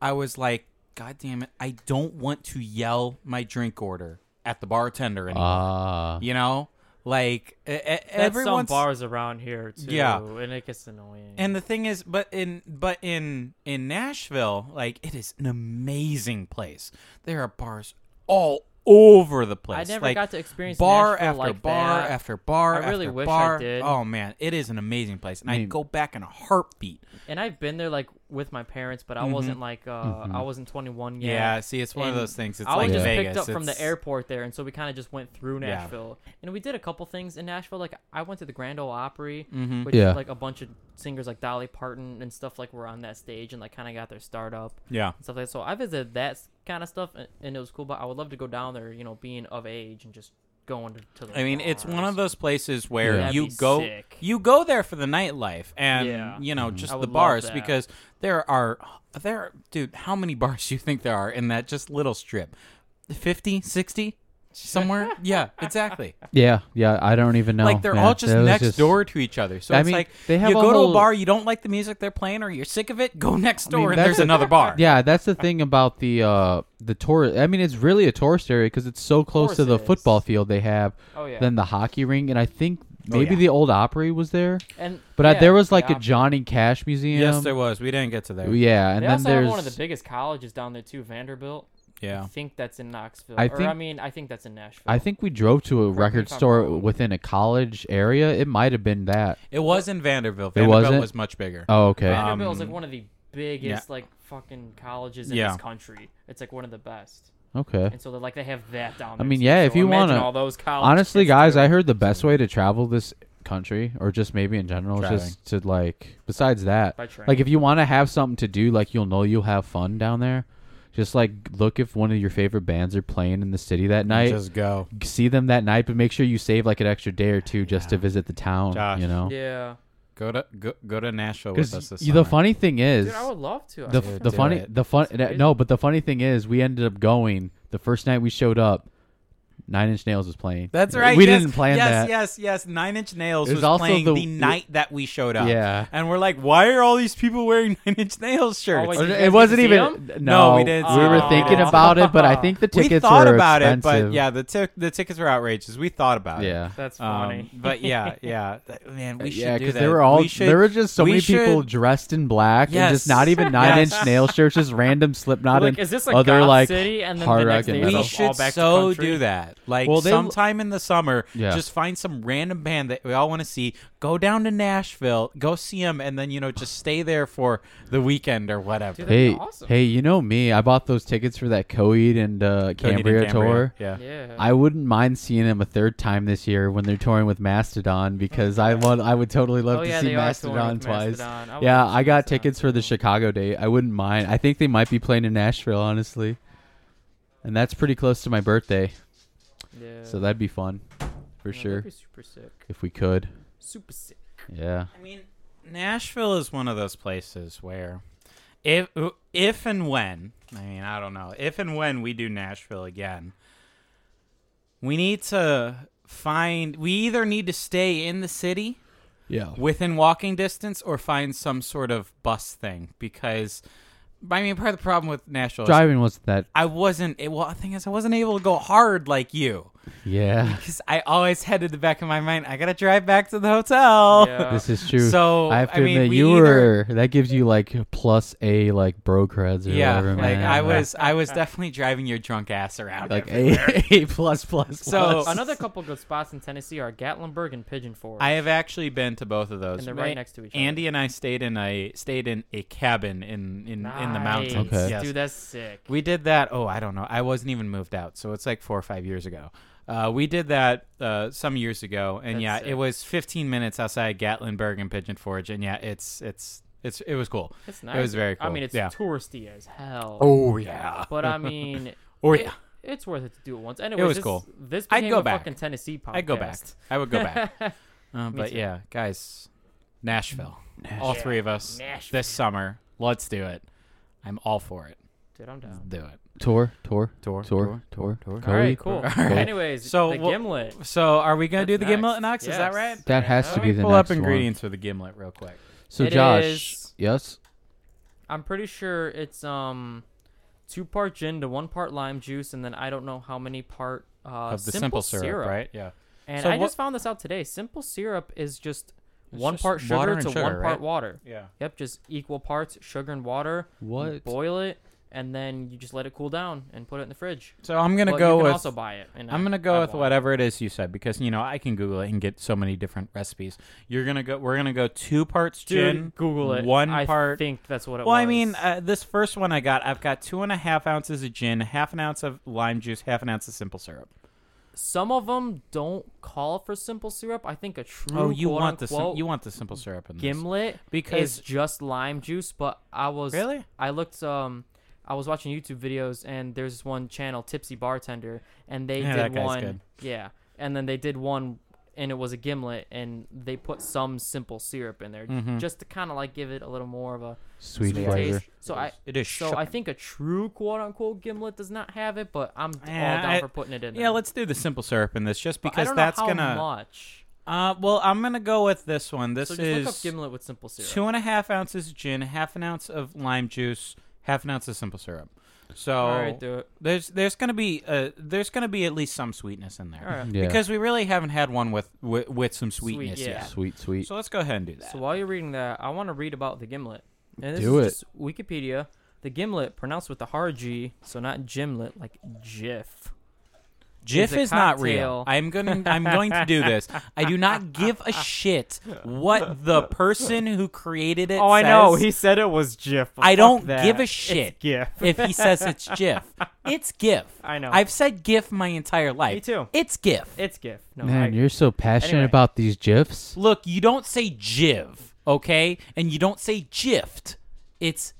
Speaker 2: I was like, God damn it, I don't want to yell my drink order at the bartender anymore.
Speaker 1: Ah,
Speaker 2: you know? Like e- e-
Speaker 3: That's some
Speaker 2: everyone's
Speaker 3: bars around here too.
Speaker 2: Yeah.
Speaker 3: and it gets annoying.
Speaker 2: And the thing is, but in but in in Nashville, like it is an amazing place. There are bars all over the place.
Speaker 3: I never
Speaker 2: like,
Speaker 3: got to experience
Speaker 2: bar
Speaker 3: Nashville
Speaker 2: after
Speaker 3: like
Speaker 2: bar
Speaker 3: that.
Speaker 2: after bar.
Speaker 3: I really
Speaker 2: after
Speaker 3: wish I
Speaker 2: bar.
Speaker 3: did.
Speaker 2: Oh man, it is an amazing place, and I
Speaker 1: mean-
Speaker 2: go back in a heartbeat.
Speaker 3: and I've been there like with my parents, but I wasn't like uh, I wasn't 21 yet.
Speaker 2: Mm-hmm. Yeah, see, it's one of
Speaker 3: And
Speaker 2: those things. It's
Speaker 3: I was
Speaker 2: like
Speaker 3: just
Speaker 2: Vegas.
Speaker 3: picked up from the
Speaker 2: It's-
Speaker 3: airport there, and so we kind of just went through
Speaker 2: Yeah.
Speaker 3: Nashville, and we did a couple things in Nashville. Like I went to the Grand Ole Opry,
Speaker 2: Mm-hmm.
Speaker 3: which
Speaker 1: Yeah.
Speaker 3: like a bunch of singers like Dolly Parton and stuff like were on that stage and like kind of got their start up
Speaker 2: Yeah,
Speaker 3: and stuff like that. So I visited that kind of stuff, and, and it was cool. But I would love to go down there, you know, being of age and just going to. to the
Speaker 2: I mean, it's one of
Speaker 3: bars.
Speaker 2: those places where
Speaker 1: That'd
Speaker 2: you
Speaker 3: be
Speaker 2: go
Speaker 3: sick.
Speaker 2: you go there for the nightlife and
Speaker 3: Yeah.
Speaker 2: you
Speaker 1: Mm-hmm.
Speaker 2: know just
Speaker 3: I
Speaker 2: the
Speaker 3: would love
Speaker 2: bars
Speaker 3: that.
Speaker 2: because there are there are- dude, how many bars do you think there are in that just little strip? 50, 60 somewhere? yeah, exactly.
Speaker 1: yeah, yeah. I don't even know.
Speaker 2: like they're
Speaker 1: man.
Speaker 2: all just
Speaker 1: That was
Speaker 2: next door to each other. So
Speaker 1: I
Speaker 2: it's
Speaker 1: mean,
Speaker 2: like
Speaker 1: they have
Speaker 2: you
Speaker 1: a
Speaker 2: go to a
Speaker 1: whole-
Speaker 2: bar, you don't like the music they're playing or you're sick of it, go next door and
Speaker 1: that's
Speaker 2: there's
Speaker 1: the-
Speaker 2: another bar.
Speaker 1: Yeah, that's the thing about the uh the tourist. I mean, it's really a tourist area because it's so close
Speaker 3: course
Speaker 1: to the
Speaker 3: it is.
Speaker 1: football field they have,
Speaker 3: Oh yeah,
Speaker 1: then the hockey ring, and I think
Speaker 2: Oh,
Speaker 1: maybe
Speaker 2: yeah.
Speaker 1: the old Opry was there.
Speaker 3: and
Speaker 1: But I,
Speaker 3: yeah,
Speaker 1: there was
Speaker 3: the
Speaker 1: like a
Speaker 3: Opry.
Speaker 1: Johnny Cash museum.
Speaker 2: Yes, there was. We didn't get to there.
Speaker 1: Yeah, and
Speaker 3: they
Speaker 1: then
Speaker 3: also
Speaker 1: there's
Speaker 3: have one of the biggest colleges down there too, Vanderbilt. I
Speaker 2: Yeah.
Speaker 3: think that's in Knoxville.
Speaker 1: I
Speaker 3: or I
Speaker 1: think-
Speaker 3: mean, I think that's in Nashville.
Speaker 1: I think we drove to a
Speaker 3: me
Speaker 1: record
Speaker 3: if I'm
Speaker 1: store
Speaker 3: wrong.
Speaker 1: within a college area. It might have been that.
Speaker 2: It was in Vanderbill.
Speaker 1: It
Speaker 2: Vanderbilt
Speaker 1: wasn't?
Speaker 2: was much bigger.
Speaker 1: Oh, okay.
Speaker 2: Uh,
Speaker 3: Vanderbilt is like
Speaker 2: um,
Speaker 3: one of the biggest like fucking colleges in
Speaker 2: Yeah.
Speaker 3: this country. It's like one of the best,
Speaker 1: okay.
Speaker 3: and so they're like they have that down. There
Speaker 1: mean,
Speaker 3: too.
Speaker 1: yeah,
Speaker 3: So
Speaker 1: if you
Speaker 3: imagine
Speaker 1: wanna-
Speaker 3: all those colleges.
Speaker 1: Honestly, guys, I heard the best way to travel this country, or just maybe in general, is
Speaker 2: Driving.
Speaker 1: just to like. Besides that,
Speaker 3: By train.
Speaker 1: like if you want to have something to do, like you'll know you'll have fun down there. Just like look if one of your favorite bands are playing in the city that night.
Speaker 2: Just go.
Speaker 1: see them that night, but make sure you save like an extra day or two just to
Speaker 2: Yeah.
Speaker 1: visit the town.
Speaker 2: Josh.
Speaker 1: You know,
Speaker 3: yeah,
Speaker 2: Go to go, go to Nashville with us
Speaker 1: Because
Speaker 2: this
Speaker 1: the
Speaker 2: summer.
Speaker 1: funny thing is,
Speaker 3: Dude, I would love to.
Speaker 1: the,
Speaker 3: I mean,
Speaker 1: the
Speaker 2: do
Speaker 1: funny
Speaker 2: it.
Speaker 1: the fun
Speaker 3: It's crazy.
Speaker 1: no but the funny thing is we ended up going the first night we showed up nine inch nails was playing
Speaker 2: That's right.
Speaker 1: we
Speaker 2: yes,
Speaker 1: didn't plan
Speaker 2: yes,
Speaker 1: that
Speaker 2: Yes, yes, Nine Inch Nails
Speaker 1: It
Speaker 2: was,
Speaker 1: was also
Speaker 2: playing the,
Speaker 1: the-
Speaker 2: night that we showed up.
Speaker 1: Yeah.
Speaker 2: and we're like, why are all these people wearing Nine Inch Nails shirts?
Speaker 3: Oh, wait,
Speaker 1: Or-
Speaker 3: Did you guys get
Speaker 1: it wasn't
Speaker 3: to see
Speaker 1: even
Speaker 2: 'em?
Speaker 1: no
Speaker 2: No, we didn't
Speaker 1: we
Speaker 2: see
Speaker 1: were
Speaker 2: 'em.
Speaker 1: thinking
Speaker 2: Oh.
Speaker 1: about it but i think the tickets
Speaker 2: we thought
Speaker 1: were
Speaker 2: about it,
Speaker 1: expensive.
Speaker 2: but yeah, the tic the tickets were outrageous. We thought about it.
Speaker 1: yeah
Speaker 3: that's
Speaker 2: Um,
Speaker 3: funny.
Speaker 2: but yeah, yeah, Th- man, we should
Speaker 1: yeah,
Speaker 2: do that.
Speaker 1: there were all
Speaker 2: We should-
Speaker 1: there were just so
Speaker 2: we
Speaker 1: many people
Speaker 2: should-
Speaker 1: dressed in black and just not
Speaker 2: Yes.
Speaker 1: even nine
Speaker 2: Yes.
Speaker 1: inch nail shirts, just random Slipknot
Speaker 3: like,
Speaker 1: and
Speaker 3: is this a
Speaker 1: other
Speaker 3: goth
Speaker 1: like
Speaker 3: city? And then
Speaker 1: hard
Speaker 3: the
Speaker 1: rock
Speaker 3: next
Speaker 1: and
Speaker 3: day
Speaker 1: metal.
Speaker 2: We
Speaker 3: it's all
Speaker 2: should
Speaker 3: back to
Speaker 2: so
Speaker 3: country?
Speaker 2: do that. Like
Speaker 1: Well, they-
Speaker 2: sometime in the summer,
Speaker 1: Yeah.
Speaker 2: just find some random band that we all want to see. Go down to Nashville, go see them, and then you know just stay there for the weekend or whatever.
Speaker 3: Dude, that'd
Speaker 1: hey
Speaker 3: be awesome.
Speaker 1: hey you know me I bought those tickets for that Coed and uh,
Speaker 2: Coheed and
Speaker 1: Cambria tour
Speaker 2: Um, Yeah.
Speaker 3: Yeah.
Speaker 1: I wouldn't mind seeing him a third time this year when they're touring with Mastodon because I want I would totally love
Speaker 3: Oh,
Speaker 1: to
Speaker 3: yeah,
Speaker 1: see
Speaker 3: they are touring
Speaker 1: Mastodon
Speaker 3: with
Speaker 1: twice.
Speaker 3: Mastodon. I would
Speaker 1: yeah,
Speaker 3: love to
Speaker 1: I
Speaker 3: see
Speaker 1: got
Speaker 3: Mastodon
Speaker 1: tickets for the
Speaker 3: too.
Speaker 1: Chicago date. I wouldn't mind. I think they might be playing in Nashville, honestly. And that's pretty close to my birthday,
Speaker 3: Yeah.
Speaker 1: so that'd be fun for
Speaker 3: Yeah, that'd
Speaker 1: sure
Speaker 3: be super sick.
Speaker 1: if we could.
Speaker 3: Super sick.
Speaker 1: Yeah.
Speaker 2: I mean, Nashville is one of those places where, if if and when, I mean, I don't know, if and when we do Nashville again, we need to find. We either need to stay in the city
Speaker 1: Yeah.
Speaker 2: within walking distance or find some sort of bus thing because, I mean, part of the problem with Nashville. Is
Speaker 1: Driving wasn't that.
Speaker 2: I wasn't. It, well, the thing is, I wasn't able to go hard like you
Speaker 1: Yeah.
Speaker 2: because I always had in the back of my mind, I gotta drive back to the hotel.
Speaker 3: Yeah.
Speaker 1: This is true.
Speaker 2: So,
Speaker 1: I have to
Speaker 2: I mean,
Speaker 1: admit,
Speaker 2: we
Speaker 1: you
Speaker 2: either-
Speaker 1: were that gives you like plus a like bro creds or
Speaker 2: yeah,
Speaker 1: whatever.
Speaker 2: like
Speaker 1: man.
Speaker 2: I was, I was definitely driving your drunk ass around.
Speaker 1: like a a plus plus.
Speaker 2: So-
Speaker 1: plus.
Speaker 3: Uh, Another couple good spots in Tennessee are Gatlinburg and Pigeon Forge.
Speaker 2: I have actually been to both of those.
Speaker 3: And they're right next to each other.
Speaker 2: Andy and I stayed in a stayed in a cabin in in in the mountains.
Speaker 1: Okay.
Speaker 2: Yes.
Speaker 3: Dude, that's sick.
Speaker 2: We did that. Oh, I don't know. I wasn't even moved out, so it's like four or five years ago. Uh, we did that uh, some years ago, and
Speaker 3: That's
Speaker 2: yeah,
Speaker 3: sick.
Speaker 2: it was 15 minutes outside Gatlinburg and Pigeon Forge, and yeah, it's it's it's it was cool.
Speaker 3: It's nice.
Speaker 2: It was very cool.
Speaker 3: I mean, it's
Speaker 2: yeah.
Speaker 3: touristy as hell.
Speaker 2: oh yeah.
Speaker 3: But I mean,
Speaker 2: oh
Speaker 3: it-
Speaker 2: yeah.
Speaker 3: it's worth it to do it once. Anyway,
Speaker 2: was
Speaker 3: this,
Speaker 2: cool.
Speaker 3: This
Speaker 2: I'd
Speaker 3: became
Speaker 2: go
Speaker 3: a
Speaker 2: back.
Speaker 3: fucking Tennessee podcast.
Speaker 2: I'd go back. I would go back. Uh, but
Speaker 3: too.
Speaker 2: yeah, guys, Nashville. All three of us
Speaker 3: Nashville.
Speaker 2: this summer. Let's do it. I'm all for it.
Speaker 3: Dude, I'm down.
Speaker 2: Do it.
Speaker 1: tour, tour,
Speaker 2: Tour,
Speaker 1: tour, tour, tour.
Speaker 3: All right, cool.
Speaker 2: right.
Speaker 3: Anyways,
Speaker 2: So
Speaker 3: the
Speaker 2: we'll-
Speaker 3: gimlet.
Speaker 2: So, are we gonna do
Speaker 3: That's
Speaker 2: the gimlet
Speaker 3: next.
Speaker 2: next? Is that
Speaker 3: Yes.
Speaker 2: right?
Speaker 1: That has to
Speaker 2: Let
Speaker 1: be
Speaker 2: me
Speaker 1: the
Speaker 2: pull
Speaker 1: next
Speaker 2: up ingredients for the gimlet real quick.
Speaker 1: One. So
Speaker 3: It
Speaker 1: Josh,
Speaker 3: is-
Speaker 1: yes,
Speaker 3: I'm pretty sure it's um two part gin to one part lime juice, and then I don't know how many part uh,
Speaker 2: of the simple, syrup, right? Yeah.
Speaker 3: And
Speaker 2: So
Speaker 3: I
Speaker 2: what-
Speaker 3: just found this out today. Simple syrup is just one
Speaker 2: just
Speaker 3: part
Speaker 2: water
Speaker 3: sugar
Speaker 2: and
Speaker 3: to
Speaker 2: sugar,
Speaker 3: one part
Speaker 2: right?
Speaker 3: water.
Speaker 2: Yeah.
Speaker 3: Yep, just equal parts sugar and water. You
Speaker 1: What?
Speaker 3: Boil it, and then you just let it cool down and put it in the fridge.
Speaker 2: So I'm gonna
Speaker 3: But
Speaker 2: go
Speaker 3: you can
Speaker 2: with
Speaker 3: also buy it. in a-
Speaker 2: I'm gonna
Speaker 3: a
Speaker 2: go with
Speaker 3: bottle.
Speaker 2: whatever it is you said because you know I can Google it and get so many different recipes. You're gonna go. We're gonna go two parts
Speaker 3: Dude,
Speaker 2: gin.
Speaker 3: Google it.
Speaker 2: One
Speaker 3: I
Speaker 2: part.
Speaker 3: think that's what it
Speaker 2: well,
Speaker 3: was.
Speaker 2: I mean, uh, this first one I got. I've got two and a half ounces of gin, half an ounce of lime juice, half an ounce of simple syrup.
Speaker 3: some of them don't call for simple syrup. I think a true
Speaker 2: Oh, you want the sim-
Speaker 3: quote-unquote
Speaker 2: you want the simple syrup in this.
Speaker 3: gimlet
Speaker 2: Because-
Speaker 3: is just lime juice. But I was
Speaker 2: Really?
Speaker 3: I looked um I was watching YouTube videos and there's this one channel Tipsy Bartender and they
Speaker 2: Yeah, that
Speaker 3: did
Speaker 2: guy's
Speaker 3: one
Speaker 2: good.
Speaker 3: yeah and then they did one and it was a gimlet and they put some simple syrup in there
Speaker 2: Mm-hmm.
Speaker 3: just to kind of like give it a little more of a
Speaker 1: sweet
Speaker 3: sweet
Speaker 1: flavor.
Speaker 3: taste. So I
Speaker 2: It is
Speaker 3: so I
Speaker 2: shocking.
Speaker 3: think a true quote unquote gimlet does not have it, but I'm
Speaker 2: Yeah,
Speaker 3: all down
Speaker 2: I-
Speaker 3: for putting it in.
Speaker 2: Yeah,
Speaker 3: there.
Speaker 2: let's do the simple syrup in this just
Speaker 3: But I
Speaker 2: because
Speaker 3: don't know
Speaker 2: that's
Speaker 3: how
Speaker 2: gonna.
Speaker 3: much.
Speaker 2: Uh, well, I'm gonna go with this one. This
Speaker 3: So just
Speaker 2: is
Speaker 3: look up gimlet with simple syrup.
Speaker 2: two and a half ounces of gin, half an ounce of lime juice, half an ounce of simple syrup. So
Speaker 3: All right, do it.
Speaker 2: there's there's gonna be uh there's gonna be at least some sweetness in there
Speaker 3: All right.
Speaker 1: Yeah.
Speaker 2: because we really haven't had one with with, with some sweetness
Speaker 3: yeah.
Speaker 2: yet.
Speaker 1: sweet, sweet.
Speaker 2: So let's go ahead and do that.
Speaker 3: So while you're reading that, I want to read about the gimlet. And this
Speaker 1: Do
Speaker 3: is
Speaker 1: it.
Speaker 3: Just Wikipedia. The gimlet, pronounced with the hard G, so not gimlet, like jiff.
Speaker 2: Jif
Speaker 3: It's a
Speaker 2: is not real.
Speaker 3: cocktail.
Speaker 2: I'm gonna I'm going to do this. I do not give a shit what the person who created
Speaker 3: Oh,
Speaker 2: it. says.
Speaker 3: said it was jiff.
Speaker 2: I don't give a shit
Speaker 3: GIF.
Speaker 2: if he says it's GIF. It's GIF.
Speaker 3: I know.
Speaker 2: I've said GIF my entire life.
Speaker 3: Me too.
Speaker 2: It's GIF.
Speaker 3: It's gif. No,
Speaker 1: Man,
Speaker 3: I,
Speaker 1: you're so passionate
Speaker 3: Anyway.
Speaker 1: about these gifs.
Speaker 2: Look, you don't say jiv, okay? And you don't say gift. It's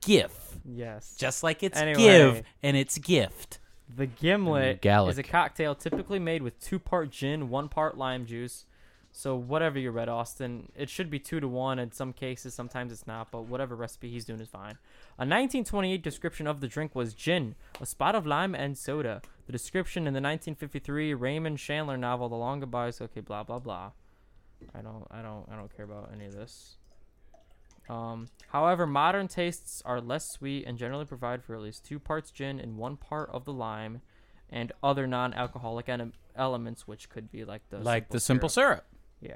Speaker 2: gif.
Speaker 3: yes.
Speaker 2: Just like it's
Speaker 3: Anyway.
Speaker 2: give and it's gift.
Speaker 3: The gimlet
Speaker 1: Gallic.
Speaker 3: is a cocktail typically made with two part gin, one part lime juice. So whatever you read, Austin, it should be two to one in some cases. Sometimes it's not, but whatever recipe he's doing is fine. A 1928 description of the drink was gin, a spot of lime and soda. The description in the 1953 Raymond Chandler novel The Long Goodbyes. Okay, blah blah blah. I don't, I don't, I don't care about any of this. Um, however, modern tastes are less sweet and generally provide for at least two parts gin and one part of the lime, and other non-alcoholic ele- elements, which could be like the
Speaker 2: like the simple syrup.
Speaker 3: yeah.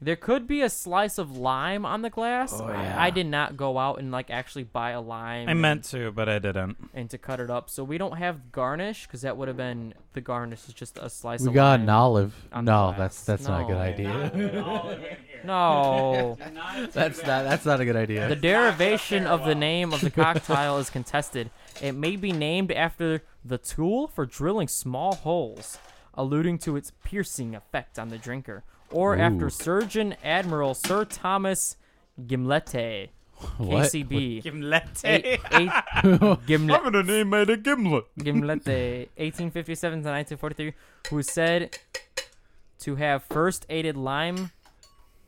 Speaker 3: There could be a slice of lime on the glass.
Speaker 2: Oh,
Speaker 3: I-
Speaker 2: yeah.
Speaker 3: I, did not go out and like actually buy a lime
Speaker 2: I meant to, but I didn't.
Speaker 3: and to cut it up. So we don't have garnish because that would have been the garnish is just a slice
Speaker 1: We
Speaker 3: of
Speaker 1: got an
Speaker 3: lime.
Speaker 1: olive.
Speaker 3: on the
Speaker 1: No,
Speaker 3: glass.
Speaker 1: that's that's not a good
Speaker 3: No.
Speaker 1: idea.
Speaker 3: No.
Speaker 1: that's not that's not a good
Speaker 3: the
Speaker 1: idea.
Speaker 3: derivation of the name of the cocktail is contested. It may be named after the tool for drilling small holes, alluding to its piercing effect on the drinker, or
Speaker 1: Ooh.
Speaker 3: after Surgeon Admiral Sir Thomas Gimlete.
Speaker 1: What?
Speaker 3: KCB. Eight-
Speaker 2: Gimlete.
Speaker 3: eight- Gimlet,
Speaker 2: gonna name it a gimlet.
Speaker 3: Gimlete, 1857 to 1943, who is said to have first aided lime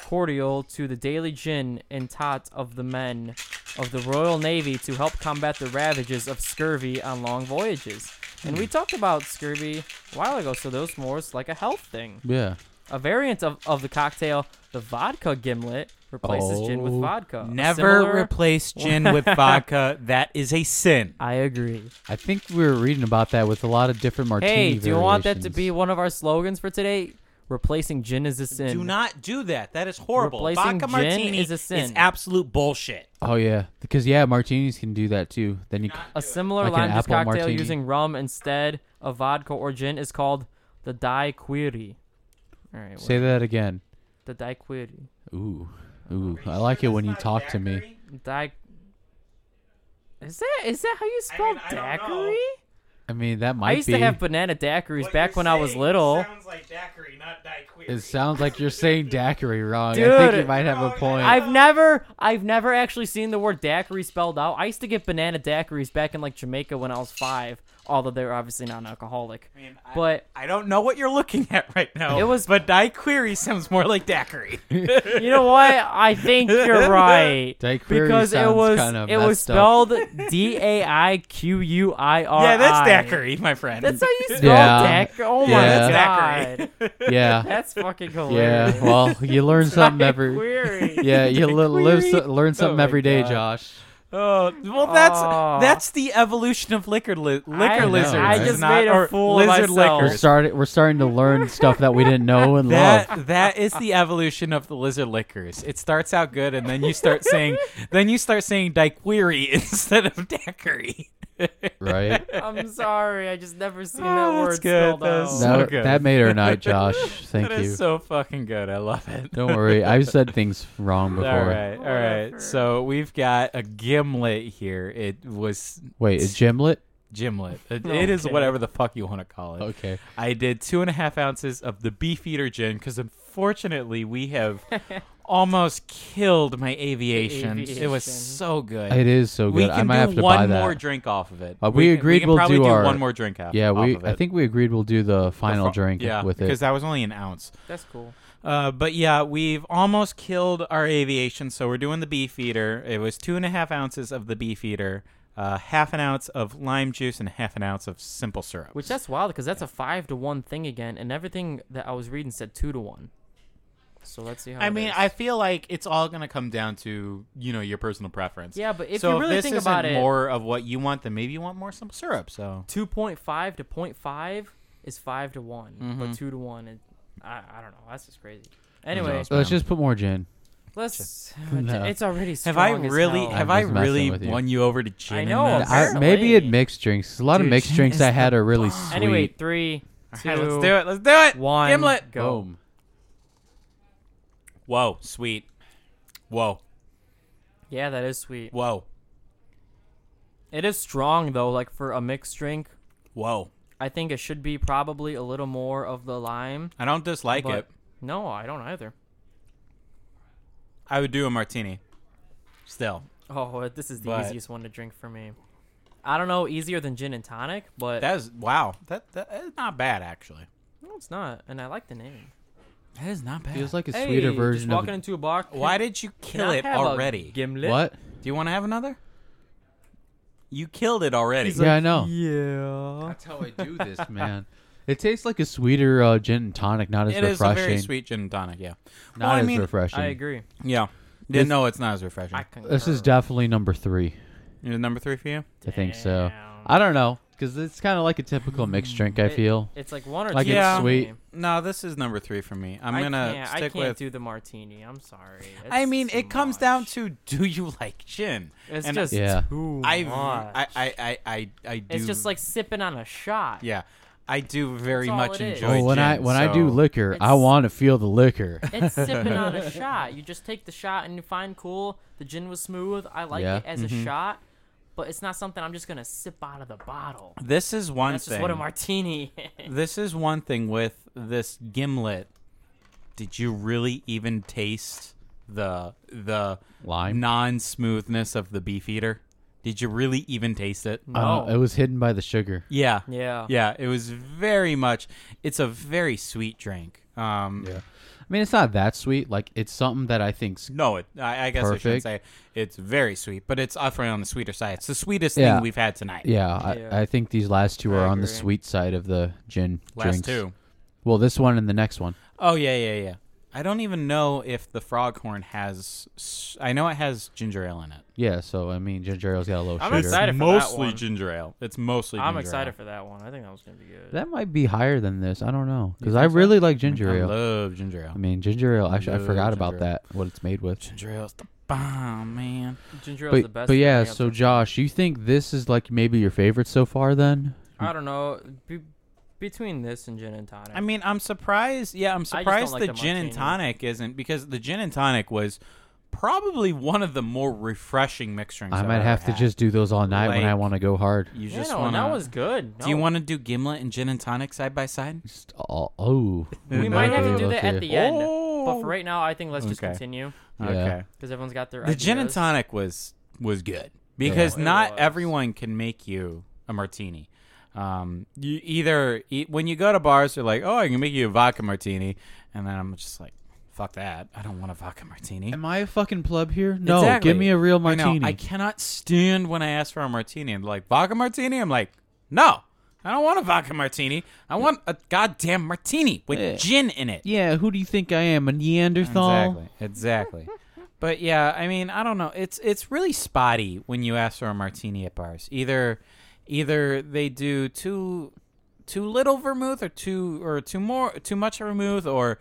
Speaker 3: cordial to the daily gin and tot of the men of the Royal Navy to help combat the ravages of scurvy on long voyages. And we talked about scurvy a while ago, so those more is like a health thing.
Speaker 1: Yeah.
Speaker 3: A variant of, of the cocktail, the vodka gimlet, replaces gin with
Speaker 1: Oh.
Speaker 3: vodka. A
Speaker 2: Never
Speaker 3: similar-
Speaker 2: replace gin with vodka. That is a sin.
Speaker 3: I agree.
Speaker 1: I think we were reading about that with a lot of different martini
Speaker 3: Hey, do you want that to be
Speaker 1: variations.
Speaker 3: one of our slogans for today? Replacing gin is a sin.
Speaker 2: Do not do that. That is horrible.
Speaker 3: Replacing
Speaker 2: vodka
Speaker 3: gin
Speaker 2: martini
Speaker 3: is a sin.
Speaker 2: absolute bullshit.
Speaker 1: Oh yeah, because yeah, martinis can do that too. Then you. c-
Speaker 3: a similar
Speaker 1: Like an
Speaker 3: lime juice
Speaker 1: apple
Speaker 3: cocktail
Speaker 1: martini.
Speaker 3: using rum instead of vodka or gin is called the daiquiri. All right,
Speaker 1: Say
Speaker 3: what-
Speaker 1: that again.
Speaker 3: the daiquiri.
Speaker 1: Ooh, ooh. I like it when you talk to me.
Speaker 3: Dai. Is that is that how you spell
Speaker 4: I don't know.
Speaker 3: daiquiri?
Speaker 1: I mean, that
Speaker 3: I
Speaker 1: might
Speaker 3: used
Speaker 1: be.
Speaker 3: to have banana daiquiris
Speaker 4: What
Speaker 3: back
Speaker 4: you're
Speaker 3: when I was
Speaker 4: saying
Speaker 3: little.
Speaker 4: Sounds like daiquiri, not daiquiri.
Speaker 1: it sounds like you're saying daiquiri wrong. I think
Speaker 3: Dude,
Speaker 1: you might have a point.
Speaker 3: I've never I've never actually seen the word daiquiri spelled out. I used to get banana daiquiris back in like Jamaica when I was five, although they were obviously non-alcoholic.
Speaker 2: I mean, I-
Speaker 3: But
Speaker 2: I don't know what you're looking at right now.
Speaker 3: It was-
Speaker 2: but daiquiri sounds more like daiquiri.
Speaker 3: you know what? I think you're right.
Speaker 1: Daiquiri
Speaker 3: Because it
Speaker 1: sounds
Speaker 3: was
Speaker 1: kinda
Speaker 3: it was
Speaker 1: messed up.
Speaker 3: spelled D A I Q U I R.
Speaker 2: yeah, that's daiquiri, my friend.
Speaker 3: That's how you spell
Speaker 1: Yeah.
Speaker 3: daiquiri. Oh my
Speaker 1: Yeah.
Speaker 2: That's
Speaker 3: god,
Speaker 1: yeah,
Speaker 3: that's fucking hilarious.
Speaker 1: yeah. Well, you learn something every.
Speaker 3: Daiquiri.
Speaker 1: Yeah, you li- live so- learn something
Speaker 2: Oh my
Speaker 1: every day,
Speaker 2: God.
Speaker 1: Josh.
Speaker 2: oh, well, that's
Speaker 3: Oh.
Speaker 2: that's the evolution of liquor li- liquor
Speaker 3: I-
Speaker 2: lizards.
Speaker 1: I
Speaker 2: is
Speaker 1: just
Speaker 2: not-
Speaker 3: made a
Speaker 2: or
Speaker 3: fool of
Speaker 2: lizard
Speaker 3: myself.
Speaker 1: We're
Speaker 2: liquors.
Speaker 1: starting. We're starting to learn stuff that we didn't know and love.
Speaker 2: That that is the evolution of the lizard liquors. It starts out good, and then you start saying, then you start saying daiquiri instead of daiquiri.
Speaker 1: Right.
Speaker 3: I'm sorry, I just never seen
Speaker 2: Oh,
Speaker 3: that
Speaker 2: that's
Speaker 3: word
Speaker 2: good.
Speaker 3: spelled out.
Speaker 2: That's-
Speaker 1: That,
Speaker 2: So good.
Speaker 1: that made our night, Josh. Thank
Speaker 2: That
Speaker 1: you.
Speaker 2: is so fucking good. I love it.
Speaker 1: Don't worry, I've said things wrong
Speaker 2: All
Speaker 1: before.
Speaker 2: right, all
Speaker 3: Whatever.
Speaker 2: right. So we've got a gimlet here. It was
Speaker 1: Wait, a gimlet?
Speaker 2: gimlet. It, it is
Speaker 3: Okay.
Speaker 2: whatever the fuck you want to call it.
Speaker 1: Okay.
Speaker 2: I did two and a half ounces of the Beefeater gin because unfortunately we have almost killed my aviation. It
Speaker 3: Aviation.
Speaker 2: was so good.
Speaker 1: It is so good.
Speaker 2: we can
Speaker 1: I might
Speaker 2: do
Speaker 1: have to
Speaker 2: one
Speaker 1: buy that.
Speaker 2: more drink off of it.
Speaker 1: Uh, we
Speaker 2: can-
Speaker 1: agreed
Speaker 2: can
Speaker 1: we'll
Speaker 2: probably
Speaker 1: do
Speaker 2: do
Speaker 1: our-
Speaker 2: one more drink off.
Speaker 1: yeah, we.
Speaker 2: off of
Speaker 1: I
Speaker 2: it.
Speaker 1: think we agreed we'll do the final
Speaker 2: Fro-
Speaker 1: drink
Speaker 2: yeah,
Speaker 1: with
Speaker 2: because
Speaker 1: it.
Speaker 2: that was only an ounce.
Speaker 3: That's cool.
Speaker 2: Uh, but yeah, we've almost killed our aviation, so we're doing the Beefeater. It was two and a half ounces of the Beefeater, uh, half an ounce of lime juice, and half an ounce of simple syrup.
Speaker 3: Which that's wild because that's a five to one thing again, and everything that I was reading said two to one. So let's see how.
Speaker 2: I
Speaker 3: it
Speaker 2: mean,
Speaker 3: is.
Speaker 2: I feel like it's all gonna come down to you know your personal preference.
Speaker 3: yeah, but if
Speaker 2: so
Speaker 3: you really
Speaker 2: this
Speaker 3: think
Speaker 2: isn't
Speaker 3: about it,
Speaker 2: more of what you want, then maybe you want more simple syrup. So
Speaker 3: two point five to 0.5 is five to one,
Speaker 2: Mm-hmm.
Speaker 3: but two to one, is, I I don't know. That's just crazy. Anyway,
Speaker 2: knows?
Speaker 1: Let's just put more gin.
Speaker 3: let's.
Speaker 1: No.
Speaker 3: It's already. Strong
Speaker 2: have I
Speaker 3: as
Speaker 2: really
Speaker 3: hell.
Speaker 2: have
Speaker 1: I'm
Speaker 2: I
Speaker 1: just messing
Speaker 2: really
Speaker 1: with you.
Speaker 2: won you over to gin?
Speaker 3: I
Speaker 2: in
Speaker 3: know,
Speaker 2: this?
Speaker 3: I'm very-
Speaker 1: I, maybe it
Speaker 3: Apparently.
Speaker 1: mixed drinks. A lot of
Speaker 2: Dude,
Speaker 1: mixed
Speaker 2: gin
Speaker 1: drinks
Speaker 2: is
Speaker 1: I had
Speaker 2: the
Speaker 1: are really
Speaker 2: bomb.
Speaker 1: sweet.
Speaker 3: Anyway, three, two,
Speaker 2: All right, let's do it. Let's do it.
Speaker 3: one,
Speaker 2: Gimlet.
Speaker 3: go.
Speaker 1: Boom.
Speaker 2: Whoa, sweet. Whoa,
Speaker 3: Yeah, that is sweet.
Speaker 2: whoa,
Speaker 3: It is strong though. Like for a mixed drink,
Speaker 2: whoa.
Speaker 3: I think it should be probably a little more of the lime.
Speaker 2: I don't dislike
Speaker 3: But
Speaker 2: it.
Speaker 3: no, I don't either.
Speaker 2: I would do a martini. Still,
Speaker 3: Oh, this is the
Speaker 2: But-
Speaker 3: easiest one to drink for me. I don't know, easier than gin and tonic, but
Speaker 2: that is wow. That, that that's not bad actually.
Speaker 3: no, it's not. And I like the name.
Speaker 2: That is not bad.
Speaker 1: Feels like a
Speaker 3: Hey,
Speaker 1: sweeter
Speaker 3: just
Speaker 1: version of
Speaker 3: walking into a bar.
Speaker 2: Why did you
Speaker 3: Can
Speaker 2: kill
Speaker 3: I
Speaker 2: it
Speaker 3: have a
Speaker 2: already?
Speaker 3: Gimlet.
Speaker 1: what?
Speaker 2: Do you want to have another? You killed it already.
Speaker 1: Yeah, I know.
Speaker 3: Yeah.
Speaker 1: That's how I do this, man. It tastes like a sweeter uh, gin and tonic, not as
Speaker 2: It is a
Speaker 1: refreshing.
Speaker 2: very sweet gin and tonic. Yeah.
Speaker 1: Not
Speaker 2: well, I
Speaker 1: as
Speaker 2: mean,
Speaker 1: refreshing.
Speaker 3: I agree.
Speaker 2: yeah. Yeah, no, it's not as refreshing.
Speaker 3: I concur.
Speaker 1: This is definitely number three.
Speaker 2: Is it number three for you?
Speaker 1: I think so. I don't know because it's kind of like a typical mixed drink. I
Speaker 3: It-
Speaker 1: feel
Speaker 3: It's like one or
Speaker 1: Like
Speaker 3: two.
Speaker 2: it's
Speaker 3: for
Speaker 1: sweet.
Speaker 3: me.
Speaker 2: No, this is number three for me. I'm
Speaker 3: I
Speaker 2: gonna
Speaker 3: can't, I
Speaker 2: stick
Speaker 3: can't
Speaker 2: with.
Speaker 3: do the martini. I'm sorry.
Speaker 2: I
Speaker 3: It's
Speaker 2: mean,
Speaker 3: too
Speaker 2: it comes down
Speaker 3: much.
Speaker 2: to do you like gin?
Speaker 3: It's
Speaker 2: and
Speaker 3: just
Speaker 1: Yeah.
Speaker 3: too
Speaker 2: I,
Speaker 3: much.
Speaker 2: I, I, I, I, I do.
Speaker 3: it's just like sipping on a shot.
Speaker 2: yeah, I do very
Speaker 3: That's all
Speaker 2: much
Speaker 3: it is.
Speaker 2: enjoy.
Speaker 1: Oh, when
Speaker 2: gin,
Speaker 1: I when I do
Speaker 2: so-
Speaker 1: liquor, I
Speaker 3: It's-
Speaker 1: want to feel the liquor.
Speaker 3: It's sipping on a shot. You just take the shot and you find cool. The gin was smooth. I like
Speaker 1: Yeah. Mm-hmm.
Speaker 3: it as a shot, but it's not something I'm just gonna sip out of the bottle.
Speaker 2: This is one
Speaker 3: That's
Speaker 2: thing.
Speaker 3: just what a martini. is.
Speaker 2: this is one thing with this gimlet. Did you really even taste the the
Speaker 1: Lime.
Speaker 2: non smoothness of the beef eater? Did you really even taste it?
Speaker 1: I don't know,
Speaker 3: No.
Speaker 1: Uh, it was hidden by the sugar.
Speaker 2: Yeah.
Speaker 3: yeah.
Speaker 2: Yeah, it was very much. It's a very sweet drink. Um,
Speaker 1: Yeah. I mean, it's not that sweet. Like it's something that I think's
Speaker 2: No, it, I, I guess I should
Speaker 1: Perfect.
Speaker 2: say it's very sweet, but it's offering on the sweeter side. It's the sweetest
Speaker 1: Yeah.
Speaker 2: thing we've had tonight.
Speaker 1: yeah.
Speaker 3: Yeah.
Speaker 1: I, I think these last two
Speaker 3: I
Speaker 1: are on the
Speaker 3: agree.
Speaker 1: sweet side of the gin
Speaker 2: Last
Speaker 1: drinks.
Speaker 2: two.
Speaker 1: Well, this one and the next one.
Speaker 2: Oh yeah, yeah, yeah. I don't even know if the Froghorn has. s- I know it has ginger ale in it.
Speaker 1: Yeah. So I mean, ginger ale's got a little
Speaker 3: I'm
Speaker 1: sugar.
Speaker 3: excited. for that
Speaker 2: mostly
Speaker 3: one.
Speaker 2: ginger ale. It's mostly.
Speaker 3: I'm
Speaker 2: ginger
Speaker 3: excited
Speaker 2: ale.
Speaker 3: for that one. I think that was gonna be good.
Speaker 1: That might be higher than this. I don't know
Speaker 2: You
Speaker 1: because I
Speaker 2: think so?
Speaker 1: really like ginger
Speaker 2: I
Speaker 1: ale.
Speaker 2: love ginger ale.
Speaker 1: I mean, ginger ale. Actually, I
Speaker 2: love
Speaker 1: forgot
Speaker 2: ginger
Speaker 1: about
Speaker 2: ale.
Speaker 1: that. What it's made with.
Speaker 2: Ginger ale's the bomb, man.
Speaker 3: ginger ale's the
Speaker 1: But
Speaker 3: best.
Speaker 1: but
Speaker 3: thing I
Speaker 1: yeah.
Speaker 3: think I've
Speaker 1: So
Speaker 3: done.
Speaker 1: Josh, you think this is like maybe your favorite so far? Then
Speaker 3: I don't know. Be- between this and gin and tonic,
Speaker 2: I mean, I'm surprised. Yeah, I'm
Speaker 3: just don't
Speaker 2: surprised
Speaker 3: like
Speaker 2: the,
Speaker 3: the
Speaker 2: gin and
Speaker 3: martini.
Speaker 2: tonic isn't because the gin and tonic was probably one of the more refreshing mixed drinks.
Speaker 1: I
Speaker 2: I've
Speaker 1: might
Speaker 2: ever
Speaker 1: have to
Speaker 2: had.
Speaker 1: just do those all night when I
Speaker 2: Like-
Speaker 1: want to go hard.
Speaker 2: You
Speaker 3: yeah,
Speaker 2: just
Speaker 3: no,
Speaker 2: want
Speaker 3: that was good.
Speaker 2: Do you
Speaker 3: No.
Speaker 2: want to do gimlet and gin and tonic side by side?
Speaker 1: Just all, oh,
Speaker 3: We
Speaker 2: No,
Speaker 1: might
Speaker 3: might
Speaker 1: be
Speaker 3: have to do
Speaker 1: able
Speaker 3: that
Speaker 1: to.
Speaker 3: at the end. But
Speaker 2: Oh.
Speaker 3: for right now, I think let's just
Speaker 2: Okay.
Speaker 3: continue
Speaker 1: Yeah.
Speaker 2: Okay.
Speaker 3: because everyone's got their
Speaker 2: The gin and
Speaker 3: ideas.
Speaker 2: tonic was was good because
Speaker 3: It
Speaker 2: not
Speaker 3: was.
Speaker 2: everyone can make you a martini. Um, you either e- when you go to bars, they're like, "Oh, I can make you a vodka martini," and then I'm just like, "Fuck that! I don't want a vodka martini."
Speaker 1: Am I a fucking pleb here? No,
Speaker 2: Exactly.
Speaker 1: give me a real
Speaker 2: I know.
Speaker 1: martini.
Speaker 2: I, cannot stand when I ask for a martini and they're like vodka martini. I'm like, no, I don't want a vodka martini. I want a goddamn martini with
Speaker 1: Yeah.
Speaker 2: gin in it.
Speaker 1: yeah, who do you think I am, a Neanderthal?
Speaker 2: Exactly. Exactly. but yeah, I mean, I don't know. It's it's really spotty when you ask for a martini at bars. Either either they do too too little vermouth or too or too more too much vermouth or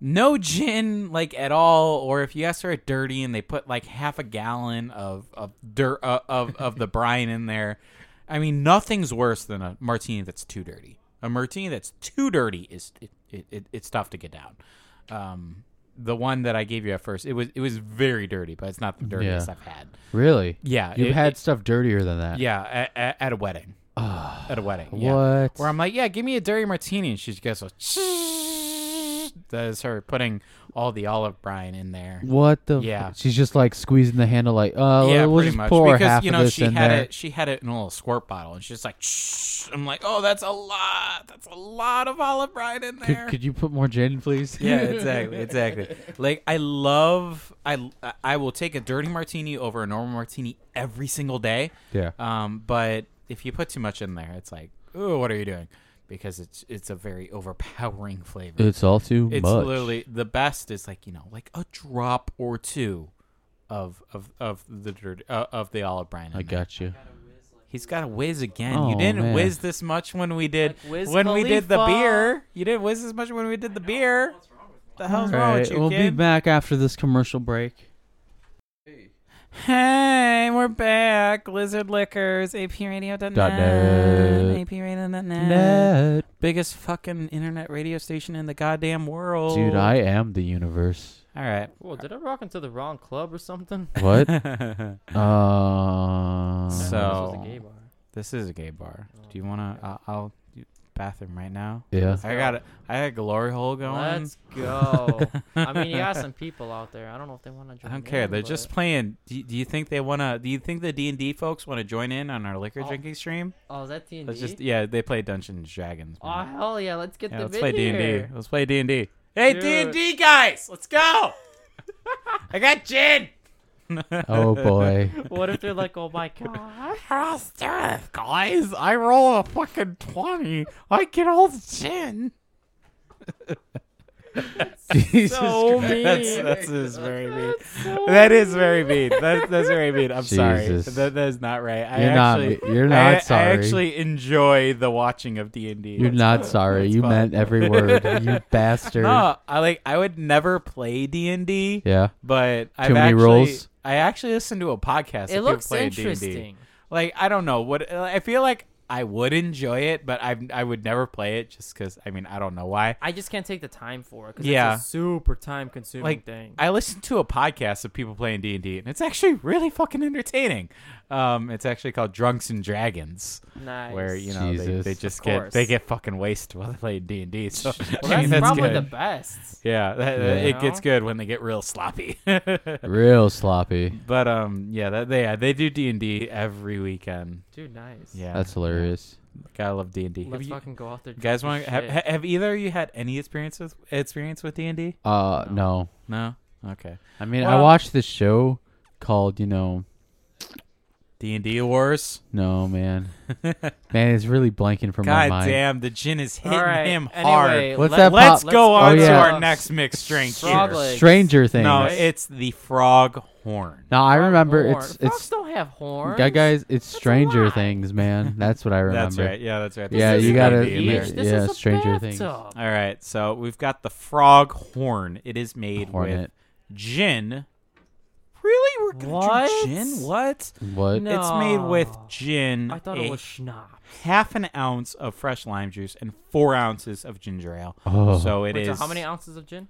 Speaker 2: no gin like at all or if you ask for it dirty and they put like half a gallon of of dirt uh, of of the brine in there. I mean, nothing's worse than a martini that's too dirty. A martini that's too dirty is it, it, it, it's tough to get down. Um, the one that I gave you at first, it was it was very dirty, but it's not the dirtiest
Speaker 1: Yeah.
Speaker 2: I've had.
Speaker 1: Really?
Speaker 2: Yeah,
Speaker 1: You've
Speaker 2: it-
Speaker 1: had
Speaker 2: it-
Speaker 1: stuff dirtier than that.
Speaker 2: Yeah, at, at, at a wedding. at a wedding. yeah.
Speaker 1: What?
Speaker 2: Where I'm like, yeah, give me a dirty martini, and she just goes, "Oh, that is her putting all the olive brine in there.
Speaker 1: What the?
Speaker 2: Yeah.
Speaker 1: She's just like squeezing the handle, like, uh,
Speaker 2: yeah,
Speaker 1: we'll
Speaker 2: pretty
Speaker 1: just
Speaker 2: much.
Speaker 1: pour
Speaker 2: because
Speaker 1: half
Speaker 2: you
Speaker 1: of
Speaker 2: know
Speaker 1: this
Speaker 2: she
Speaker 1: in
Speaker 2: had
Speaker 1: there.
Speaker 2: it. She had it in a little squirt bottle, and she's just like, Shh. I'm like, oh, that's a lot. That's a lot of olive brine in there.
Speaker 1: Could, could you put more gin, please?
Speaker 2: yeah, exactly, exactly. Like I love, I I will take a dirty martini over a normal martini every single day.
Speaker 1: Yeah.
Speaker 2: Um, but if you put too much in there, it's like, ooh, what are you doing? Because it's it's a very overpowering flavor.
Speaker 1: It's all too
Speaker 2: It's
Speaker 1: much.
Speaker 2: literally the best is like you know like a drop or two of of of the dirt, uh, of the olive brine. in
Speaker 1: I
Speaker 2: there.
Speaker 1: got you.
Speaker 2: He's got to whiz again. you
Speaker 1: Oh,
Speaker 2: didn't
Speaker 1: man.
Speaker 2: whiz this much when we did
Speaker 3: Like Wiz
Speaker 2: when we did the
Speaker 3: Khalifa.
Speaker 2: beer. You didn't whiz as much when we did the beer. The hell's wrong with you,
Speaker 1: we'll be
Speaker 2: kid?
Speaker 1: back after this commercial break.
Speaker 2: Hey, we're back. Lizard Liquors, APRadio.net.
Speaker 1: Dot net.
Speaker 2: APRadio.net.
Speaker 1: Ned.
Speaker 2: Biggest fucking internet radio station in the goddamn world.
Speaker 1: Dude, I am the universe.
Speaker 2: All right.
Speaker 3: Well, did I walk into the wrong club or something?
Speaker 1: What?
Speaker 3: I
Speaker 1: uh,
Speaker 3: thought this was a
Speaker 2: So-
Speaker 3: gay bar.
Speaker 2: this is a gay bar. Do you want to? Uh, I'll do bathroom right now.
Speaker 1: yeah.
Speaker 2: I got a, I got a glory hole going.
Speaker 3: Let's go. I mean, you got some people out there. I don't know if they want to join.
Speaker 2: I don't care.
Speaker 3: in,
Speaker 2: They're
Speaker 3: but-
Speaker 2: just playing. Do, do you think they wanna? Do you think the D and D folks wanna join in on our liquor
Speaker 3: Oh.
Speaker 2: drinking stream?
Speaker 3: Oh, is that D and
Speaker 2: Let's just
Speaker 3: D?
Speaker 2: yeah. They play Dungeons and Dragons.
Speaker 3: Oh
Speaker 2: man.
Speaker 3: hell yeah! Let's get
Speaker 2: yeah,
Speaker 3: the
Speaker 2: let's play D and D. Let's play D and D. Hey,
Speaker 3: Do
Speaker 2: D and
Speaker 3: it.
Speaker 2: D guys, let's go. I got gin.
Speaker 1: Oh boy.
Speaker 3: What if they're like, oh my god?
Speaker 2: Let's do it, guys. I roll a fucking twenty. I get all the gin.
Speaker 1: Jesus
Speaker 3: So
Speaker 1: Christ.
Speaker 3: mean.
Speaker 2: That's that's is very mean.
Speaker 3: so
Speaker 2: That is very mean. That, that's very mean. I'm sorry.
Speaker 1: Jesus.
Speaker 2: That, that is not right. I
Speaker 1: You're not
Speaker 2: actually,
Speaker 1: me- you're not
Speaker 2: I,
Speaker 1: sorry.
Speaker 2: I actually enjoy the watching of D and D.
Speaker 1: You're not sorry. You
Speaker 2: fine.
Speaker 1: meant every word. You bastard.
Speaker 2: No, I like. I would never play D and D.
Speaker 1: Yeah.
Speaker 2: But I've
Speaker 1: many
Speaker 2: actually,
Speaker 1: rules?
Speaker 2: I actually listened to a podcast.
Speaker 3: It
Speaker 2: of
Speaker 3: looks
Speaker 2: people playing D&D.
Speaker 3: interesting.
Speaker 2: Like I don't know what I feel like. I would enjoy it, but I I would never play it just because I mean I don't know why.
Speaker 3: I just can't take the time for it because
Speaker 2: Yeah.
Speaker 3: it's a super time consuming
Speaker 2: Like
Speaker 3: thing.
Speaker 2: I listened to a podcast of people playing D and D, and it's actually really fucking entertaining. Um, it's actually called Drunks and Dragons,
Speaker 3: nice.
Speaker 2: where you know they,
Speaker 1: Jesus.
Speaker 2: they just
Speaker 3: Of
Speaker 2: get
Speaker 3: course.
Speaker 2: they get fucking wasted while they play D and D. So
Speaker 3: well,
Speaker 2: I mean,
Speaker 3: that's, probably
Speaker 2: good.
Speaker 3: the best.
Speaker 2: yeah, that, that-
Speaker 1: Yeah.
Speaker 2: it gets good when they get real sloppy.
Speaker 1: Real sloppy.
Speaker 2: But um, yeah, that they yeah, they do D and D every weekend.
Speaker 3: Dude, nice.
Speaker 2: Yeah,
Speaker 1: That's hilarious.
Speaker 2: gotta love D and D.
Speaker 3: Let's fucking go out there.
Speaker 2: guys
Speaker 3: drunk
Speaker 2: want
Speaker 3: as
Speaker 2: have,
Speaker 3: shit.
Speaker 2: ha- have either of you had any experience with experience with D and D?
Speaker 1: Uh
Speaker 3: No.
Speaker 1: no.
Speaker 2: No. Okay.
Speaker 1: I mean, I
Speaker 2: Well-
Speaker 1: watched this show called, you know,
Speaker 2: D and D wars.
Speaker 1: no man. man, it's really blanking from my
Speaker 2: God
Speaker 1: mind.
Speaker 2: damn, the gin is
Speaker 3: All
Speaker 2: hitting
Speaker 3: right,
Speaker 2: him
Speaker 3: anyway,
Speaker 2: hard.
Speaker 1: What's
Speaker 3: let-
Speaker 1: that
Speaker 2: Let's
Speaker 1: pop-
Speaker 2: go
Speaker 1: Oh,
Speaker 2: on to
Speaker 1: yeah.
Speaker 2: our next mixed drink
Speaker 3: Frog
Speaker 2: here.
Speaker 3: legs.
Speaker 1: Stranger Things.
Speaker 2: No,
Speaker 1: No,
Speaker 3: right?
Speaker 2: it's the frog horn.
Speaker 1: I
Speaker 3: Frog
Speaker 1: remember
Speaker 3: horn.
Speaker 1: it's
Speaker 3: Frogs
Speaker 1: it's
Speaker 3: don't have horns.
Speaker 1: Yeah, guys, it's
Speaker 3: That's a
Speaker 1: Stranger
Speaker 3: lie.
Speaker 1: Things, man. That's what I remember.
Speaker 2: That's right. Yeah, that's right.
Speaker 1: Yeah,
Speaker 2: This
Speaker 1: you
Speaker 2: is
Speaker 1: gotta-
Speaker 2: D&D in
Speaker 1: you-
Speaker 2: there.
Speaker 3: This
Speaker 1: yeah,
Speaker 3: is a
Speaker 1: Stranger Things.
Speaker 3: bathtub.
Speaker 2: All right, so we've got the frog horn. It is made
Speaker 1: Hornet.
Speaker 2: with gin. Really? We're gonna
Speaker 3: What?
Speaker 2: drink gin? What?
Speaker 1: What?
Speaker 3: No.
Speaker 2: It's made with gin.
Speaker 3: I thought
Speaker 2: a
Speaker 3: it was schnapps.
Speaker 2: half an ounce of fresh lime juice and four ounces of ginger ale.
Speaker 1: Oh,
Speaker 2: So it is
Speaker 3: Wait, so how many ounces of gin?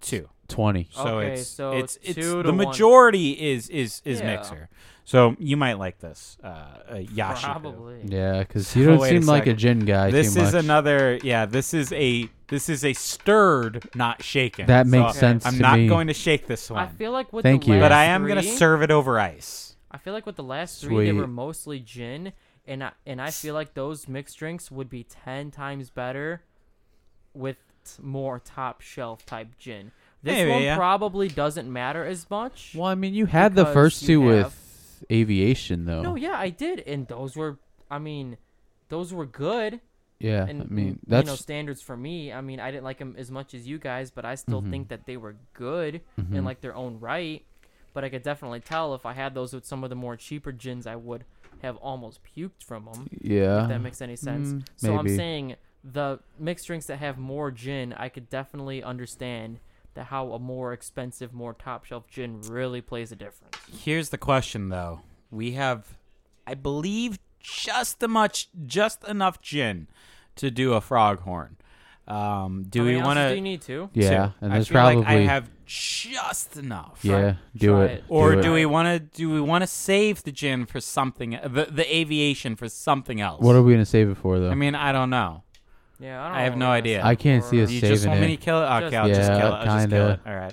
Speaker 2: two.
Speaker 1: 20.
Speaker 2: So
Speaker 3: Okay,
Speaker 2: it's
Speaker 3: so
Speaker 2: it's, it's
Speaker 3: two to
Speaker 2: the
Speaker 3: one.
Speaker 2: majority is is is
Speaker 3: Yeah.
Speaker 2: mixer. So you might like this, uh, uh Yashi.
Speaker 3: Probably.
Speaker 1: Yeah, because you
Speaker 2: So
Speaker 1: don't
Speaker 2: wait a
Speaker 1: seem like a
Speaker 2: second.
Speaker 1: gin guy
Speaker 2: This
Speaker 1: too much.
Speaker 2: is another. Yeah, this is a this is a stirred, not shaken.
Speaker 1: That
Speaker 2: So
Speaker 1: makes
Speaker 3: Okay.
Speaker 1: sense
Speaker 2: I'm
Speaker 1: to
Speaker 2: not
Speaker 1: me.
Speaker 2: going to shake this one.
Speaker 3: I feel like with
Speaker 1: Thank
Speaker 3: the
Speaker 1: you.
Speaker 3: last
Speaker 2: but I am going to
Speaker 3: three-
Speaker 2: serve it over ice.
Speaker 3: I feel like with the last three, they
Speaker 1: Sweet.
Speaker 3: were mostly gin, and I and I feel like those mixed drinks would be ten times better with t- more top shelf type gin. This
Speaker 2: Maybe,
Speaker 3: one
Speaker 2: yeah.
Speaker 3: probably doesn't matter as much.
Speaker 1: well, I mean, you had the
Speaker 3: Because
Speaker 1: first
Speaker 3: you
Speaker 1: two
Speaker 3: have-
Speaker 1: with aviation, though.
Speaker 3: No, yeah, I did, and those were, I mean, those were good.
Speaker 1: yeah,
Speaker 3: And
Speaker 1: I mean, that's
Speaker 3: you know standards for me. I mean, I didn't like them as much as you guys, but I
Speaker 1: Mm-hmm.
Speaker 3: still think that they were good in like their own right. But I could definitely tell if I had those with some of the more cheaper gins, I would have almost puked from them.
Speaker 1: yeah.
Speaker 3: if that makes any sense.
Speaker 1: mm,
Speaker 3: so
Speaker 1: maybe.
Speaker 3: I'm saying the mixed drinks that have more gin, I could definitely understand that how a more expensive, more top shelf gin really plays a difference.
Speaker 2: Here's the question, though. We have, I believe, just the much, just enough gin to do a frog horn. Um, do
Speaker 3: How
Speaker 2: we
Speaker 3: many
Speaker 2: want
Speaker 3: ounces Do you
Speaker 2: to?
Speaker 3: need to?
Speaker 1: yeah, and
Speaker 2: I
Speaker 1: there's
Speaker 2: feel
Speaker 1: probably
Speaker 2: like I have just enough.
Speaker 1: yeah. Do
Speaker 3: try
Speaker 1: it.
Speaker 3: it.
Speaker 2: Or
Speaker 1: do,
Speaker 2: do
Speaker 1: it.
Speaker 2: we want to? Do we want to save the gin for something? The the aviation for something else.
Speaker 1: What are we gonna save it for, though?
Speaker 2: I mean, I don't know.
Speaker 3: Yeah, I, don't
Speaker 2: I have
Speaker 3: know
Speaker 2: no
Speaker 3: what
Speaker 2: idea.
Speaker 3: that's
Speaker 1: I can't see
Speaker 3: for.
Speaker 1: us
Speaker 2: you
Speaker 1: saving
Speaker 2: just want
Speaker 1: it.
Speaker 2: me to kill it? Okay,
Speaker 3: Just-
Speaker 2: I'll just
Speaker 1: Yeah,
Speaker 2: kill it. I'll just kill it.
Speaker 1: kinda.
Speaker 2: All right.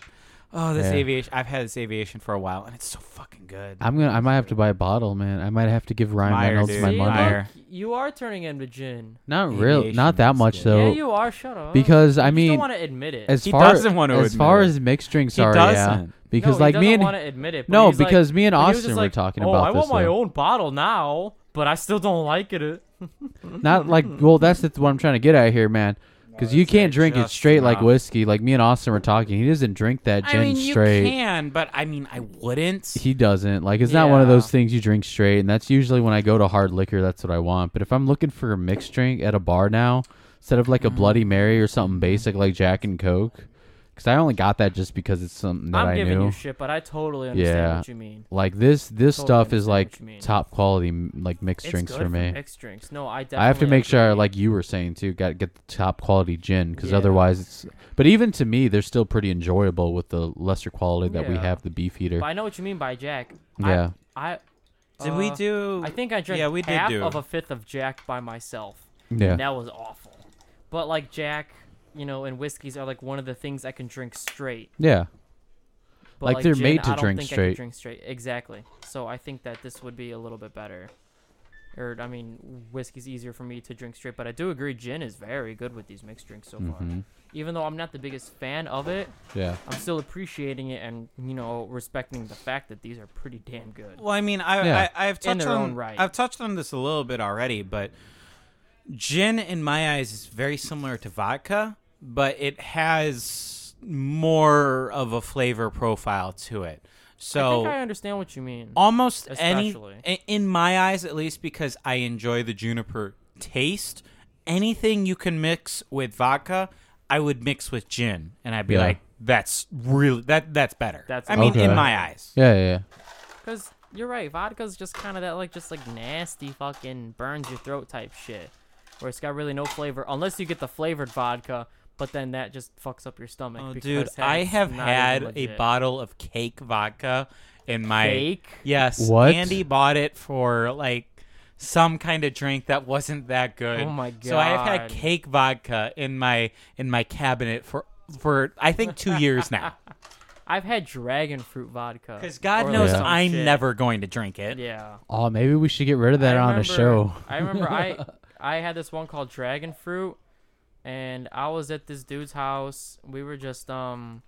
Speaker 2: Oh, this
Speaker 1: Yeah.
Speaker 2: aviation. I've had this aviation for a while, and it's so fucking good.
Speaker 1: I'm gonna. I might have to buy a bottle, man. I might have to give Ryan
Speaker 2: Meyer,
Speaker 1: Reynolds
Speaker 2: dude.
Speaker 1: my
Speaker 3: See,
Speaker 1: money.
Speaker 2: Meyer.
Speaker 3: look, you are turning into gin.
Speaker 1: Not real.
Speaker 2: Aviation
Speaker 1: Not that
Speaker 2: is
Speaker 1: much
Speaker 2: good.
Speaker 1: though.
Speaker 3: yeah, you are. Shut up.
Speaker 1: because I
Speaker 3: you
Speaker 1: mean,
Speaker 3: don't want to admit it.
Speaker 1: as
Speaker 2: He
Speaker 1: far
Speaker 2: doesn't wanna
Speaker 1: as
Speaker 2: admit
Speaker 1: far
Speaker 2: it.
Speaker 1: as mixed drinks
Speaker 2: He
Speaker 1: are, yeah.
Speaker 2: doesn't.
Speaker 1: Because
Speaker 3: no,
Speaker 1: like
Speaker 3: he
Speaker 1: me and
Speaker 3: want to admit it. but
Speaker 1: No,
Speaker 3: he's like-
Speaker 1: because me and
Speaker 3: but he was
Speaker 1: Austin
Speaker 3: just
Speaker 1: were
Speaker 3: like,
Speaker 1: talking
Speaker 3: oh,
Speaker 1: about
Speaker 3: I
Speaker 1: this,
Speaker 3: want my
Speaker 1: though."
Speaker 3: own bottle now, but I still don't like it.
Speaker 1: not like
Speaker 3: Mm.
Speaker 1: well, that's the, what I'm trying to get at here, man. Because you can't drink it
Speaker 2: just
Speaker 1: straight like
Speaker 2: enough.
Speaker 1: whiskey. Like me and Austin were talking, he doesn't drink that
Speaker 2: I
Speaker 1: gin
Speaker 2: mean,
Speaker 1: straight.
Speaker 2: you can, but I mean, I wouldn't.
Speaker 1: He doesn't. Like it's not one of
Speaker 3: Yeah.
Speaker 1: those things you drink straight, and that's usually when I go to hard liquor, that's what I want. But if I'm looking for a mixed drink at a bar now, instead of
Speaker 3: Mm-hmm.
Speaker 1: like a Bloody Mary or something basic like Jack and Coke, because I only got that just because it's something that
Speaker 3: I'm
Speaker 1: I
Speaker 3: giving
Speaker 1: knew.
Speaker 3: you shit, but I totally understand
Speaker 1: Yeah.
Speaker 3: what you mean.
Speaker 1: like this, this
Speaker 3: Totally
Speaker 1: stuff is
Speaker 3: understand
Speaker 1: like
Speaker 3: what you mean.
Speaker 1: top quality, m- like mixed
Speaker 3: It's
Speaker 1: drinks
Speaker 3: good
Speaker 1: for me.
Speaker 3: Mixed drinks. No, I definitely.
Speaker 1: I have to make sure,
Speaker 3: agree.
Speaker 1: like you were saying too, got to get the top quality gin because
Speaker 3: Yeah.
Speaker 1: otherwise it's. But even to me, they're still pretty enjoyable with the lesser quality that we
Speaker 3: Yeah.
Speaker 1: have, the beefeater.
Speaker 3: But I know what you mean by Jack.
Speaker 1: Yeah.
Speaker 3: I. I
Speaker 2: Did we
Speaker 3: uh,
Speaker 2: do?
Speaker 3: I think I drank
Speaker 2: Yeah, we did
Speaker 3: half
Speaker 2: do.
Speaker 3: of a fifth of Jack by myself.
Speaker 1: Yeah,
Speaker 3: And that was awful. But like Jack, you know, and whiskeys are like one of the things I can drink straight.
Speaker 1: yeah.
Speaker 3: But
Speaker 1: Like,
Speaker 3: like
Speaker 1: they're
Speaker 3: gin,
Speaker 1: made to
Speaker 3: I don't
Speaker 1: drink
Speaker 3: think I
Speaker 1: straight.
Speaker 3: can drink straight. Exactly. So I think that this would be a little bit better. or I mean, whiskey's easier for me to drink straight. But I do agree, gin is very good with these mixed drinks so far.
Speaker 1: Mhm.
Speaker 3: Even though I'm not the biggest fan of it,
Speaker 1: Yeah.
Speaker 3: I'm still appreciating it and you know respecting the fact that these are pretty damn good.
Speaker 2: Well, I mean, I,
Speaker 1: Yeah.
Speaker 2: I I've
Speaker 3: In
Speaker 2: touched
Speaker 3: their
Speaker 2: on
Speaker 3: own right.
Speaker 2: I've touched on this a little bit already, but gin, in my eyes, is very similar to vodka, but it has more of a flavor profile to it.
Speaker 3: I
Speaker 2: So
Speaker 3: think I understand what you mean.
Speaker 2: almost
Speaker 3: Especially.
Speaker 2: any i- in my eyes at least because i enjoy the juniper taste anything you can mix with vodka i would mix with gin and i'd be
Speaker 1: Yeah.
Speaker 2: like that's really that that's better
Speaker 3: That's
Speaker 2: i mean in
Speaker 1: Okay.
Speaker 2: my eyes
Speaker 1: Yeah. Yeah.
Speaker 3: Cause you're right, vodka's just kind of that like just like nasty fucking burns your throat type shit, where it's got really no flavor unless you get the flavored vodka, but then that just fucks up your stomach.
Speaker 2: oh,
Speaker 3: because
Speaker 2: dude
Speaker 3: that's
Speaker 2: i have
Speaker 3: not
Speaker 2: had
Speaker 3: even
Speaker 2: a
Speaker 3: legit.
Speaker 2: bottle of cake vodka in my
Speaker 3: Cake?
Speaker 2: yes
Speaker 1: What?
Speaker 2: andy bought it for like some kind of drink that wasn't that good.
Speaker 3: Oh my
Speaker 2: So I've had
Speaker 3: God.
Speaker 2: cake vodka in my in my cabinet for for I think 2 years now.
Speaker 3: I've had dragon fruit vodka.
Speaker 2: Because God
Speaker 3: or, like,
Speaker 2: knows
Speaker 1: Yeah.
Speaker 3: some
Speaker 2: I'm
Speaker 3: shit.
Speaker 2: never going to drink it.
Speaker 3: Yeah.
Speaker 1: Oh, maybe we should get rid of that
Speaker 3: I
Speaker 1: on
Speaker 3: remember-
Speaker 1: the show.
Speaker 3: I remember I I had this one called Dragon Fruit, and I was at this dude's house. We were just um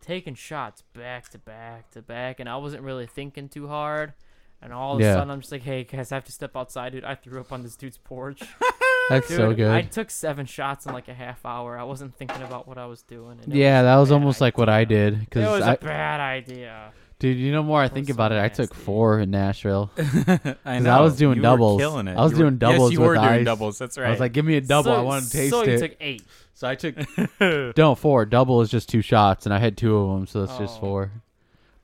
Speaker 3: taking shots back to back to back, and I wasn't really thinking too hard. And all of
Speaker 1: Yeah.
Speaker 3: a sudden, I'm just like, "Hey guys, I have to step outside, dude." I threw up on this dude's porch.
Speaker 1: That's
Speaker 3: Dude,
Speaker 1: so good.
Speaker 3: I took seven shots in like a half hour. I wasn't thinking about what I was doing. And it
Speaker 1: yeah,
Speaker 3: a
Speaker 1: that was
Speaker 3: bad
Speaker 1: almost like what I
Speaker 3: idea.
Speaker 1: did.
Speaker 3: It
Speaker 1: Cause
Speaker 3: was
Speaker 1: I,
Speaker 3: a bad idea.
Speaker 1: dude, you know, more I
Speaker 3: That
Speaker 1: think
Speaker 3: was so
Speaker 1: about it, I took
Speaker 3: nasty.
Speaker 1: four in Nashville.
Speaker 2: I
Speaker 1: 'Cause I was doing
Speaker 2: You were
Speaker 1: doubles.
Speaker 2: killing it.
Speaker 1: I was
Speaker 2: You were-
Speaker 1: doing doubles
Speaker 2: Yes, you
Speaker 1: with
Speaker 2: were doing
Speaker 1: ice.
Speaker 2: doubles. That's right.
Speaker 1: I was like, give me a double.
Speaker 3: So,
Speaker 1: I want to taste
Speaker 3: so
Speaker 1: it.
Speaker 3: you took eight.
Speaker 1: so I took
Speaker 2: like,
Speaker 1: no four. Double is just two shots, and I had two of them, so that's just
Speaker 3: Oh.
Speaker 1: four.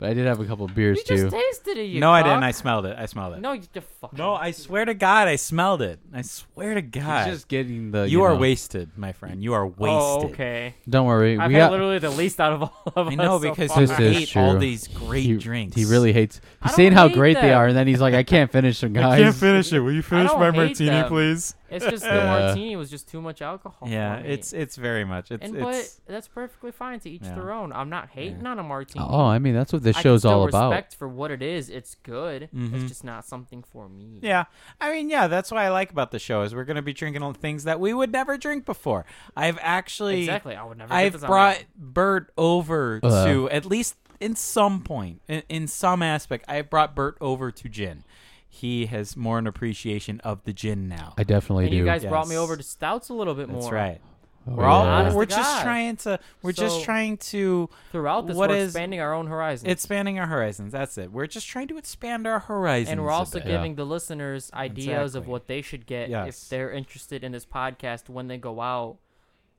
Speaker 1: But I did have a couple beers
Speaker 3: You
Speaker 1: too.
Speaker 3: just tasted it. You
Speaker 2: no, I didn't. I
Speaker 3: cuck.
Speaker 2: smelled it. I smelled it.
Speaker 3: No, you just fucking.
Speaker 2: No, I swear to God, I smelled it. I swear to
Speaker 1: He's
Speaker 2: God.
Speaker 1: just getting the.
Speaker 2: you are
Speaker 1: know-
Speaker 2: wasted, my friend. You are wasted.
Speaker 3: Oh, okay.
Speaker 1: Don't worry,
Speaker 3: I've
Speaker 1: we
Speaker 3: had
Speaker 1: got.
Speaker 3: literally the least out of all of
Speaker 2: I
Speaker 3: us.
Speaker 2: know
Speaker 3: so
Speaker 2: because
Speaker 3: far.
Speaker 1: This
Speaker 2: you
Speaker 1: is
Speaker 2: hate all
Speaker 1: true.
Speaker 2: these great
Speaker 1: he,
Speaker 2: drinks.
Speaker 1: He really hates.
Speaker 3: I
Speaker 1: He's saying
Speaker 3: don't
Speaker 1: how
Speaker 3: hate
Speaker 1: great they
Speaker 3: them.
Speaker 1: are, and then he's like, "I can't finish them, guys."
Speaker 2: finish it. Will you
Speaker 3: finish don't my hate martini, them.
Speaker 2: please?
Speaker 3: It's just the
Speaker 1: Yeah.
Speaker 3: martini was just too much alcohol.
Speaker 2: Yeah,
Speaker 3: for me.
Speaker 2: it's it's very much. It's
Speaker 3: and but
Speaker 2: it's
Speaker 3: that's perfectly fine to each
Speaker 2: Yeah.
Speaker 3: their own. I'm not hating on a martini.
Speaker 1: Oh, I mean, that's what this
Speaker 3: I
Speaker 1: show's
Speaker 3: can still
Speaker 1: all about.
Speaker 3: Respect for what it is. It's good.
Speaker 2: Mhm.
Speaker 3: It's just not something for me.
Speaker 2: Yeah, I mean, yeah, that's what I like about the show is we're gonna be drinking on things that we would never drink before. I've actually
Speaker 3: Exactly. I would never. get
Speaker 2: I've
Speaker 3: this on
Speaker 2: brought
Speaker 3: my-
Speaker 2: Bert over
Speaker 1: Uh.
Speaker 2: to at least in some point, in, in some aspect, I have brought Bert over to gin. He has more an appreciation of the gin now.
Speaker 1: I definitely
Speaker 3: And
Speaker 1: do.
Speaker 3: you guys brought me
Speaker 2: Yes.
Speaker 3: over to stouts a little bit more.
Speaker 2: That's right.
Speaker 1: Oh,
Speaker 2: We're all
Speaker 1: yeah.
Speaker 3: Honest
Speaker 2: we're
Speaker 3: to
Speaker 2: just
Speaker 3: God.
Speaker 2: trying to we're just
Speaker 3: So- Mm.
Speaker 2: trying to
Speaker 3: Throughout this,
Speaker 2: What
Speaker 3: we're
Speaker 2: is-
Speaker 3: expanding our own horizons.
Speaker 2: expanding our horizons. That's it. We're just trying to expand our horizons.
Speaker 3: and we're
Speaker 2: a
Speaker 3: also
Speaker 2: bit.
Speaker 1: Yeah.
Speaker 3: giving the listeners ideas of
Speaker 2: Exactly.
Speaker 3: what they should get
Speaker 2: Yes.
Speaker 3: if they're interested in this podcast when they go out,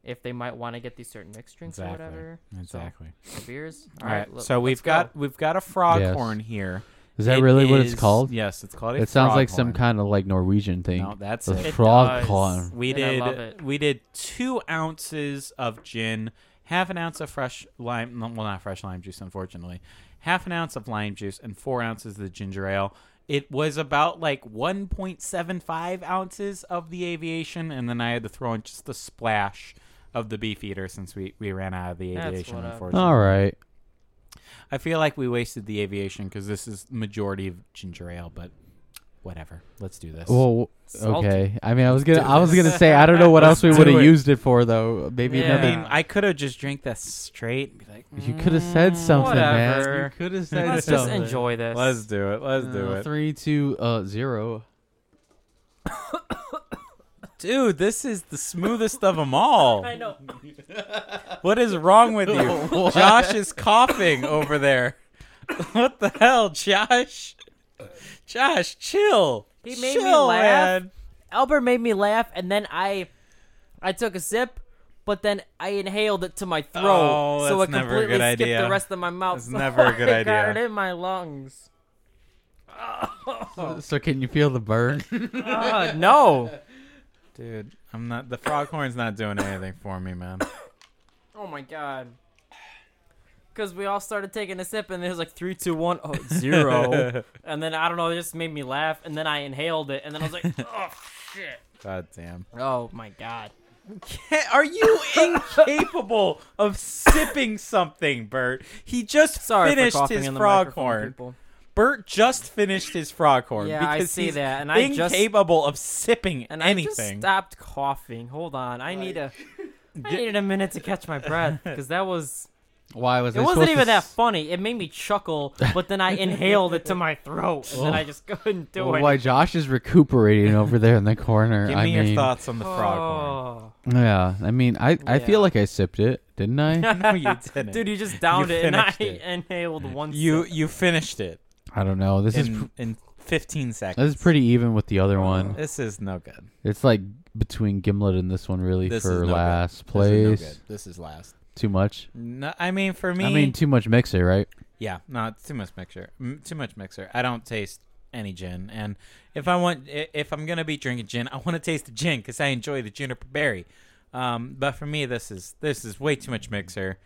Speaker 3: if they might want to get these certain mixed drinks
Speaker 2: Exactly.
Speaker 3: or whatever. So,
Speaker 2: exactly.
Speaker 3: or beers.
Speaker 2: All right.
Speaker 3: let-
Speaker 2: so
Speaker 3: let's
Speaker 2: we've
Speaker 3: go.
Speaker 2: got we've got a frog
Speaker 1: Yes.
Speaker 2: horn here.
Speaker 1: Is that
Speaker 2: It
Speaker 1: really what it's
Speaker 2: is-
Speaker 1: called?
Speaker 2: Yes, it's called. A
Speaker 1: It sounds
Speaker 2: frog
Speaker 1: like some
Speaker 2: horn.
Speaker 1: kind of like Norwegian thing.
Speaker 2: No, that's
Speaker 1: the
Speaker 2: it.
Speaker 3: It
Speaker 1: frog
Speaker 3: does.
Speaker 1: con.
Speaker 2: We
Speaker 3: And I love
Speaker 2: did.
Speaker 3: it.
Speaker 2: We did two ounces of gin, half an ounce of fresh lime. Well, not fresh lime juice, unfortunately. Half an ounce of lime juice and four ounces of the ginger ale. It was about like 1.75 ounces of the aviation, and then I had to throw in just a splash of the beefeater since we, we ran out of the
Speaker 3: That's
Speaker 2: aviation.
Speaker 3: what I-
Speaker 2: Unfortunately,
Speaker 1: All right.
Speaker 2: I feel like we wasted the aviation because this is majority of ginger ale, but whatever. Let's do this.
Speaker 1: Well,
Speaker 2: Salty.
Speaker 1: okay. I mean, I was gonna,
Speaker 2: do
Speaker 1: I was
Speaker 2: this.
Speaker 1: gonna say, I don't know what else we
Speaker 2: Let's
Speaker 1: would
Speaker 2: do
Speaker 1: have
Speaker 2: it.
Speaker 1: used it for though. Maybe
Speaker 3: Yeah.
Speaker 2: I
Speaker 1: another.
Speaker 2: mean, I could have just drank that straight. And be like,
Speaker 1: You could have said something, man.
Speaker 3: Mm, whatever.
Speaker 1: You could have said
Speaker 3: Let's just
Speaker 1: something.
Speaker 3: enjoy this.
Speaker 2: Let's do it. Let's do
Speaker 1: Uh,
Speaker 2: it.
Speaker 1: Three, two, uh, zero.
Speaker 2: Dude, this is the smoothest of them all.
Speaker 3: I know.
Speaker 2: What is wrong with you? Josh is coughing over there. what the hell, Josh? Josh, chill.
Speaker 3: He made me
Speaker 2: chill,
Speaker 3: laugh.
Speaker 2: Man.
Speaker 3: Albert made me laugh, and then I, I took a sip, but then I inhaled it to my throat,
Speaker 2: Oh,
Speaker 3: so
Speaker 2: that's
Speaker 3: it
Speaker 2: never a
Speaker 3: completely
Speaker 2: good
Speaker 3: skipped
Speaker 2: idea.
Speaker 3: the rest of my mouth.
Speaker 2: That's
Speaker 3: so
Speaker 2: never a good
Speaker 3: I Got
Speaker 2: idea.
Speaker 3: it in my lungs. Oh.
Speaker 1: So can you feel the burn?
Speaker 3: Uh, no.
Speaker 2: Dude, I'm not. The foghorn's not doing anything for me, man.
Speaker 3: Oh my god. Because we all started taking a sip, and it was like three, two, one, oh, zero, and then I don't know, it just made me laugh, and then I inhaled it, and then I was like, oh shit.
Speaker 2: God damn.
Speaker 3: Oh my god.
Speaker 2: Are you incapable of sipping something, Bert? He just
Speaker 3: Sorry for
Speaker 2: finished
Speaker 3: coughing
Speaker 2: his
Speaker 3: in the
Speaker 2: frog
Speaker 3: microphone,
Speaker 2: horn.
Speaker 3: people.
Speaker 2: Bert just finished his frog horn.
Speaker 3: Yeah, I
Speaker 2: because
Speaker 3: see
Speaker 2: he's
Speaker 3: that, and I just-
Speaker 2: incapable of sipping
Speaker 3: And I just
Speaker 2: anything.
Speaker 3: stopped coughing. Hold on, I need a, I needed a minute to catch my breath because that was
Speaker 1: Why was
Speaker 3: it
Speaker 1: I
Speaker 3: wasn't
Speaker 1: supposed
Speaker 3: even
Speaker 1: to
Speaker 3: that
Speaker 1: s-
Speaker 3: funny. It made me chuckle, but then I inhaled it to my throat, and then I just couldn't do
Speaker 1: Well,
Speaker 3: it.
Speaker 1: why Josh is recuperating over there in the corner?
Speaker 2: Give me
Speaker 1: I
Speaker 2: your
Speaker 1: mean,
Speaker 2: thoughts on the frog
Speaker 3: Oh.
Speaker 1: yeah. I mean, I, I
Speaker 3: Yeah.
Speaker 1: feel like I sipped it, didn't I?
Speaker 2: horn. no, you didn't.
Speaker 3: Dude, you just downed it, and I
Speaker 2: finished it.
Speaker 3: inhaled one.
Speaker 2: you
Speaker 3: sip.
Speaker 2: you finished it
Speaker 1: I don't know. This is
Speaker 2: in,
Speaker 1: pr-
Speaker 2: in 15 seconds.
Speaker 1: this is pretty even with the other one.
Speaker 2: This is no good.
Speaker 1: It's like between Gimlet and this one, really,
Speaker 2: This is
Speaker 1: for
Speaker 2: no good.
Speaker 1: last
Speaker 2: This
Speaker 1: place.
Speaker 2: is, no good. this is last.
Speaker 1: Too much.
Speaker 2: No, I mean for me.
Speaker 1: I mean, too much mixer, right?
Speaker 2: Yeah, no, it's too much mixer. M- too much mixer. I don't taste any gin, and if I want, i- if I'm gonna be drinking gin, I want to taste the gin because I enjoy the juniper berry. Um, but for me, this is this is way too much mixer.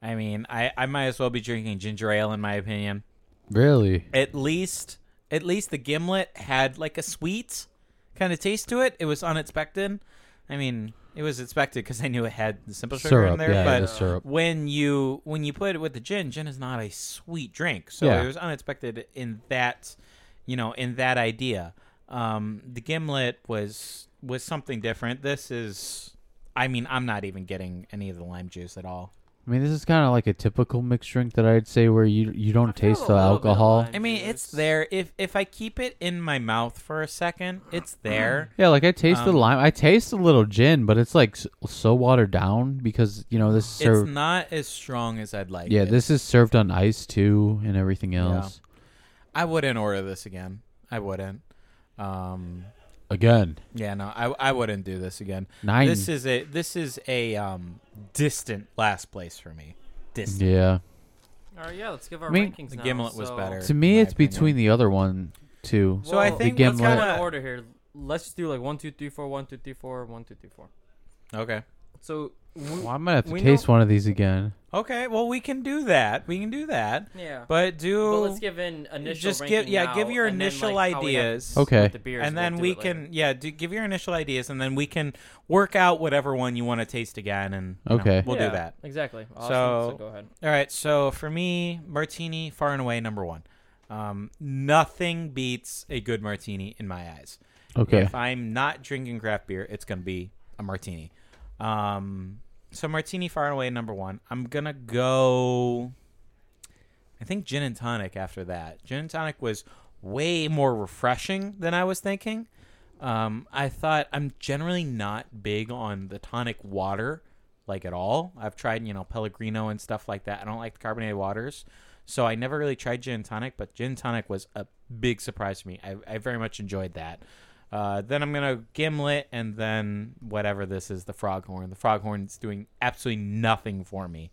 Speaker 2: I mean, I I might as well be drinking ginger ale in my opinion.
Speaker 1: Really?
Speaker 2: At least at least the gimlet had like a sweet kind of taste to it. It was unexpected. I mean, it was expected because I knew it had the simple sugar
Speaker 1: Syrup,
Speaker 2: in there,
Speaker 1: yeah,
Speaker 2: but
Speaker 1: the syrup.
Speaker 2: when you when you put it with the gin, gin is not a sweet drink, so
Speaker 1: Yeah.
Speaker 2: it was unexpected in that, you know, in that idea. Um, the gimlet was was something different. This is, I mean, I'm not even getting any of the lime juice at all.
Speaker 1: I mean, this is kind of like a typical mixed drink that I'd say where you you don't
Speaker 3: I feel
Speaker 1: taste
Speaker 3: a
Speaker 1: the
Speaker 3: little bit of
Speaker 1: alcohol.
Speaker 3: lime.
Speaker 2: I mean, it's there. If if I keep it in my mouth for a second, it's there.
Speaker 1: Yeah, like I taste the
Speaker 2: Um,
Speaker 1: lime. I taste a little gin, but it's like s- so watered down because you know this is
Speaker 2: It's
Speaker 1: served.
Speaker 2: not as strong as I'd like.
Speaker 1: yeah,
Speaker 2: it.
Speaker 1: this is served on ice too, and everything else.
Speaker 2: I wouldn't order this again. I wouldn't. Um,
Speaker 1: Again,
Speaker 2: yeah, no, I I wouldn't do this again.
Speaker 1: nine.
Speaker 2: This is a this is a um distant last place for me. Distant.
Speaker 1: yeah,
Speaker 3: All right, yeah, let's give our
Speaker 1: I mean,
Speaker 3: rankings.
Speaker 2: The
Speaker 3: now.
Speaker 2: gimlet was
Speaker 3: So-
Speaker 2: better.
Speaker 1: to me,
Speaker 2: my
Speaker 1: it's between the other one too.
Speaker 2: So I
Speaker 3: Well,
Speaker 2: think
Speaker 1: The
Speaker 2: let's
Speaker 1: gimlet.
Speaker 3: Let's
Speaker 2: kind
Speaker 3: go in
Speaker 2: of
Speaker 3: order here. Let's just do like one, two, three, four, one, two, three, four, one, two, three, four.
Speaker 2: okay.
Speaker 3: So,
Speaker 1: Well,
Speaker 3: we,
Speaker 1: I'm gonna have to
Speaker 3: we
Speaker 1: taste
Speaker 3: know-
Speaker 1: one of these again.
Speaker 2: Okay, well we can do that. We can do that.
Speaker 3: yeah.
Speaker 2: But do
Speaker 3: But let's give in initial.
Speaker 2: just give-
Speaker 3: ranking
Speaker 2: yeah,
Speaker 3: now,
Speaker 2: give your
Speaker 3: and then, like,
Speaker 2: initial
Speaker 3: how we have
Speaker 2: ideas.
Speaker 3: with
Speaker 1: Okay.
Speaker 3: the beers,
Speaker 2: and
Speaker 3: we'll
Speaker 2: then
Speaker 3: do
Speaker 2: we
Speaker 3: it later.
Speaker 2: can yeah, do, give your initial ideas and then we can work out whatever one you want to taste again and you know,
Speaker 1: Okay.
Speaker 2: we'll
Speaker 3: Yeah,
Speaker 2: do that.
Speaker 3: Exactly. Awesome. So,
Speaker 2: So-
Speaker 3: go ahead.
Speaker 2: All right, so for me, martini far and away number 1. Um, nothing beats a good martini in my eyes.
Speaker 1: Okay,
Speaker 2: If I'm not drinking craft beer, it's gonna be a martini. Um, so martini far and away number one. I'm gonna go. I think gin and tonic after that. Gin and tonic was way more refreshing than I was thinking. Um, I thought I'm generally not big on the tonic water, like at all. I've tried you know Pellegrino and stuff like that. I don't like the carbonated waters. So I never really tried gin and tonic, but gin and tonic was a big surprise to me. I, I very much enjoyed that. Uh, then I'm gonna gimlet, and then whatever this is, the froghorn. The froghorn's doing absolutely nothing for me.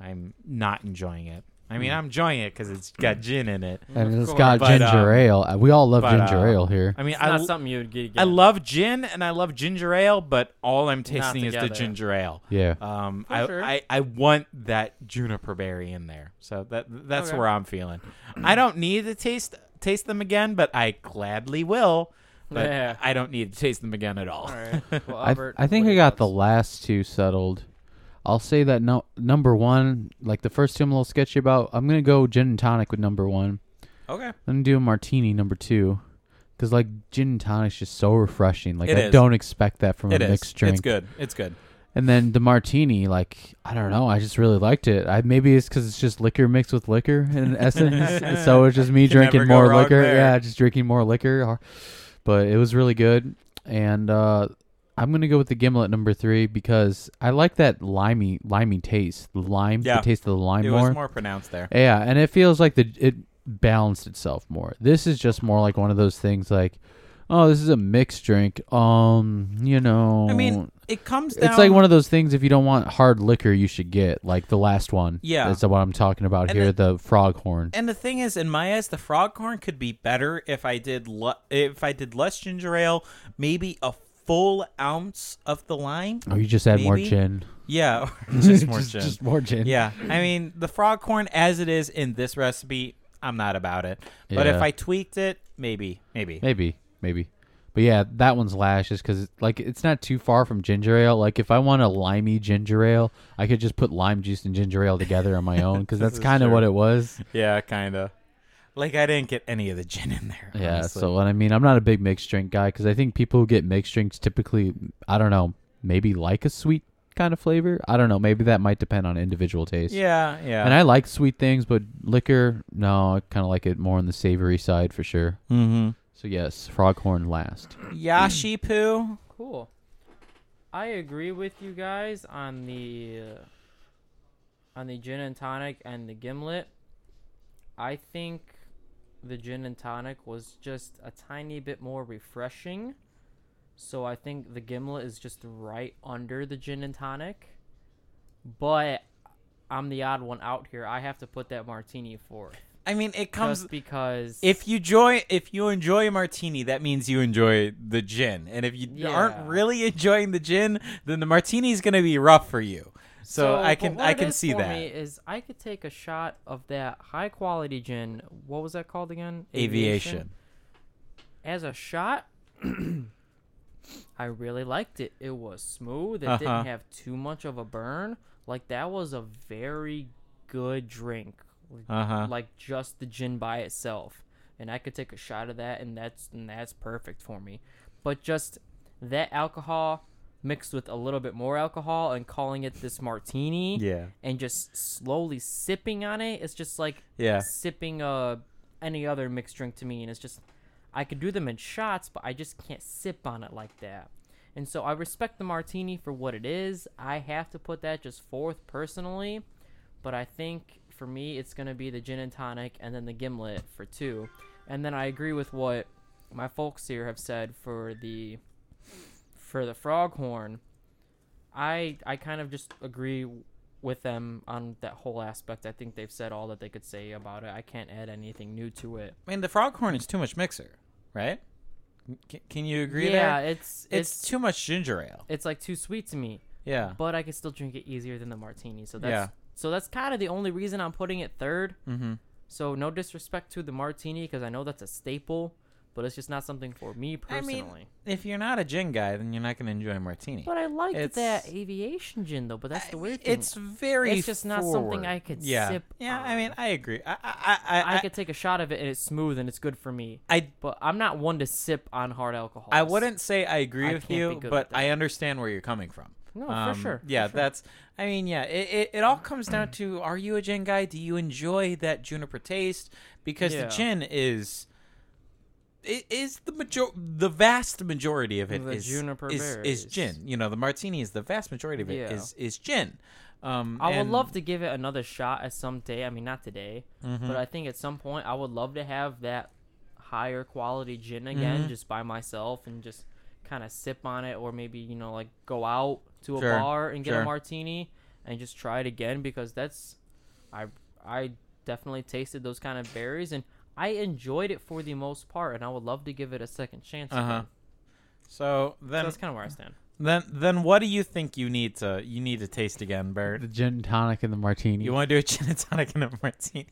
Speaker 2: I'm not enjoying it. I
Speaker 3: Hmm.
Speaker 2: mean, I'm enjoying it because it's got gin in it.
Speaker 1: and
Speaker 3: Of
Speaker 1: it's got
Speaker 2: course. But,
Speaker 1: ginger
Speaker 2: um,
Speaker 1: ale. Uh, We all love
Speaker 2: but,
Speaker 1: ginger
Speaker 2: uh,
Speaker 1: ale here.
Speaker 2: I mean,
Speaker 3: It's
Speaker 2: I,
Speaker 3: not
Speaker 2: l-
Speaker 3: something you would get.
Speaker 2: I
Speaker 3: again.
Speaker 2: love gin and I love ginger ale, but all I'm tasting is the
Speaker 3: together.
Speaker 2: ginger ale.
Speaker 1: Yeah.
Speaker 2: Um, I,
Speaker 3: sure.
Speaker 2: I I want that juniper berry in there, so that that's
Speaker 3: Okay.
Speaker 2: where I'm feeling. I don't need to taste taste them again, but I gladly will. But
Speaker 3: Yeah.
Speaker 2: I don't need to taste them again at all.
Speaker 3: All right. Well,
Speaker 1: I,
Speaker 3: Albert,
Speaker 1: I think
Speaker 3: what are
Speaker 1: I
Speaker 3: your
Speaker 1: got the
Speaker 3: thoughts?
Speaker 1: last two settled. I'll say that no number one, like the first two, I'm a little sketchy about. I'm gonna go gin and tonic with number one.
Speaker 2: Okay.
Speaker 1: Then do a martini number two, because like gin and tonic's just so refreshing. Like
Speaker 2: It
Speaker 1: I
Speaker 2: is.
Speaker 1: don't expect that from
Speaker 2: It
Speaker 1: a
Speaker 2: is.
Speaker 1: mixed drink.
Speaker 2: It's good. It's good.
Speaker 1: And then the martini, like I don't know, I just really liked it. I maybe it's because it's just liquor mixed with liquor in essence, and so it's just me
Speaker 2: Can never
Speaker 1: drinking
Speaker 2: go
Speaker 1: more
Speaker 2: wrong
Speaker 1: liquor.
Speaker 2: there.
Speaker 1: Yeah, just drinking more liquor. But it was really good, and uh, I'm gonna go with the gimlet number three because I like that limey, limey taste, the lime,
Speaker 2: Yeah.
Speaker 1: the taste of the lime
Speaker 2: it
Speaker 1: more.
Speaker 2: was more pronounced there.
Speaker 1: Yeah, and it feels like the it balanced itself more. This is just more like one of those things like, oh, this is a mixed drink. Um, you know,
Speaker 2: I mean, it comes down.
Speaker 1: it's like one of those things. If you don't want hard liquor, you should get like the last one.
Speaker 2: Yeah.
Speaker 1: that's what I'm talking about
Speaker 2: And
Speaker 1: here. the frog horn.
Speaker 2: And the thing is, in my eyes, the foghorn could be better if I did le- if I did less ginger ale, maybe a full ounce of the lime.
Speaker 1: Oh, you just add more
Speaker 2: Maybe.
Speaker 1: gin.
Speaker 2: Yeah, or just more gin.
Speaker 1: Just more gin.
Speaker 2: Yeah, I mean the foghorn as it is in this recipe, I'm not about it. But if
Speaker 1: Yeah.
Speaker 2: I tweaked it, maybe, maybe.
Speaker 1: maybe, maybe. But yeah, that one's lash just because like it's not too far from ginger ale. Like if I want a limey ginger ale, I could just put lime juice and ginger ale together on my own because that's
Speaker 2: is
Speaker 1: kind of
Speaker 2: true.
Speaker 1: what it was.
Speaker 2: Yeah, kind of. Like I didn't get any of the gin in there.
Speaker 1: Yeah,
Speaker 2: honestly.
Speaker 1: so what I mean, I'm not a big mixed drink guy because I think people who get mixed drinks typically, I don't know, maybe like a sweet kind of flavor. I don't know. Maybe that might depend on individual taste.
Speaker 2: yeah, yeah.
Speaker 1: And I like sweet things, but liquor, no, I kind of like it more on the savory side for sure.
Speaker 2: mm-hmm.
Speaker 1: So yes, Froghorn last.
Speaker 2: Yashi poo.
Speaker 3: Cool. I agree with you guys on the uh, on the gin and tonic and the gimlet. I think the gin and tonic was just a tiny bit more refreshing. So I think the gimlet is just right under the gin and tonic. But I'm the odd one out here. I have to put that martini fourth.
Speaker 2: I mean, it comes
Speaker 3: just because
Speaker 2: if you enjoy if you enjoy a martini, that means you enjoy the gin. And if you
Speaker 3: Yeah.
Speaker 2: aren't really enjoying the gin, then the martini's going to be rough for you. So, I
Speaker 3: but
Speaker 2: can
Speaker 3: what
Speaker 2: I
Speaker 3: it
Speaker 2: can
Speaker 3: is
Speaker 2: see
Speaker 3: for
Speaker 2: that.
Speaker 3: Me is I could take a shot of that high quality gin. What was that called again?
Speaker 2: Aviation.
Speaker 3: As a shot, I really liked it. It was smooth. It
Speaker 2: Uh-huh.
Speaker 3: didn't have too much of a burn. Like that was a very good drink.
Speaker 2: Uh-huh.
Speaker 3: Like just the gin by itself, and I could take a shot of that, and that's and that's perfect for me. But just that alcohol mixed with a little bit more alcohol and calling it this martini
Speaker 2: Yeah.
Speaker 3: and just slowly sipping on it. It's just like
Speaker 2: Yeah.
Speaker 3: sipping uh any other mixed drink to me, and it's just I could do them in shots, but I just can't sip on it like that. And so I respect the martini for what it is. I have to put that just fourth personally, but I think for me it's gonna be the gin and tonic and then the gimlet for two. And then I agree with what my folks here have said for the for the frog horn. I I kind of just agree with them on that whole aspect. I think they've said all that they could say about it. I can't add anything new to it.
Speaker 2: I mean, the Froghorn is too much mixer, right? C- can you agree
Speaker 3: yeah,
Speaker 2: there?
Speaker 3: it's
Speaker 2: It's,
Speaker 3: it's it's,
Speaker 2: too much ginger ale.
Speaker 3: like too sweet to me,
Speaker 2: Yeah.
Speaker 3: but I can still drink it easier than the martini. So that's
Speaker 2: Yeah.
Speaker 3: so that's kind of the only reason I'm putting it third.
Speaker 2: Mm-hmm.
Speaker 3: So no disrespect to the martini because I know that's a staple, but it's just not something for me
Speaker 2: I mean,
Speaker 3: personally.
Speaker 2: if you're not a gin guy, then you're not going to enjoy a martini.
Speaker 3: but I like that
Speaker 2: it's-
Speaker 3: aviation gin though. But that's the
Speaker 2: I-
Speaker 3: weird thing.
Speaker 2: It's very.
Speaker 3: It's just not something
Speaker 2: forward.
Speaker 3: I could
Speaker 2: yeah.
Speaker 3: sip
Speaker 2: Yeah, I
Speaker 3: on.
Speaker 2: mean, I agree. I, I, I, I,
Speaker 3: I could take a shot of it and it's smooth and it's good for me.
Speaker 2: I,
Speaker 3: But I'm not one to sip on hard alcohol.
Speaker 2: I wouldn't say I agree
Speaker 3: I
Speaker 2: with
Speaker 3: can't
Speaker 2: you,
Speaker 3: be good
Speaker 2: but
Speaker 3: at that.
Speaker 2: I understand where you're coming from.
Speaker 3: No,
Speaker 2: Um,
Speaker 3: for sure. for
Speaker 2: Yeah,
Speaker 3: sure.
Speaker 2: that's. I mean, yeah, it, it, it all comes down to: Are you a gin guy? Do you enjoy that juniper taste? Because
Speaker 3: Yeah.
Speaker 2: the gin is. It is the major, the vast majority of it is
Speaker 3: The juniper
Speaker 2: is, is
Speaker 3: berries.
Speaker 2: gin. You know, the martini is the vast majority of it is
Speaker 3: Yeah.
Speaker 2: is gin. Um,
Speaker 3: I would
Speaker 2: and-
Speaker 3: love to give it another shot at some day. I mean, not today,
Speaker 2: Mm-hmm.
Speaker 3: but I think at some point I would love to have that higher quality gin
Speaker 2: Mm-hmm.
Speaker 3: again, just by myself and just kind of sip on it, or maybe you know, like go out to a
Speaker 2: Sure,
Speaker 3: bar and get
Speaker 2: sure.
Speaker 3: a martini and just try it again because that's I I definitely tasted those kind of berries and I enjoyed it for the most part, and I would love to give it a second chance.
Speaker 2: Uh-huh.
Speaker 3: again.
Speaker 2: So
Speaker 3: So
Speaker 2: then,
Speaker 3: that's kind of where I stand.
Speaker 2: then, then, what do you think you need to you need to taste again,
Speaker 1: The
Speaker 2: Bert?
Speaker 1: gin tonic and the martini.
Speaker 2: You want to do a gin and tonic and a martini?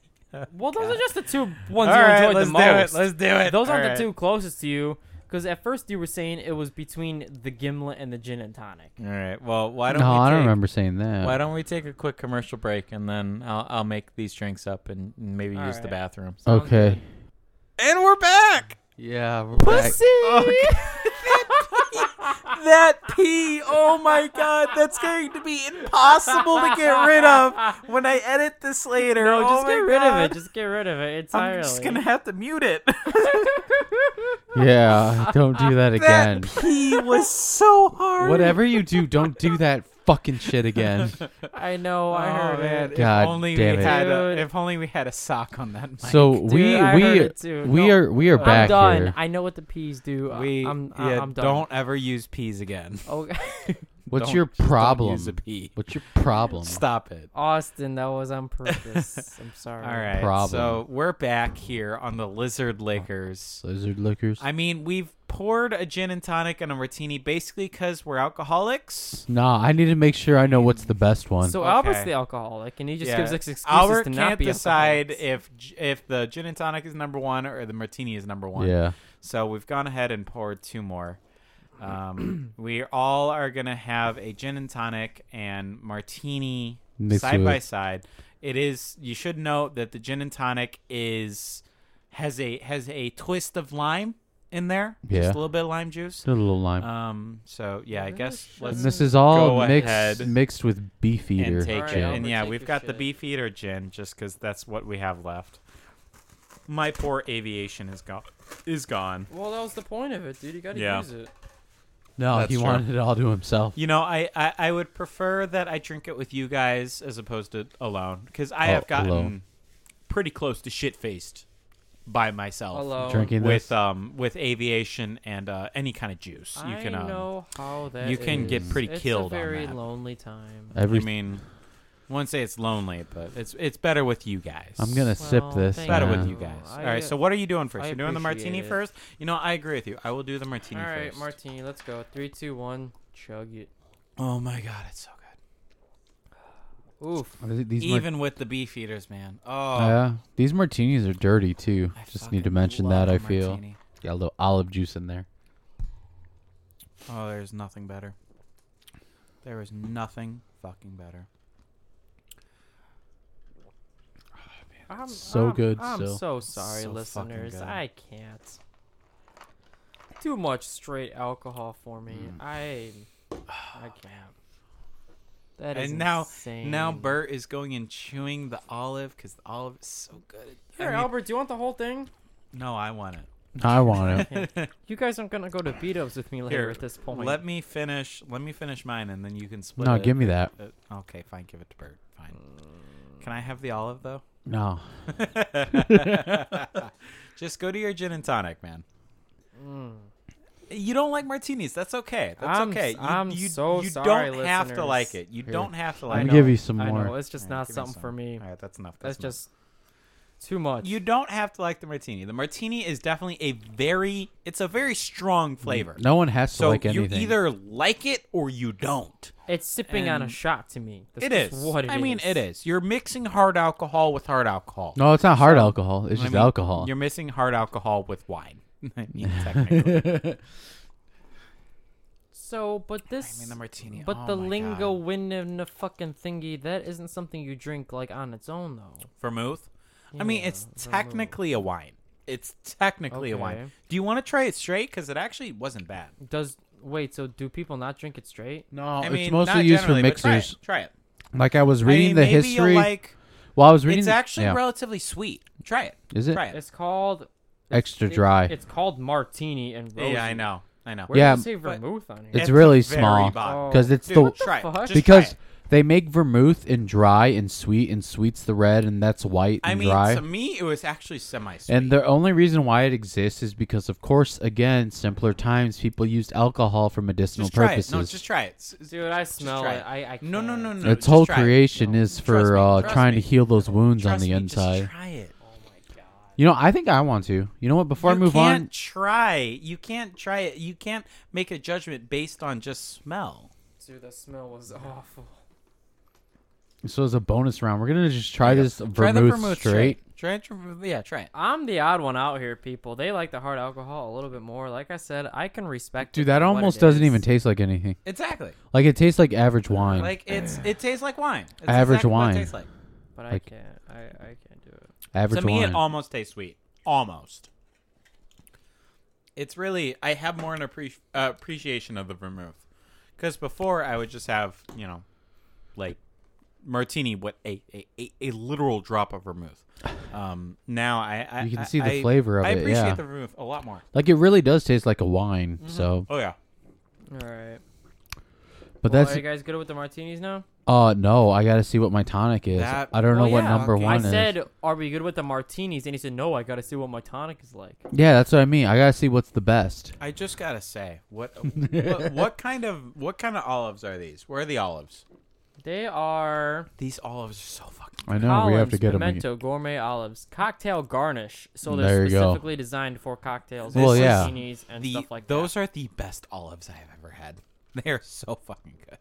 Speaker 3: Well, those
Speaker 2: God.
Speaker 3: are just the two ones
Speaker 2: All
Speaker 3: you
Speaker 2: right,
Speaker 3: enjoyed
Speaker 2: let's
Speaker 3: the most.
Speaker 2: do it. Let's do it.
Speaker 3: Those
Speaker 2: All
Speaker 3: aren't
Speaker 2: right.
Speaker 3: the two closest to you, because at first you were saying it was between the gimlet and the gin and tonic.
Speaker 2: All right. Well, why don't
Speaker 1: no,
Speaker 2: we
Speaker 1: I don't
Speaker 2: take-
Speaker 1: remember saying that.
Speaker 2: Why don't we take a quick commercial break and then I'll, I'll make these drinks up and maybe
Speaker 3: All
Speaker 2: use the
Speaker 3: right.
Speaker 2: bathroom.
Speaker 3: Sounds
Speaker 1: okay.
Speaker 3: good.
Speaker 2: And we're back.
Speaker 1: Yeah. We're
Speaker 2: Pussy.
Speaker 3: Oh,
Speaker 2: that pee. Oh my god, that's going to be impossible to get rid of when I edit this later.
Speaker 3: No,
Speaker 2: Oh
Speaker 3: just
Speaker 2: my
Speaker 3: get rid of
Speaker 2: God.
Speaker 3: it. Just get rid of it entirely.
Speaker 2: I'm just gonna have to mute it.
Speaker 1: Back. Yeah. Don't do that
Speaker 2: that
Speaker 1: again.
Speaker 2: pee was so hard.
Speaker 1: Whatever you do, don't do that fucking shit again.
Speaker 3: I know.
Speaker 2: Oh,
Speaker 3: I heard
Speaker 2: man.
Speaker 3: it.
Speaker 1: God
Speaker 2: if only
Speaker 1: damn
Speaker 2: we
Speaker 1: it.
Speaker 2: had a,
Speaker 3: Dude.
Speaker 2: if only we had a sock on that mic.
Speaker 1: So we
Speaker 3: Dude, I
Speaker 1: we
Speaker 3: heard it too.
Speaker 1: we
Speaker 3: No,
Speaker 1: are we are
Speaker 2: I'm
Speaker 1: back
Speaker 3: I'm done.
Speaker 1: here.
Speaker 3: I know what the peas do. I-
Speaker 2: we
Speaker 3: Uh, I'm, I-
Speaker 2: yeah,
Speaker 3: I'm done.
Speaker 2: don't ever use peas again.
Speaker 3: Oh,
Speaker 1: What's
Speaker 2: Don't-
Speaker 1: your
Speaker 2: just don't
Speaker 1: problem?
Speaker 2: use a pea.
Speaker 1: What's your problem?
Speaker 2: Stop it.
Speaker 3: Austin, that was on purpose. I'm sorry.
Speaker 2: All right.
Speaker 1: Problem. Oh,
Speaker 2: So we're back here on the Lizard Liquors.
Speaker 1: Lizard liquors.
Speaker 2: I mean, we've poured a gin and tonic and a martini basically because we're alcoholics.
Speaker 1: nah, I need to make sure I know what's the best one.
Speaker 3: So
Speaker 2: Okay.
Speaker 3: Albert's the alcoholic, and he just
Speaker 2: Yeah.
Speaker 3: gives us excuses to
Speaker 2: Albert can't
Speaker 3: not be
Speaker 2: decide
Speaker 3: alcoholics.
Speaker 2: if j- if the gin and tonic is number one or the martini is number one.
Speaker 1: yeah.
Speaker 2: So we've gone ahead and poured two more. Um, we all are gonna have a gin and tonic and martini
Speaker 1: Mixed
Speaker 2: side by
Speaker 1: with-
Speaker 2: side. It is. You should note that the gin and tonic is has a has a twist of lime in there.
Speaker 1: Yeah.
Speaker 2: Just a little bit of lime juice.
Speaker 1: Just a little lime.
Speaker 2: Um. So yeah, I guess
Speaker 3: Delicious.
Speaker 2: let's
Speaker 1: and this is all
Speaker 2: go
Speaker 1: mixed
Speaker 2: ahead
Speaker 1: mixed with beef eater
Speaker 2: and take
Speaker 3: Alright,
Speaker 2: it.
Speaker 1: gin.
Speaker 2: And yeah,
Speaker 3: Take
Speaker 2: we've
Speaker 3: your
Speaker 2: got the
Speaker 3: shit.
Speaker 2: beef eater gin just because that's what we have left. My poor aviation is gone. Is gone.
Speaker 3: Well, that was the point of it, dude. You gotta
Speaker 2: Yeah.
Speaker 3: use it.
Speaker 1: no,
Speaker 2: That's
Speaker 1: he
Speaker 2: true.
Speaker 1: wanted it all to himself.
Speaker 2: You know, I, I, I would prefer that I drink it with you guys as opposed to alone because I
Speaker 1: Oh,
Speaker 2: have gotten
Speaker 1: alone.
Speaker 2: pretty close to shit faced by myself
Speaker 3: Hello.
Speaker 1: Drinking
Speaker 2: with
Speaker 1: this.
Speaker 2: um with aviation and uh, any kind of juice. You can
Speaker 3: I
Speaker 2: um,
Speaker 3: know how that
Speaker 2: you can get
Speaker 3: is.
Speaker 2: pretty
Speaker 3: it's
Speaker 2: killed
Speaker 3: a
Speaker 2: on
Speaker 3: very
Speaker 2: that.
Speaker 3: lonely time.
Speaker 1: Every,
Speaker 2: I mean, I won't say it's lonely, but it's it's better with you guys.
Speaker 1: I'm gonna sip
Speaker 3: Well,
Speaker 1: this. uh,
Speaker 3: thank
Speaker 2: better
Speaker 1: yeah.
Speaker 2: with you
Speaker 3: Oh,
Speaker 2: guys.
Speaker 3: I-
Speaker 2: All right, so what are you doing first?
Speaker 3: I
Speaker 2: You're doing the martini
Speaker 3: appreciate it.
Speaker 2: first. You know, I agree with you. I will do the martini
Speaker 3: All right,
Speaker 2: first.
Speaker 3: martini. Let's go. Three, two, one. Chug it.
Speaker 2: oh my god, it's so good.
Speaker 3: Oof.
Speaker 1: These mar-
Speaker 2: Even with the beef eaters, man. Oh,
Speaker 1: yeah, these martinis are dirty too.
Speaker 2: I
Speaker 1: Just need to
Speaker 2: fucking
Speaker 1: mention
Speaker 2: love
Speaker 1: that.
Speaker 2: a
Speaker 1: I feel
Speaker 2: martini.
Speaker 1: got a little olive juice in there.
Speaker 2: Oh, there's nothing better. There is nothing fucking better.
Speaker 3: I'm,
Speaker 1: So
Speaker 3: I'm-
Speaker 1: good
Speaker 3: I'm
Speaker 1: still.
Speaker 3: so sorry,
Speaker 2: So fucking
Speaker 3: listeners.
Speaker 2: good.
Speaker 3: I can't. Too much straight alcohol for me.
Speaker 2: Mm.
Speaker 3: I, I can't. That is
Speaker 2: And now-
Speaker 3: insane.
Speaker 2: Now Bert is going and chewing the olive because the olive is so good. I
Speaker 3: Here,
Speaker 2: mean-
Speaker 3: Albert, do you want the whole thing?
Speaker 2: No, I want it.
Speaker 1: I want it.
Speaker 3: You guys aren't gonna go to beat ups with me later
Speaker 2: Here,
Speaker 3: at this point.
Speaker 2: Let me finish. Let me finish mine, and then you can split.
Speaker 1: no,
Speaker 2: it.
Speaker 1: give me that.
Speaker 2: Uh, okay, fine. Give it to Bert. Fine. Can I have the olive though?
Speaker 1: No,
Speaker 2: Just go to your gin and tonic, man.
Speaker 3: Mm.
Speaker 2: You don't like martinis. That's okay. That's
Speaker 3: I'm
Speaker 2: okay.
Speaker 3: s-
Speaker 2: You,
Speaker 3: I'm
Speaker 2: you,
Speaker 3: so
Speaker 2: you
Speaker 3: sorry,
Speaker 2: don't have to
Speaker 3: listeners.
Speaker 2: like it. You
Speaker 1: Here.
Speaker 2: don't have to
Speaker 1: I'm
Speaker 2: like
Speaker 1: gonna
Speaker 2: it.
Speaker 1: give you some
Speaker 3: I
Speaker 1: more.
Speaker 3: know it's just
Speaker 2: Alright,
Speaker 3: not
Speaker 2: give me
Speaker 3: something
Speaker 2: some.
Speaker 3: for me.
Speaker 2: All right, that's enough.
Speaker 3: That's
Speaker 2: That's enough.
Speaker 3: just too much.
Speaker 2: You don't have to like the martini. The martini is definitely a very it's a very strong flavor.
Speaker 1: Mm, No one has to
Speaker 2: so
Speaker 1: like
Speaker 2: you
Speaker 1: anything.
Speaker 2: either like it or you don't.
Speaker 3: it's sipping on a
Speaker 2: and-
Speaker 3: shot to me. That's
Speaker 2: It
Speaker 3: just
Speaker 2: is.
Speaker 3: what it
Speaker 2: I mean, it is. You're mixing hard alcohol with hard alcohol.
Speaker 1: No, it's not hard alcohol. It's
Speaker 2: I
Speaker 1: just
Speaker 2: mean,
Speaker 1: alcohol.
Speaker 2: You're missing hard alcohol with wine. I mean, technically.
Speaker 3: So, but this.
Speaker 2: I mean, the martini.
Speaker 3: But
Speaker 2: oh
Speaker 3: the
Speaker 2: my
Speaker 3: lingo
Speaker 2: God.
Speaker 3: win and the fucking thingy, that isn't something you drink like on its own though.
Speaker 2: vermouth. I mean,
Speaker 3: Yeah,
Speaker 2: it's
Speaker 3: vermouth.
Speaker 2: technically a wine. It's technically a wine.
Speaker 3: Okay.
Speaker 2: Do you want to try it straight? Because it actually wasn't bad.
Speaker 3: Does wait, so do people not drink it straight?
Speaker 1: no,
Speaker 2: I
Speaker 1: it's
Speaker 2: mean,
Speaker 1: mostly
Speaker 2: not
Speaker 1: used for
Speaker 2: generally, but try it.
Speaker 1: mixers.
Speaker 2: Try it.
Speaker 1: Like I was reading
Speaker 2: I mean,
Speaker 1: the
Speaker 2: maybe you'll
Speaker 1: history.
Speaker 2: Like
Speaker 1: While I was reading,
Speaker 2: it's actually
Speaker 1: yeah.
Speaker 2: relatively sweet. Try it.
Speaker 1: Is it?
Speaker 2: Try it.
Speaker 3: It's called
Speaker 1: extra
Speaker 3: it-
Speaker 1: dry.
Speaker 3: It's called martini and rosé.
Speaker 2: Yeah, I know. I know.
Speaker 3: Where
Speaker 1: Yeah,
Speaker 3: does it say
Speaker 2: but-
Speaker 3: vermouth on
Speaker 1: it's
Speaker 3: here?
Speaker 2: At the
Speaker 1: really
Speaker 2: very
Speaker 1: small.
Speaker 2: bottom.
Speaker 1: because it's
Speaker 2: Dude,
Speaker 1: the
Speaker 3: the
Speaker 2: try it.
Speaker 3: fuck?
Speaker 2: Just
Speaker 1: because
Speaker 2: try it.
Speaker 1: they make vermouth in dry and sweet, and sweet's the red, and that's white and
Speaker 2: I mean,
Speaker 1: dry.
Speaker 2: to me, it was actually semi-sweet.
Speaker 1: And the only reason why it exists is because, of course, again, simpler times people used alcohol for medicinal
Speaker 2: just try
Speaker 1: purposes.
Speaker 2: it. No, just try it. S- s-
Speaker 3: Dude, I smell
Speaker 2: try
Speaker 3: it.
Speaker 2: it.
Speaker 3: I, I
Speaker 2: No, no,
Speaker 3: can't.
Speaker 2: no, no.
Speaker 1: its
Speaker 2: just
Speaker 1: whole
Speaker 2: try it.
Speaker 1: creation
Speaker 3: No.
Speaker 1: is for
Speaker 2: me,
Speaker 1: uh,
Speaker 2: trust
Speaker 1: trying
Speaker 2: me.
Speaker 1: to heal those wounds
Speaker 2: Trust
Speaker 1: on the
Speaker 2: me,
Speaker 1: inside.
Speaker 2: Just try it.
Speaker 3: Oh
Speaker 1: You know, I think I want to. You know what? Before I
Speaker 2: You
Speaker 1: move
Speaker 2: can't
Speaker 1: on,
Speaker 2: try. You can't try it. You can't make a judgment based on just smell.
Speaker 3: Dude, the smell was awful.
Speaker 1: so as a bonus round, we're gonna just try this vermouth,
Speaker 2: try the vermouth
Speaker 1: straight.
Speaker 2: Try it. vermouth- Yeah, try it.
Speaker 3: I'm the odd one out here, people. They like the hard alcohol a little bit more. Like I said, I can respect. it
Speaker 1: Dude, that
Speaker 3: for what
Speaker 1: almost
Speaker 3: it
Speaker 1: doesn't
Speaker 3: is.
Speaker 1: even taste like anything.
Speaker 2: Exactly.
Speaker 1: Like it tastes like average wine.
Speaker 2: Like it's. It tastes like wine. It's
Speaker 1: Average
Speaker 2: exactly what it
Speaker 1: wine.
Speaker 2: tastes like.
Speaker 3: But I
Speaker 1: like-
Speaker 3: can't. I, I can't do it.
Speaker 1: average
Speaker 2: to me,
Speaker 1: wine.
Speaker 2: it almost tastes sweet. Almost. It's really I have more an appreci- uh, appreciation of the vermouth, because before I would just have you know, like martini with a a, a, a literal drop of vermouth. Um, now I, I
Speaker 1: You can
Speaker 2: I-
Speaker 1: see the
Speaker 2: I-
Speaker 1: flavor of
Speaker 2: I
Speaker 1: it,
Speaker 2: appreciate
Speaker 1: yeah.
Speaker 2: the vermouth a lot more.
Speaker 1: like it really does taste like a wine. So,
Speaker 2: Oh yeah,
Speaker 3: All right.
Speaker 1: but
Speaker 3: well,
Speaker 1: that's
Speaker 3: are you guys good with the martinis now?
Speaker 1: uh no. I gotta see what my tonic is.
Speaker 2: That-
Speaker 1: I don't know
Speaker 3: Well,
Speaker 1: what
Speaker 3: yeah,
Speaker 1: number
Speaker 2: okay.
Speaker 1: one
Speaker 3: I
Speaker 1: is.
Speaker 3: said, "Are we good with the martinis?" And he said, "No, I gotta see what my tonic is like."
Speaker 1: yeah, that's what I mean. I gotta see what's the best.
Speaker 2: I just gotta say what what, what kind of what kind of olives are these? Where are the olives?
Speaker 3: They are
Speaker 2: These olives are so fucking.
Speaker 1: I know
Speaker 3: Collins
Speaker 1: we have to get them.
Speaker 3: pimento gourmet olives cocktail garnish. So
Speaker 1: There
Speaker 3: they're
Speaker 1: you go.
Speaker 3: specifically designed for cocktails,
Speaker 1: Well,
Speaker 3: and
Speaker 1: yeah.
Speaker 3: martinis, and
Speaker 2: the,
Speaker 3: stuff like
Speaker 2: those
Speaker 3: that.
Speaker 2: are the best olives I have ever had. They are so fucking good.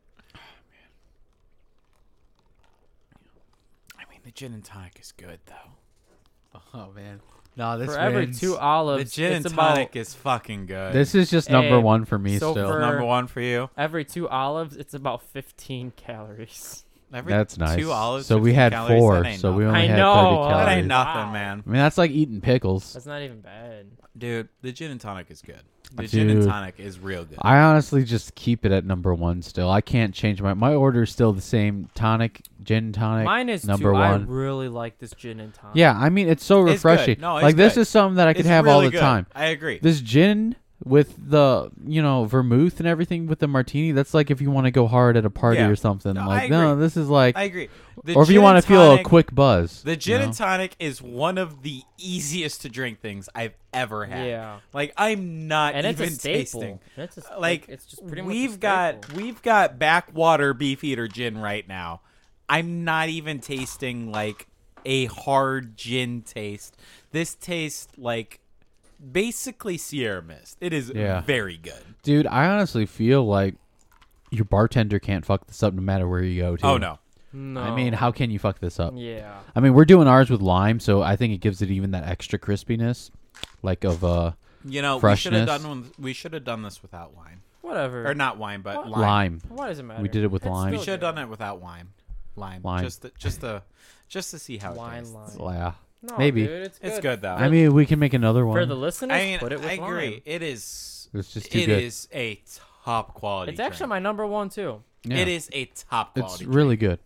Speaker 2: I mean, the gin and tonic is good though. Oh man,
Speaker 1: No, this
Speaker 3: For every two
Speaker 2: the
Speaker 3: olives,
Speaker 2: gin and
Speaker 3: it's about
Speaker 2: tonic is fucking good.
Speaker 1: This is just number
Speaker 3: Hey,
Speaker 1: one for me
Speaker 3: so
Speaker 1: still.
Speaker 3: for-
Speaker 2: number one for you.
Speaker 3: every two olives, it's about 15 calories.
Speaker 2: Every
Speaker 1: That's nice.
Speaker 2: Two olives.
Speaker 1: so we
Speaker 2: 15
Speaker 1: had
Speaker 2: calories,
Speaker 1: four.
Speaker 2: that ain't
Speaker 1: So we
Speaker 2: nothing.
Speaker 1: only
Speaker 3: I
Speaker 1: had
Speaker 3: know,
Speaker 1: thirty
Speaker 3: that
Speaker 1: calories.
Speaker 2: That
Speaker 3: only-
Speaker 2: ain't nothing,
Speaker 3: Wow.
Speaker 2: man.
Speaker 1: I mean, that's like eating pickles.
Speaker 3: That's not even bad.
Speaker 2: Dude, the gin and tonic is good. The gin and
Speaker 1: Dude.
Speaker 2: tonic is real good.
Speaker 1: I honestly just keep it at number one still. I can't change my my order is still the same tonic, gin tonic.
Speaker 3: Mine is
Speaker 1: number
Speaker 3: two. I
Speaker 1: one.
Speaker 3: really like this gin and tonic.
Speaker 1: yeah, I mean it's so
Speaker 2: It's good.
Speaker 1: refreshing.
Speaker 2: No, it's
Speaker 1: like this
Speaker 2: good.
Speaker 1: is something that I could
Speaker 2: It's
Speaker 1: have all
Speaker 2: really
Speaker 1: the
Speaker 2: good.
Speaker 1: time.
Speaker 2: I agree.
Speaker 1: This gin with the you know vermouth and everything with the martini. That's like if you want to go hard at a party
Speaker 2: Yeah.
Speaker 1: or something.
Speaker 2: No, I
Speaker 1: like no,
Speaker 2: agree.
Speaker 1: this is like
Speaker 2: I agree. The
Speaker 1: or if you
Speaker 2: gin
Speaker 1: want
Speaker 2: and
Speaker 1: to feel a
Speaker 2: tonic-
Speaker 1: quick buzz.
Speaker 2: The
Speaker 1: you
Speaker 2: gin and
Speaker 1: know?
Speaker 2: tonic is one of the easiest to drink things I've ever had.
Speaker 3: Yeah.
Speaker 2: Like I'm not
Speaker 3: and it's
Speaker 2: even
Speaker 3: a staple.
Speaker 2: tasting.
Speaker 3: That's a,
Speaker 2: Like
Speaker 3: it's just pretty much. a
Speaker 2: we've got
Speaker 3: staple.
Speaker 2: we've got backwater beefeater gin right now. I'm not even tasting like a hard gin taste. This tastes like basically Sierra Mist. It is
Speaker 1: Yeah.
Speaker 2: very good.
Speaker 1: Dude, I honestly feel like your bartender can't fuck this up no matter where you go to.
Speaker 2: Oh no.
Speaker 3: No.
Speaker 1: I mean, how can you fuck this up?
Speaker 3: Yeah.
Speaker 1: I mean, we're doing ours with lime, so I think it gives it even that extra crispiness, like of uh
Speaker 2: You know, we should
Speaker 1: Freshness.
Speaker 2: have done one, we should have done this without wine.
Speaker 3: Whatever.
Speaker 2: Or not wine, but
Speaker 3: What?
Speaker 1: lime.
Speaker 2: lime.
Speaker 3: Why does it matter?
Speaker 1: We did it with
Speaker 3: It's
Speaker 1: lime.
Speaker 2: We
Speaker 3: still
Speaker 2: should have
Speaker 3: good.
Speaker 2: done it without wine. Lime.
Speaker 1: Lime.
Speaker 2: Just to, just to, just to see how it
Speaker 3: Wine
Speaker 2: tastes.
Speaker 3: lime.
Speaker 1: Yeah.
Speaker 3: No,
Speaker 1: Maybe.
Speaker 3: dude, it's good.
Speaker 2: It's good though.
Speaker 1: I mean, we can make another
Speaker 3: For the
Speaker 1: one.
Speaker 3: listeners,
Speaker 2: I mean,
Speaker 3: put it with
Speaker 2: I agree.
Speaker 3: lime.
Speaker 2: It is.
Speaker 1: It's just too
Speaker 2: it
Speaker 1: good.
Speaker 2: is a top quality.
Speaker 3: It's actually my number one too.
Speaker 1: Yeah.
Speaker 2: It is a top
Speaker 1: It's
Speaker 2: quality.
Speaker 1: really good.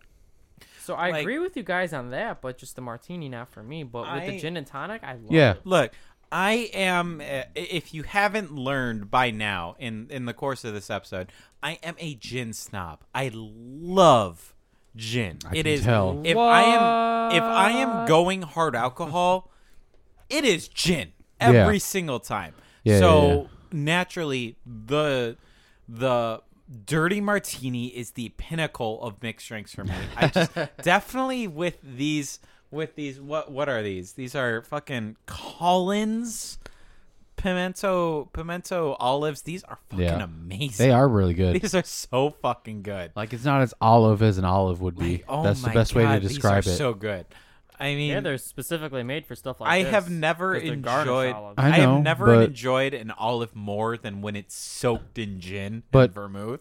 Speaker 3: So I
Speaker 2: Like-
Speaker 3: agree with you guys on that, but just the martini, not for me. But with
Speaker 2: I-
Speaker 3: the gin and tonic, I love
Speaker 1: Yeah.
Speaker 3: it.
Speaker 2: Look, I am. uh, If you haven't learned by now, in in the course of this episode, I am a gin snob. I love gin.
Speaker 1: I
Speaker 2: It
Speaker 1: can
Speaker 2: is.
Speaker 1: tell.
Speaker 2: If I am if I am going hard alcohol, it is gin every
Speaker 1: Yeah.
Speaker 2: single time.
Speaker 1: Yeah, yeah,
Speaker 2: so
Speaker 1: yeah.
Speaker 2: naturally, the the dirty martini is the pinnacle of mixed drinks for me. I just definitely with these with these what what are these? These are fucking Collins pimento pimento olives. These are fucking
Speaker 1: Yeah.
Speaker 2: amazing.
Speaker 1: They are really good.
Speaker 2: These are so fucking good.
Speaker 1: Like it's not as olive as an olive would be.
Speaker 2: Like, oh
Speaker 1: That's the
Speaker 2: my
Speaker 1: best way to
Speaker 2: God,
Speaker 1: describe
Speaker 2: these are
Speaker 1: it.
Speaker 2: So good. I mean,
Speaker 3: Yeah, they're specifically made for stuff like
Speaker 2: I
Speaker 3: this.
Speaker 2: have never
Speaker 3: 'cause they're garnish
Speaker 2: enjoyed.
Speaker 3: olives.
Speaker 1: I know,
Speaker 2: have never
Speaker 1: but-
Speaker 2: enjoyed an olive more than when it's soaked in gin
Speaker 1: But-
Speaker 2: and vermouth.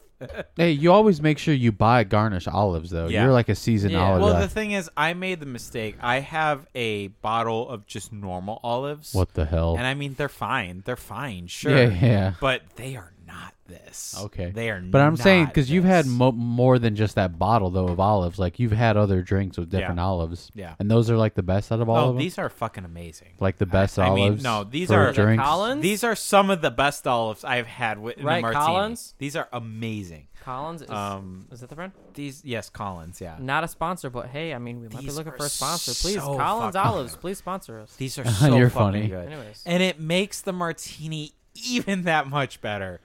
Speaker 1: hey, you always make sure you buy garnish olives though.
Speaker 2: Yeah.
Speaker 1: You're like a seasoned
Speaker 3: Yeah.
Speaker 1: olive.
Speaker 2: Well,
Speaker 1: guy.
Speaker 2: the thing is, I made the mistake. I have a bottle of just normal olives.
Speaker 1: what the hell?
Speaker 2: And I mean, they're fine. They're fine, sure.
Speaker 1: Yeah, yeah.
Speaker 2: But they are not this.
Speaker 1: Okay.
Speaker 2: They are.
Speaker 1: But I'm saying
Speaker 2: not
Speaker 1: because you've had
Speaker 2: this.
Speaker 1: mo- more than just that bottle though of olives. Like you've had other drinks with different
Speaker 2: Yeah.
Speaker 1: olives.
Speaker 2: Yeah.
Speaker 1: And those are like the best out of all
Speaker 2: Oh,
Speaker 1: of them.
Speaker 2: these are fucking amazing.
Speaker 1: like the best
Speaker 2: I mean,
Speaker 1: olives.
Speaker 2: no, these
Speaker 1: for
Speaker 2: are-
Speaker 3: The
Speaker 1: drinks.
Speaker 3: Collins.
Speaker 2: These are some of the best olives I've had with in a
Speaker 3: Right,
Speaker 2: martini.
Speaker 3: Collins?
Speaker 2: These are amazing.
Speaker 3: Collins is.
Speaker 2: Um,
Speaker 3: is that the brand?
Speaker 2: These, yes, Collins. Yeah.
Speaker 3: Not a sponsor, but hey, I mean, we might be
Speaker 2: These
Speaker 3: looking
Speaker 2: are
Speaker 3: for a sponsor. Please,
Speaker 2: so
Speaker 3: Collins
Speaker 2: fucking
Speaker 3: Olives, please sponsor us.
Speaker 2: These are so
Speaker 1: You're
Speaker 2: fucking
Speaker 1: funny.
Speaker 2: good.
Speaker 3: Anyways.
Speaker 2: And it makes the martini even that much better.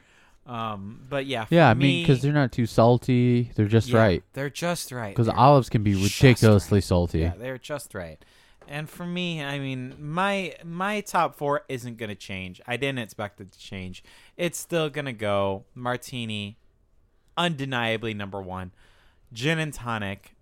Speaker 2: Um, but yeah, for
Speaker 1: Yeah, I mean,
Speaker 2: me,
Speaker 1: because they're not too salty. They're just
Speaker 2: yeah,
Speaker 1: right.
Speaker 2: They're just right.
Speaker 1: Because
Speaker 2: They're
Speaker 1: olives can be
Speaker 2: just
Speaker 1: ridiculously
Speaker 2: right.
Speaker 1: salty.
Speaker 2: Yeah, they're just right. And for me, I mean, my my top four isn't gonna change. I didn't expect it to change. It's still gonna go martini, undeniably number one, gin and tonic,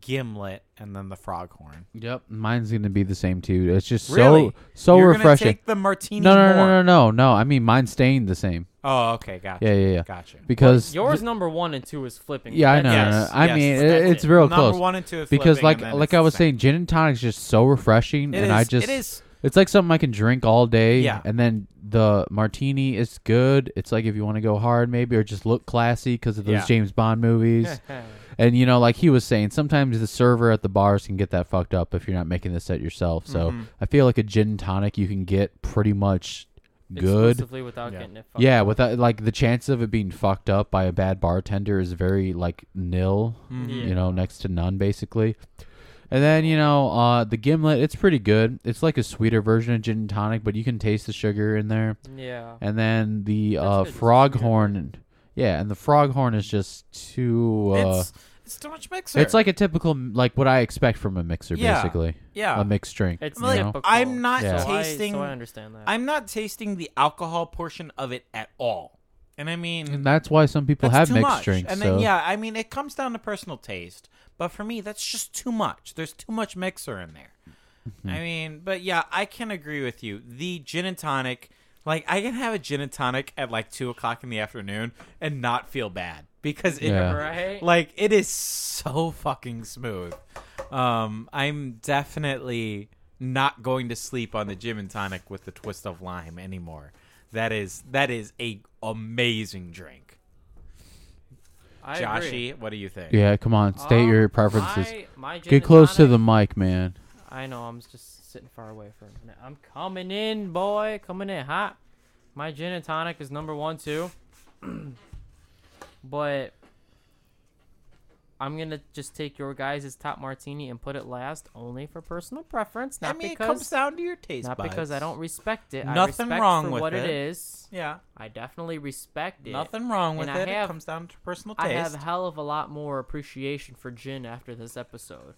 Speaker 2: gimlet, and then the froghorn.
Speaker 1: Yep, mine's gonna be the same too. It's just
Speaker 2: Really?
Speaker 1: so so
Speaker 2: You're
Speaker 1: refreshing.
Speaker 2: Gonna take the martini.
Speaker 1: no, no, no,
Speaker 2: more.
Speaker 1: no, no, no, no. I mean, mine's staying the same
Speaker 2: Oh, okay, gotcha.
Speaker 1: Yeah, yeah, yeah.
Speaker 2: Gotcha.
Speaker 1: because
Speaker 3: Yours
Speaker 1: th-
Speaker 3: number one and two is flipping.
Speaker 1: yeah, I
Speaker 3: That's-
Speaker 1: know.
Speaker 2: Yes,
Speaker 1: no, no. Uh, I
Speaker 2: yes,
Speaker 1: mean, it,
Speaker 3: that's
Speaker 1: it's
Speaker 3: it.
Speaker 1: real
Speaker 2: Number
Speaker 1: close.
Speaker 2: one and two is
Speaker 1: because
Speaker 2: flipping,
Speaker 1: like
Speaker 2: and then
Speaker 1: like
Speaker 2: it's
Speaker 1: I
Speaker 2: the
Speaker 1: was
Speaker 2: same.
Speaker 1: saying, gin and tonic's just so refreshing,
Speaker 2: It
Speaker 1: and I
Speaker 2: is-
Speaker 1: just
Speaker 2: it is.
Speaker 1: it's like something I can drink all day.
Speaker 2: Yeah.
Speaker 1: and then the martini is good. It's like if you want to go hard, maybe, or just look classy because of those
Speaker 2: Yeah.
Speaker 1: James Bond movies. And you know, like he was saying, sometimes the server at the bars can get that fucked up if you're not making this set yourself. So
Speaker 2: Mm-hmm.
Speaker 1: I feel like a gin and tonic you can get pretty much good.
Speaker 3: Exclusively without
Speaker 2: Yeah.
Speaker 3: getting it. fucked
Speaker 1: Yeah,
Speaker 3: up.
Speaker 1: without like the chance of it being fucked up by a bad bartender is very like nil,
Speaker 3: Yeah.
Speaker 1: you know, next to none basically. And then you know, uh, the gimlet, it's pretty good. It's like a sweeter version of gin and tonic, but you can taste the sugar in there.
Speaker 3: Yeah.
Speaker 1: And then the
Speaker 3: That's
Speaker 1: uh,
Speaker 3: good, it's
Speaker 1: frog
Speaker 3: sweeter.
Speaker 1: horn, yeah, and the frog horn is just too. Uh,
Speaker 2: it's it's too much mixer.
Speaker 1: it's like a typical like what I expect from a mixer,
Speaker 2: Yeah,
Speaker 1: basically.
Speaker 2: yeah.
Speaker 1: A mixed drink.
Speaker 3: It's
Speaker 1: you
Speaker 2: like,
Speaker 1: know?
Speaker 3: typical.
Speaker 2: I'm not
Speaker 1: Yeah.
Speaker 3: So I-
Speaker 2: tasting.
Speaker 3: so I
Speaker 2: I,
Speaker 3: understand that.
Speaker 2: am not tasting the alcohol portion of it at all. And I mean,
Speaker 1: and that's why some people
Speaker 2: that's
Speaker 1: have
Speaker 2: too
Speaker 1: mixed
Speaker 2: much.
Speaker 1: drinks.
Speaker 2: And
Speaker 1: so
Speaker 2: then yeah, I mean, it comes down to personal taste. But for me, that's just too much. There's too much mixer in there.
Speaker 1: Mm-hmm.
Speaker 2: I mean, but yeah, I can agree with you. The gin and tonic, like I can have a gin and tonic at like two o'clock in the afternoon and not feel bad. because it
Speaker 1: Yeah.
Speaker 3: Right?
Speaker 2: like it is so fucking smooth. Um, I'm definitely not going to sleep on the gin and tonic with the twist of lime anymore. That is that is a amazing drink.
Speaker 3: I
Speaker 2: Joshy,
Speaker 3: agree.
Speaker 2: what do you think?
Speaker 1: Yeah, come on, state your
Speaker 3: Um,
Speaker 1: preferences.
Speaker 3: My, my gin
Speaker 1: Get
Speaker 3: and
Speaker 1: close to
Speaker 3: tonic-
Speaker 1: the mic, man.
Speaker 3: I know. I'm just sitting far away for a minute. I'm coming in, boy. Coming in hot. My gin and tonic is number one too. but I'm gonna just take your guys' top martini and put it last, only for personal preference.
Speaker 2: I
Speaker 3: Not
Speaker 2: mean,
Speaker 3: because
Speaker 2: it comes down to your taste
Speaker 3: not
Speaker 2: buds.
Speaker 3: because I don't respect it. I
Speaker 2: Nothing
Speaker 3: respect
Speaker 2: wrong
Speaker 3: for
Speaker 2: with
Speaker 3: what
Speaker 2: it.
Speaker 3: it is.
Speaker 2: Yeah,
Speaker 3: I definitely respect it.
Speaker 2: nothing wrong with
Speaker 3: And I
Speaker 2: it. it
Speaker 3: have-
Speaker 2: comes down to personal
Speaker 3: I
Speaker 2: taste.
Speaker 3: have a hell of a lot more appreciation for gin after this episode.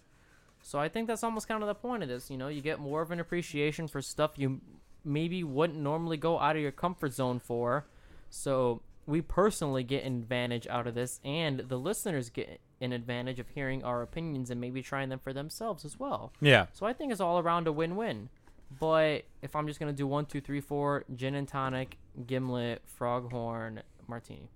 Speaker 3: So I think that's almost kind of the point of this. You know, you get more of an appreciation for stuff you maybe wouldn't normally go out of your comfort zone for. So we personally get an advantage out of this, and the listeners get an advantage of hearing our opinions and maybe trying them for themselves as well.
Speaker 2: yeah,
Speaker 3: So I think it's all around a win-win. But if I'm just gonna do one, two, three, four, gin and tonic, gimlet, froghorn, martini.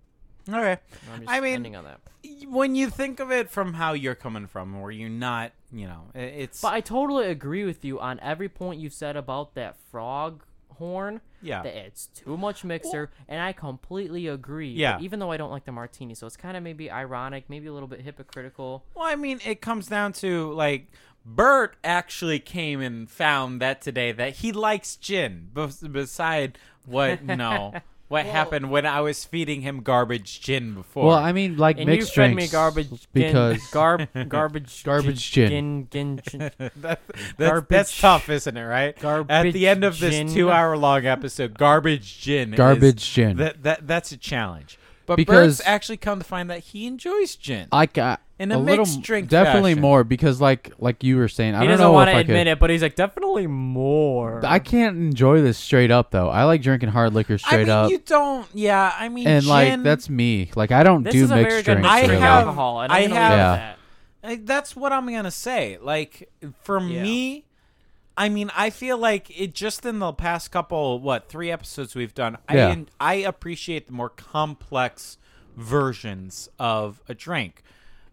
Speaker 2: okay.
Speaker 3: I'm just
Speaker 2: I mean,
Speaker 3: ending on that.
Speaker 2: When you think of it from how you're coming from, where you're not, you know, i- it's
Speaker 3: But I totally agree with you on every point you've said about that frog horn.
Speaker 2: yeah.
Speaker 3: That it's too much mixer, and I completely agree. but
Speaker 2: Yeah.
Speaker 3: Even though I don't like the martini, so it's kind of maybe ironic, maybe a little bit hypocritical.
Speaker 2: Well, I mean, it comes down to like Bert actually came and found that today that he likes gin. Bes beside what you know, what happened when I was feeding him garbage gin before.
Speaker 1: Well, I mean, like
Speaker 3: And
Speaker 1: mixed
Speaker 3: you fed me
Speaker 1: drinks
Speaker 3: garbage gin-
Speaker 1: because
Speaker 3: garb garbage
Speaker 1: Garbage
Speaker 3: gin, gin, gin-
Speaker 2: That- that's,
Speaker 3: Garbage-
Speaker 2: that's tough, isn't it? Right? At
Speaker 3: garbage
Speaker 2: the end of
Speaker 3: gin.
Speaker 2: this two-hour-long episode, garbage gin. is-
Speaker 1: Garbage gin.
Speaker 2: That, that that's a challenge. But
Speaker 1: Because-
Speaker 2: Bert's actually come to find that he enjoys gin.
Speaker 1: I got
Speaker 2: In a
Speaker 1: little
Speaker 2: mixed drink
Speaker 1: definitely
Speaker 2: fashion.
Speaker 1: more because like like you were saying, I
Speaker 3: He
Speaker 1: don't
Speaker 3: doesn't
Speaker 1: know
Speaker 3: want
Speaker 1: if
Speaker 3: to
Speaker 1: I could.
Speaker 3: admit it, but he's like definitely more.
Speaker 1: I can't enjoy this straight up though. I like drinking hard liquor
Speaker 2: I
Speaker 1: straight
Speaker 2: mean,
Speaker 1: up,
Speaker 2: you don't. Yeah, I mean,
Speaker 1: and like
Speaker 2: gin-
Speaker 1: that's me. Like I don't
Speaker 3: this
Speaker 1: do
Speaker 3: is a
Speaker 1: mixed
Speaker 3: very good
Speaker 1: drinks.
Speaker 3: mixed
Speaker 2: I
Speaker 1: really.
Speaker 3: drink
Speaker 2: have-
Speaker 3: alcohol, and
Speaker 2: I
Speaker 3: I'm gonna leave
Speaker 2: have-
Speaker 3: it
Speaker 1: Yeah.
Speaker 3: at that.
Speaker 2: Like, that's what I'm gonna say. Like for
Speaker 3: Yeah.
Speaker 2: me, I mean, I feel like it just in the past couple what three episodes we've done.
Speaker 1: Yeah.
Speaker 2: I en- I appreciate the more complex versions of a drink.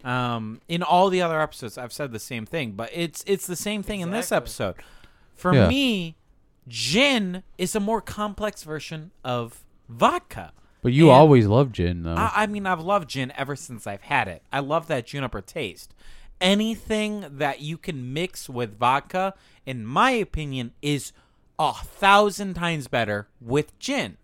Speaker 2: Um, in all the other episodes, I've said the same thing, but it's it's the same thing in this
Speaker 3: Exactly.
Speaker 2: episode. For
Speaker 1: Yeah.
Speaker 2: me, gin is a more complex version of vodka.
Speaker 1: But you
Speaker 2: And-
Speaker 1: always love gin though.
Speaker 2: I, I mean, I've loved gin ever since I've had it. I love that juniper taste. Anything that you can mix with vodka, in my opinion, is a thousand times better with gin.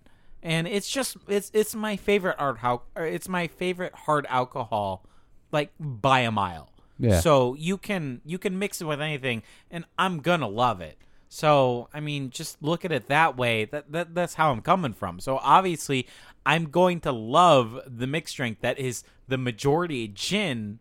Speaker 2: And it's just it's it's my favorite art how it's my favorite hard alcohol, like by a mile.
Speaker 1: Yeah.
Speaker 2: So you can you can mix it with anything, and I'm gonna love it. So I mean, just look at it that way. That, that that's how I'm coming from. So obviously, I'm going to love the mixed drink that is the majority gin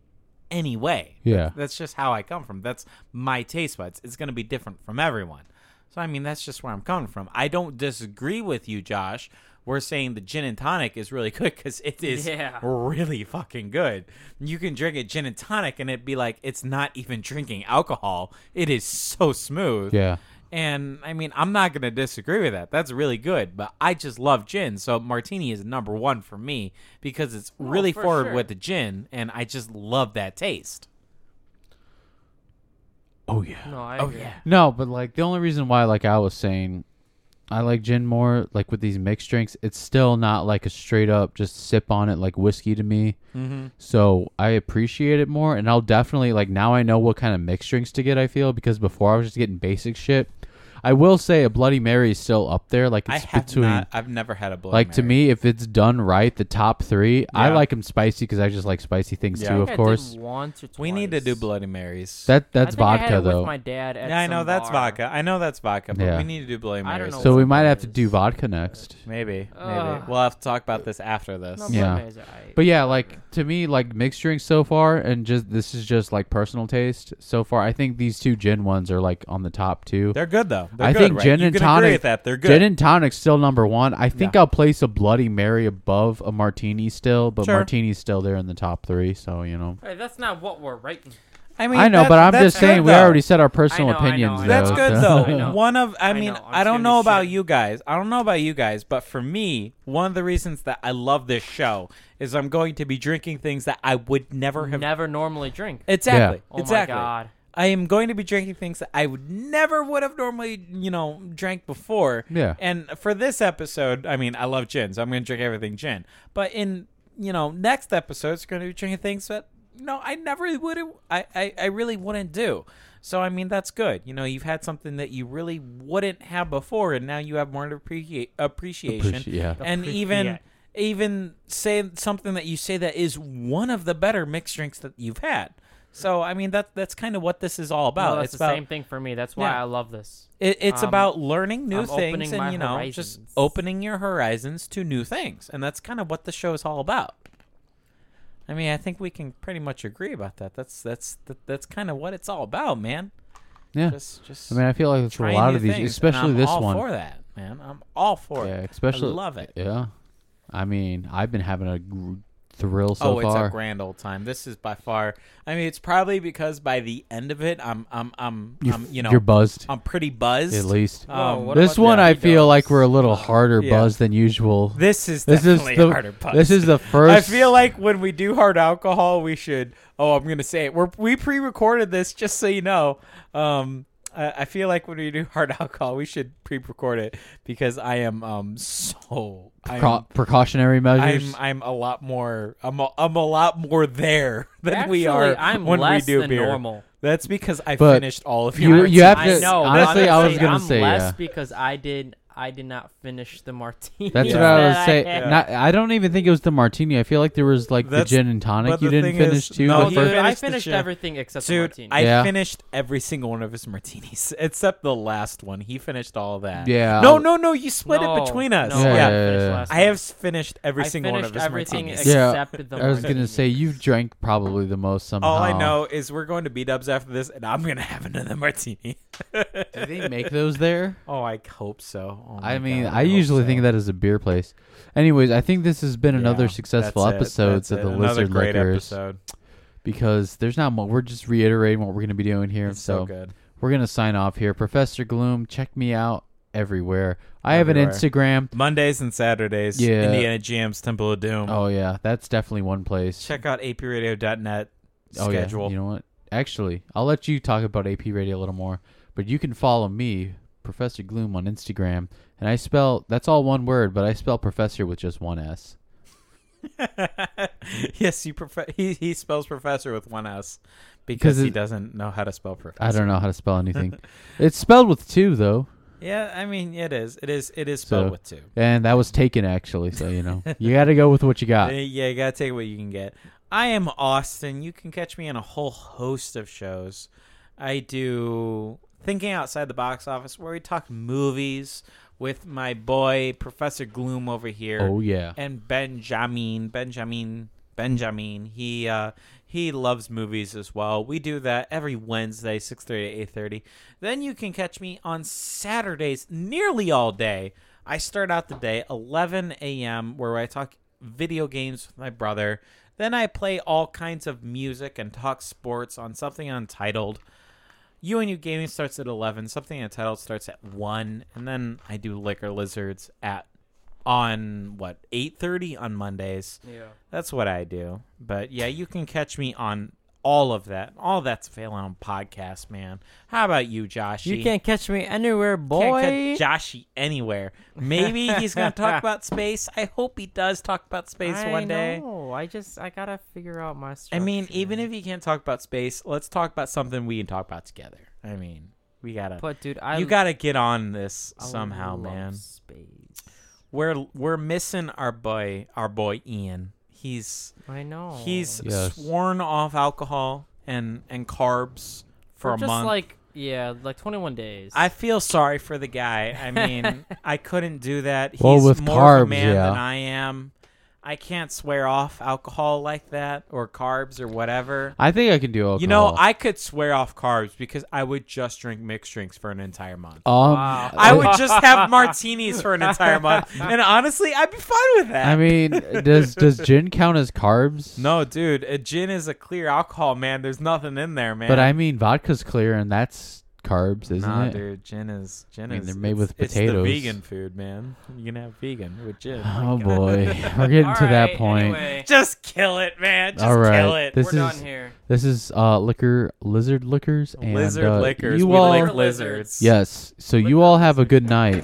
Speaker 2: anyway.
Speaker 1: Yeah.
Speaker 2: That's just how I come from. That's my taste buds. It's going to be different from everyone. So I mean, that's just where I'm coming from. I don't disagree with you, Josh. We're saying the gin and tonic is really good because it is
Speaker 3: Yeah.
Speaker 2: really fucking good. You can drink a gin and tonic and it'd be like it's not even drinking alcohol. It is so smooth.
Speaker 1: yeah.
Speaker 2: And I mean, I'm not going to disagree with that. That's really good, but I just love gin. So martini is number 1 for me because it's really
Speaker 3: Oh, for
Speaker 2: forward
Speaker 3: sure.
Speaker 2: with the gin and I just love that taste.
Speaker 1: Oh yeah.
Speaker 3: No, I
Speaker 2: Oh,
Speaker 3: agree.
Speaker 2: yeah.
Speaker 1: No, but like the only reason why, like I was saying, I like gin more, like with these mixed drinks, it's still not like a straight up just sip on it like whiskey to me. Mm-hmm. So I appreciate it more, and I'll definitely like now I know what kind of mixed drinks to get. I feel because before I was just getting basic shit. I will say a Bloody Mary is still up there. Like
Speaker 2: I
Speaker 1: it's
Speaker 2: have
Speaker 1: between.
Speaker 2: not I've never had a Bloody
Speaker 1: like to
Speaker 2: Mary.
Speaker 1: me, if it's done right, the top three. I
Speaker 2: Yeah.
Speaker 1: like them spicy because I just like spicy things
Speaker 2: Yeah.
Speaker 1: too.
Speaker 2: I
Speaker 1: Of
Speaker 3: I think I did
Speaker 1: course,
Speaker 3: once or
Speaker 2: we need to do
Speaker 3: twice.
Speaker 2: Bloody Marys.
Speaker 1: that that's
Speaker 3: I think I had
Speaker 1: vodka
Speaker 3: it with
Speaker 1: though.
Speaker 3: my dad at
Speaker 2: yeah, I know
Speaker 3: some
Speaker 2: that's
Speaker 3: bar.
Speaker 2: vodka. I know that's vodka, but
Speaker 1: Yeah.
Speaker 2: we need to do Bloody
Speaker 3: I don't
Speaker 2: Marys.
Speaker 3: know
Speaker 1: so
Speaker 3: what
Speaker 1: we might
Speaker 3: that
Speaker 1: have to
Speaker 3: is.
Speaker 1: do vodka next.
Speaker 2: maybe, maybe
Speaker 3: Ugh.
Speaker 2: we'll have to talk about this after this.
Speaker 3: No,
Speaker 1: Yeah.
Speaker 3: Bloody Marys are aight.
Speaker 1: But yeah, like to me, like mixed drinks so far, and just this is just like personal taste so far. I think these two gin ones are like on the top 2
Speaker 2: They're good though. They're
Speaker 1: I
Speaker 2: good,
Speaker 1: think
Speaker 2: right?
Speaker 1: gin
Speaker 2: You
Speaker 1: and
Speaker 2: can agree
Speaker 1: tonic-
Speaker 2: with that. They're good.
Speaker 1: Gin and tonic's still number one. I think I'll place a Bloody Mary above a martini still, but
Speaker 2: Sure.
Speaker 1: martini's still there in the top three. So you know,
Speaker 3: Hey, that's not what we're writing.
Speaker 2: I mean,
Speaker 1: I know,
Speaker 2: that-
Speaker 1: but I'm
Speaker 2: that's
Speaker 1: just saying
Speaker 2: good,
Speaker 1: we
Speaker 2: though.
Speaker 1: already said our personal
Speaker 3: I know, I know,
Speaker 1: opinions.
Speaker 3: I know.
Speaker 2: That's
Speaker 1: though,
Speaker 2: good
Speaker 1: so-
Speaker 2: though.
Speaker 5: I know.
Speaker 2: One of I
Speaker 3: I
Speaker 2: mean,
Speaker 3: know, I'm
Speaker 2: I don't
Speaker 3: scared
Speaker 2: know
Speaker 3: as
Speaker 2: about
Speaker 3: shit.
Speaker 2: you guys. I don't know about you guys, but for me, one of the reasons that I love this show is I'm going to be drinking things that I would never have
Speaker 3: Never normally drink.
Speaker 2: Exactly.
Speaker 1: Yeah.
Speaker 3: Oh
Speaker 2: exactly.
Speaker 3: my god.
Speaker 2: I am going to be drinking things that I would never would have normally, you know, drank before.
Speaker 1: Yeah.
Speaker 2: And for this episode, I mean, I love gin, so I'm going to drink everything gin. But in, you know, next episode, it's going to be drinking things that, you know, I never would have, I, I, I really wouldn't do. So, I mean, that's good. You know, you've had something that you really wouldn't have before, and now you have more appreci- appreciation.
Speaker 1: Appreci- yeah.
Speaker 2: And
Speaker 5: Appreciate.
Speaker 2: even. Even say something that you say that is one of the better mixed drinks that you've had. So I mean that that's kind of what this is all about.
Speaker 3: No, that's
Speaker 2: it's
Speaker 3: the
Speaker 2: about
Speaker 3: same thing for me. That's why
Speaker 2: Yeah.
Speaker 3: I love this.
Speaker 2: it, it's
Speaker 3: Um,
Speaker 2: about learning new
Speaker 3: I'm opening
Speaker 2: things and
Speaker 3: my
Speaker 2: you know just
Speaker 3: horizons.
Speaker 2: opening your horizons to new things, and that's kind of what the show is all about. I mean, I think we can pretty much agree about that. That's that's that, that's kind of what it's all about, man.
Speaker 1: Yeah.
Speaker 2: Just just
Speaker 1: I mean, I feel like it's a
Speaker 2: trying
Speaker 1: lot
Speaker 2: new
Speaker 1: of these,
Speaker 2: things, and
Speaker 1: especially
Speaker 2: I'm
Speaker 1: this
Speaker 2: all
Speaker 1: one.
Speaker 2: For that, man, I'm all for
Speaker 1: Yeah,
Speaker 2: it.
Speaker 1: especially
Speaker 2: I love it.
Speaker 1: Yeah, I mean, I've been having a gr- thrill so
Speaker 2: oh, it's
Speaker 1: far.
Speaker 2: a grand old time. This is by far. I mean, it's probably because by the end of it, I'm I'm I'm,
Speaker 1: you,
Speaker 2: I'm Um, you know
Speaker 1: are buzzed
Speaker 2: I'm pretty buzzed.
Speaker 1: at least.
Speaker 2: Um,
Speaker 3: Whoa, what
Speaker 1: this
Speaker 3: about
Speaker 1: one,
Speaker 3: the
Speaker 1: I feel
Speaker 3: dogs?
Speaker 1: like we're a little harder
Speaker 2: yeah.
Speaker 1: buzzed than usual.
Speaker 2: This is
Speaker 1: This is
Speaker 2: definitely
Speaker 1: the
Speaker 2: harder puns.
Speaker 1: this is the first.
Speaker 2: I feel like when we do hard alcohol, we should. Oh, I'm gonna say it. We're, we pre-recorded this, just so you know. Um, I, I feel like when we do hard alcohol, we should pre-record it because I am um so I'm
Speaker 1: Precau- precautionary measures.
Speaker 2: I'm, I'm a lot more I'm a, I'm a lot more there than we
Speaker 3: Actually,
Speaker 2: are
Speaker 3: I'm
Speaker 2: when
Speaker 3: less
Speaker 2: we do
Speaker 3: than
Speaker 2: beer.
Speaker 3: normal.
Speaker 2: That's because I
Speaker 1: But
Speaker 2: finished all of
Speaker 1: you-
Speaker 2: yours.
Speaker 1: you have
Speaker 3: I
Speaker 1: to-
Speaker 3: know. but
Speaker 1: honestly, I was
Speaker 3: honestly,
Speaker 1: gonna
Speaker 3: I'm
Speaker 1: say,
Speaker 3: less
Speaker 1: yeah.
Speaker 3: because I did. I did not finish the martini.
Speaker 1: That's
Speaker 2: Yeah.
Speaker 1: what I was
Speaker 3: that
Speaker 1: saying.
Speaker 3: had.
Speaker 1: Not, I don't even think it was the martini. I feel like there was like
Speaker 2: That's-
Speaker 1: the gin and tonic
Speaker 2: but
Speaker 1: you
Speaker 2: the
Speaker 1: didn't
Speaker 2: thing
Speaker 1: finish
Speaker 2: is-
Speaker 1: too.
Speaker 2: no,
Speaker 1: the
Speaker 2: he-
Speaker 3: Oh, Dude,
Speaker 1: first-
Speaker 3: I
Speaker 2: finished the
Speaker 3: finished
Speaker 2: shit.
Speaker 3: everything except the
Speaker 2: Dude,
Speaker 3: martini.
Speaker 2: I
Speaker 1: Yeah.
Speaker 2: finished every single one of his martinis except the last one. He finished all that.
Speaker 1: Yeah, Oh,
Speaker 2: No,
Speaker 1: I'll-
Speaker 2: no, no. You split
Speaker 3: No,
Speaker 2: it between us.
Speaker 3: no,
Speaker 1: Yeah, yeah,
Speaker 2: yeah.
Speaker 3: I, finished
Speaker 1: yeah.
Speaker 3: last
Speaker 2: I
Speaker 3: one.
Speaker 2: have s- finished every
Speaker 3: I
Speaker 2: single one of
Speaker 3: finished
Speaker 2: his
Speaker 3: everything
Speaker 2: martinis.
Speaker 1: Yeah,
Speaker 3: except the
Speaker 1: I was gonna
Speaker 3: martini.
Speaker 1: say you drank probably the most somehow.
Speaker 2: All Oh, I know is we're going to B Dubs after this, and I'm gonna have another martini.
Speaker 1: Do they make those there?
Speaker 2: Oh, I hope so. Oh
Speaker 1: I
Speaker 2: my
Speaker 1: mean,
Speaker 2: God,
Speaker 1: I
Speaker 2: hope
Speaker 1: usually
Speaker 2: so.
Speaker 1: think of that as a beer place. Anyways, I think this has been another
Speaker 2: Yeah,
Speaker 1: successful
Speaker 2: that's it,
Speaker 1: episode
Speaker 2: that's
Speaker 1: of
Speaker 2: it.
Speaker 1: the
Speaker 2: another
Speaker 1: Lizard
Speaker 2: great
Speaker 1: Lickers
Speaker 2: episode.
Speaker 1: because there's not much. We're just reiterating what we're going to be doing here.
Speaker 2: It's so
Speaker 1: so
Speaker 2: good.
Speaker 1: we're going to sign off here. Professor Gloom, check me out everywhere. I have
Speaker 2: Everywhere.
Speaker 1: an Instagram.
Speaker 2: Mondays and Saturdays.
Speaker 1: Yeah.
Speaker 2: Indiana Jams Temple of Doom.
Speaker 1: Oh, yeah. That's definitely one place.
Speaker 2: Check out apiradio.net
Speaker 1: oh,
Speaker 2: schedule.
Speaker 1: Yeah. You know what? Actually, I'll let you talk about AP Radio a little more, but you can follow me, Professor Gloom, on Instagram. And I spell, that's all one word, but I spell professor with just one S.
Speaker 2: yes, you prof- he he spells professor with one s because
Speaker 1: Because
Speaker 2: he
Speaker 1: it-
Speaker 2: doesn't know how to spell professor.
Speaker 1: I don't know how to spell anything. it's spelled with two, though.
Speaker 2: Yeah, I mean it is. It is. It is spelled
Speaker 1: So-
Speaker 2: with two.
Speaker 1: And that was taken actually, so you know. you gotta go with what you
Speaker 2: Uh,
Speaker 1: got.
Speaker 2: yeah, you gotta take what you can get. I am Austin. You can catch me on a whole host of shows. I do Thinking Outside the Box Office, where we talk movies with my boy Professor Gloom over here.
Speaker 1: Oh yeah.
Speaker 2: and Benjamin, Benjamin, Benjamin. He uh, he loves movies as well. We do that every Wednesday, six thirty to eight thirty. Then you can catch me on Saturdays, nearly all day. I start out the day eleven a.m. where I talk video games with my brother. Then I play all kinds of music and talk sports on something untitled. UNU Gaming starts at 11. Something Untitled starts at 1. And then I do Liquor Lizards at on what 8:30 on Mondays.
Speaker 3: Yeah.
Speaker 2: That's what I do. But yeah, you can catch me on all of that. All that's failing on podcast, man. How about you, Josh?
Speaker 3: You can't catch me anywhere, boy.
Speaker 2: Can't catch Joshy anywhere. Maybe he's gonna talk about space. I hope he does talk about space
Speaker 3: I
Speaker 2: one day.
Speaker 3: know. I just I gotta figure out my.
Speaker 2: I mean,
Speaker 3: structure.
Speaker 2: even if he can't talk about space, let's talk about something we can talk about together. I mean, we gotta
Speaker 3: But dude, I
Speaker 2: you gotta get on this
Speaker 3: I
Speaker 2: somehow,
Speaker 3: love
Speaker 2: man.
Speaker 3: Space.
Speaker 2: We're we're missing our boy, our boy Ian. He's
Speaker 3: I know.
Speaker 2: he's
Speaker 1: Yes.
Speaker 2: sworn off alcohol and and carbs for
Speaker 3: We're
Speaker 2: a
Speaker 3: just
Speaker 2: month.
Speaker 3: like yeah, like 21 days.
Speaker 2: I feel sorry for the guy. I mean, I couldn't do that. He's
Speaker 1: Well, with
Speaker 2: more of a
Speaker 1: carbs,
Speaker 2: man
Speaker 1: yeah.
Speaker 2: than I am. I can't swear off alcohol like that or carbs or whatever.
Speaker 1: I think I can do alcohol.
Speaker 2: You know, I could swear off carbs because I would just drink mixed drinks for an entire month.
Speaker 1: um,
Speaker 3: Wow.
Speaker 2: I would just have martinis for an entire month, and honestly, I'd be fine with that.
Speaker 1: I mean, does does gin count as carbs?
Speaker 2: no, dude, a gin is a clear alcohol, man. There's nothing in there, man.
Speaker 1: But I mean, vodka's clear and that's carbs, isn't
Speaker 2: nah,
Speaker 1: it?
Speaker 2: dude, gin is gin
Speaker 1: I mean,
Speaker 2: is
Speaker 1: they're made
Speaker 2: it's-
Speaker 1: with potatoes.
Speaker 2: It's the vegan food, man. You can have vegan with gin.
Speaker 1: Oh boy, we're getting to that point.
Speaker 3: Anyway,
Speaker 2: Just kill it, man. Just
Speaker 1: All right,
Speaker 2: kill it.
Speaker 1: this
Speaker 3: we're
Speaker 1: is
Speaker 3: done here.
Speaker 1: this is uh liquor lizard liquors and
Speaker 2: Lizard
Speaker 1: uh,
Speaker 2: liquors.
Speaker 1: You
Speaker 2: we
Speaker 1: all,
Speaker 2: like
Speaker 3: Lizards.
Speaker 2: lizards.
Speaker 1: yes. So you all have a good night.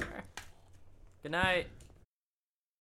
Speaker 3: Good night.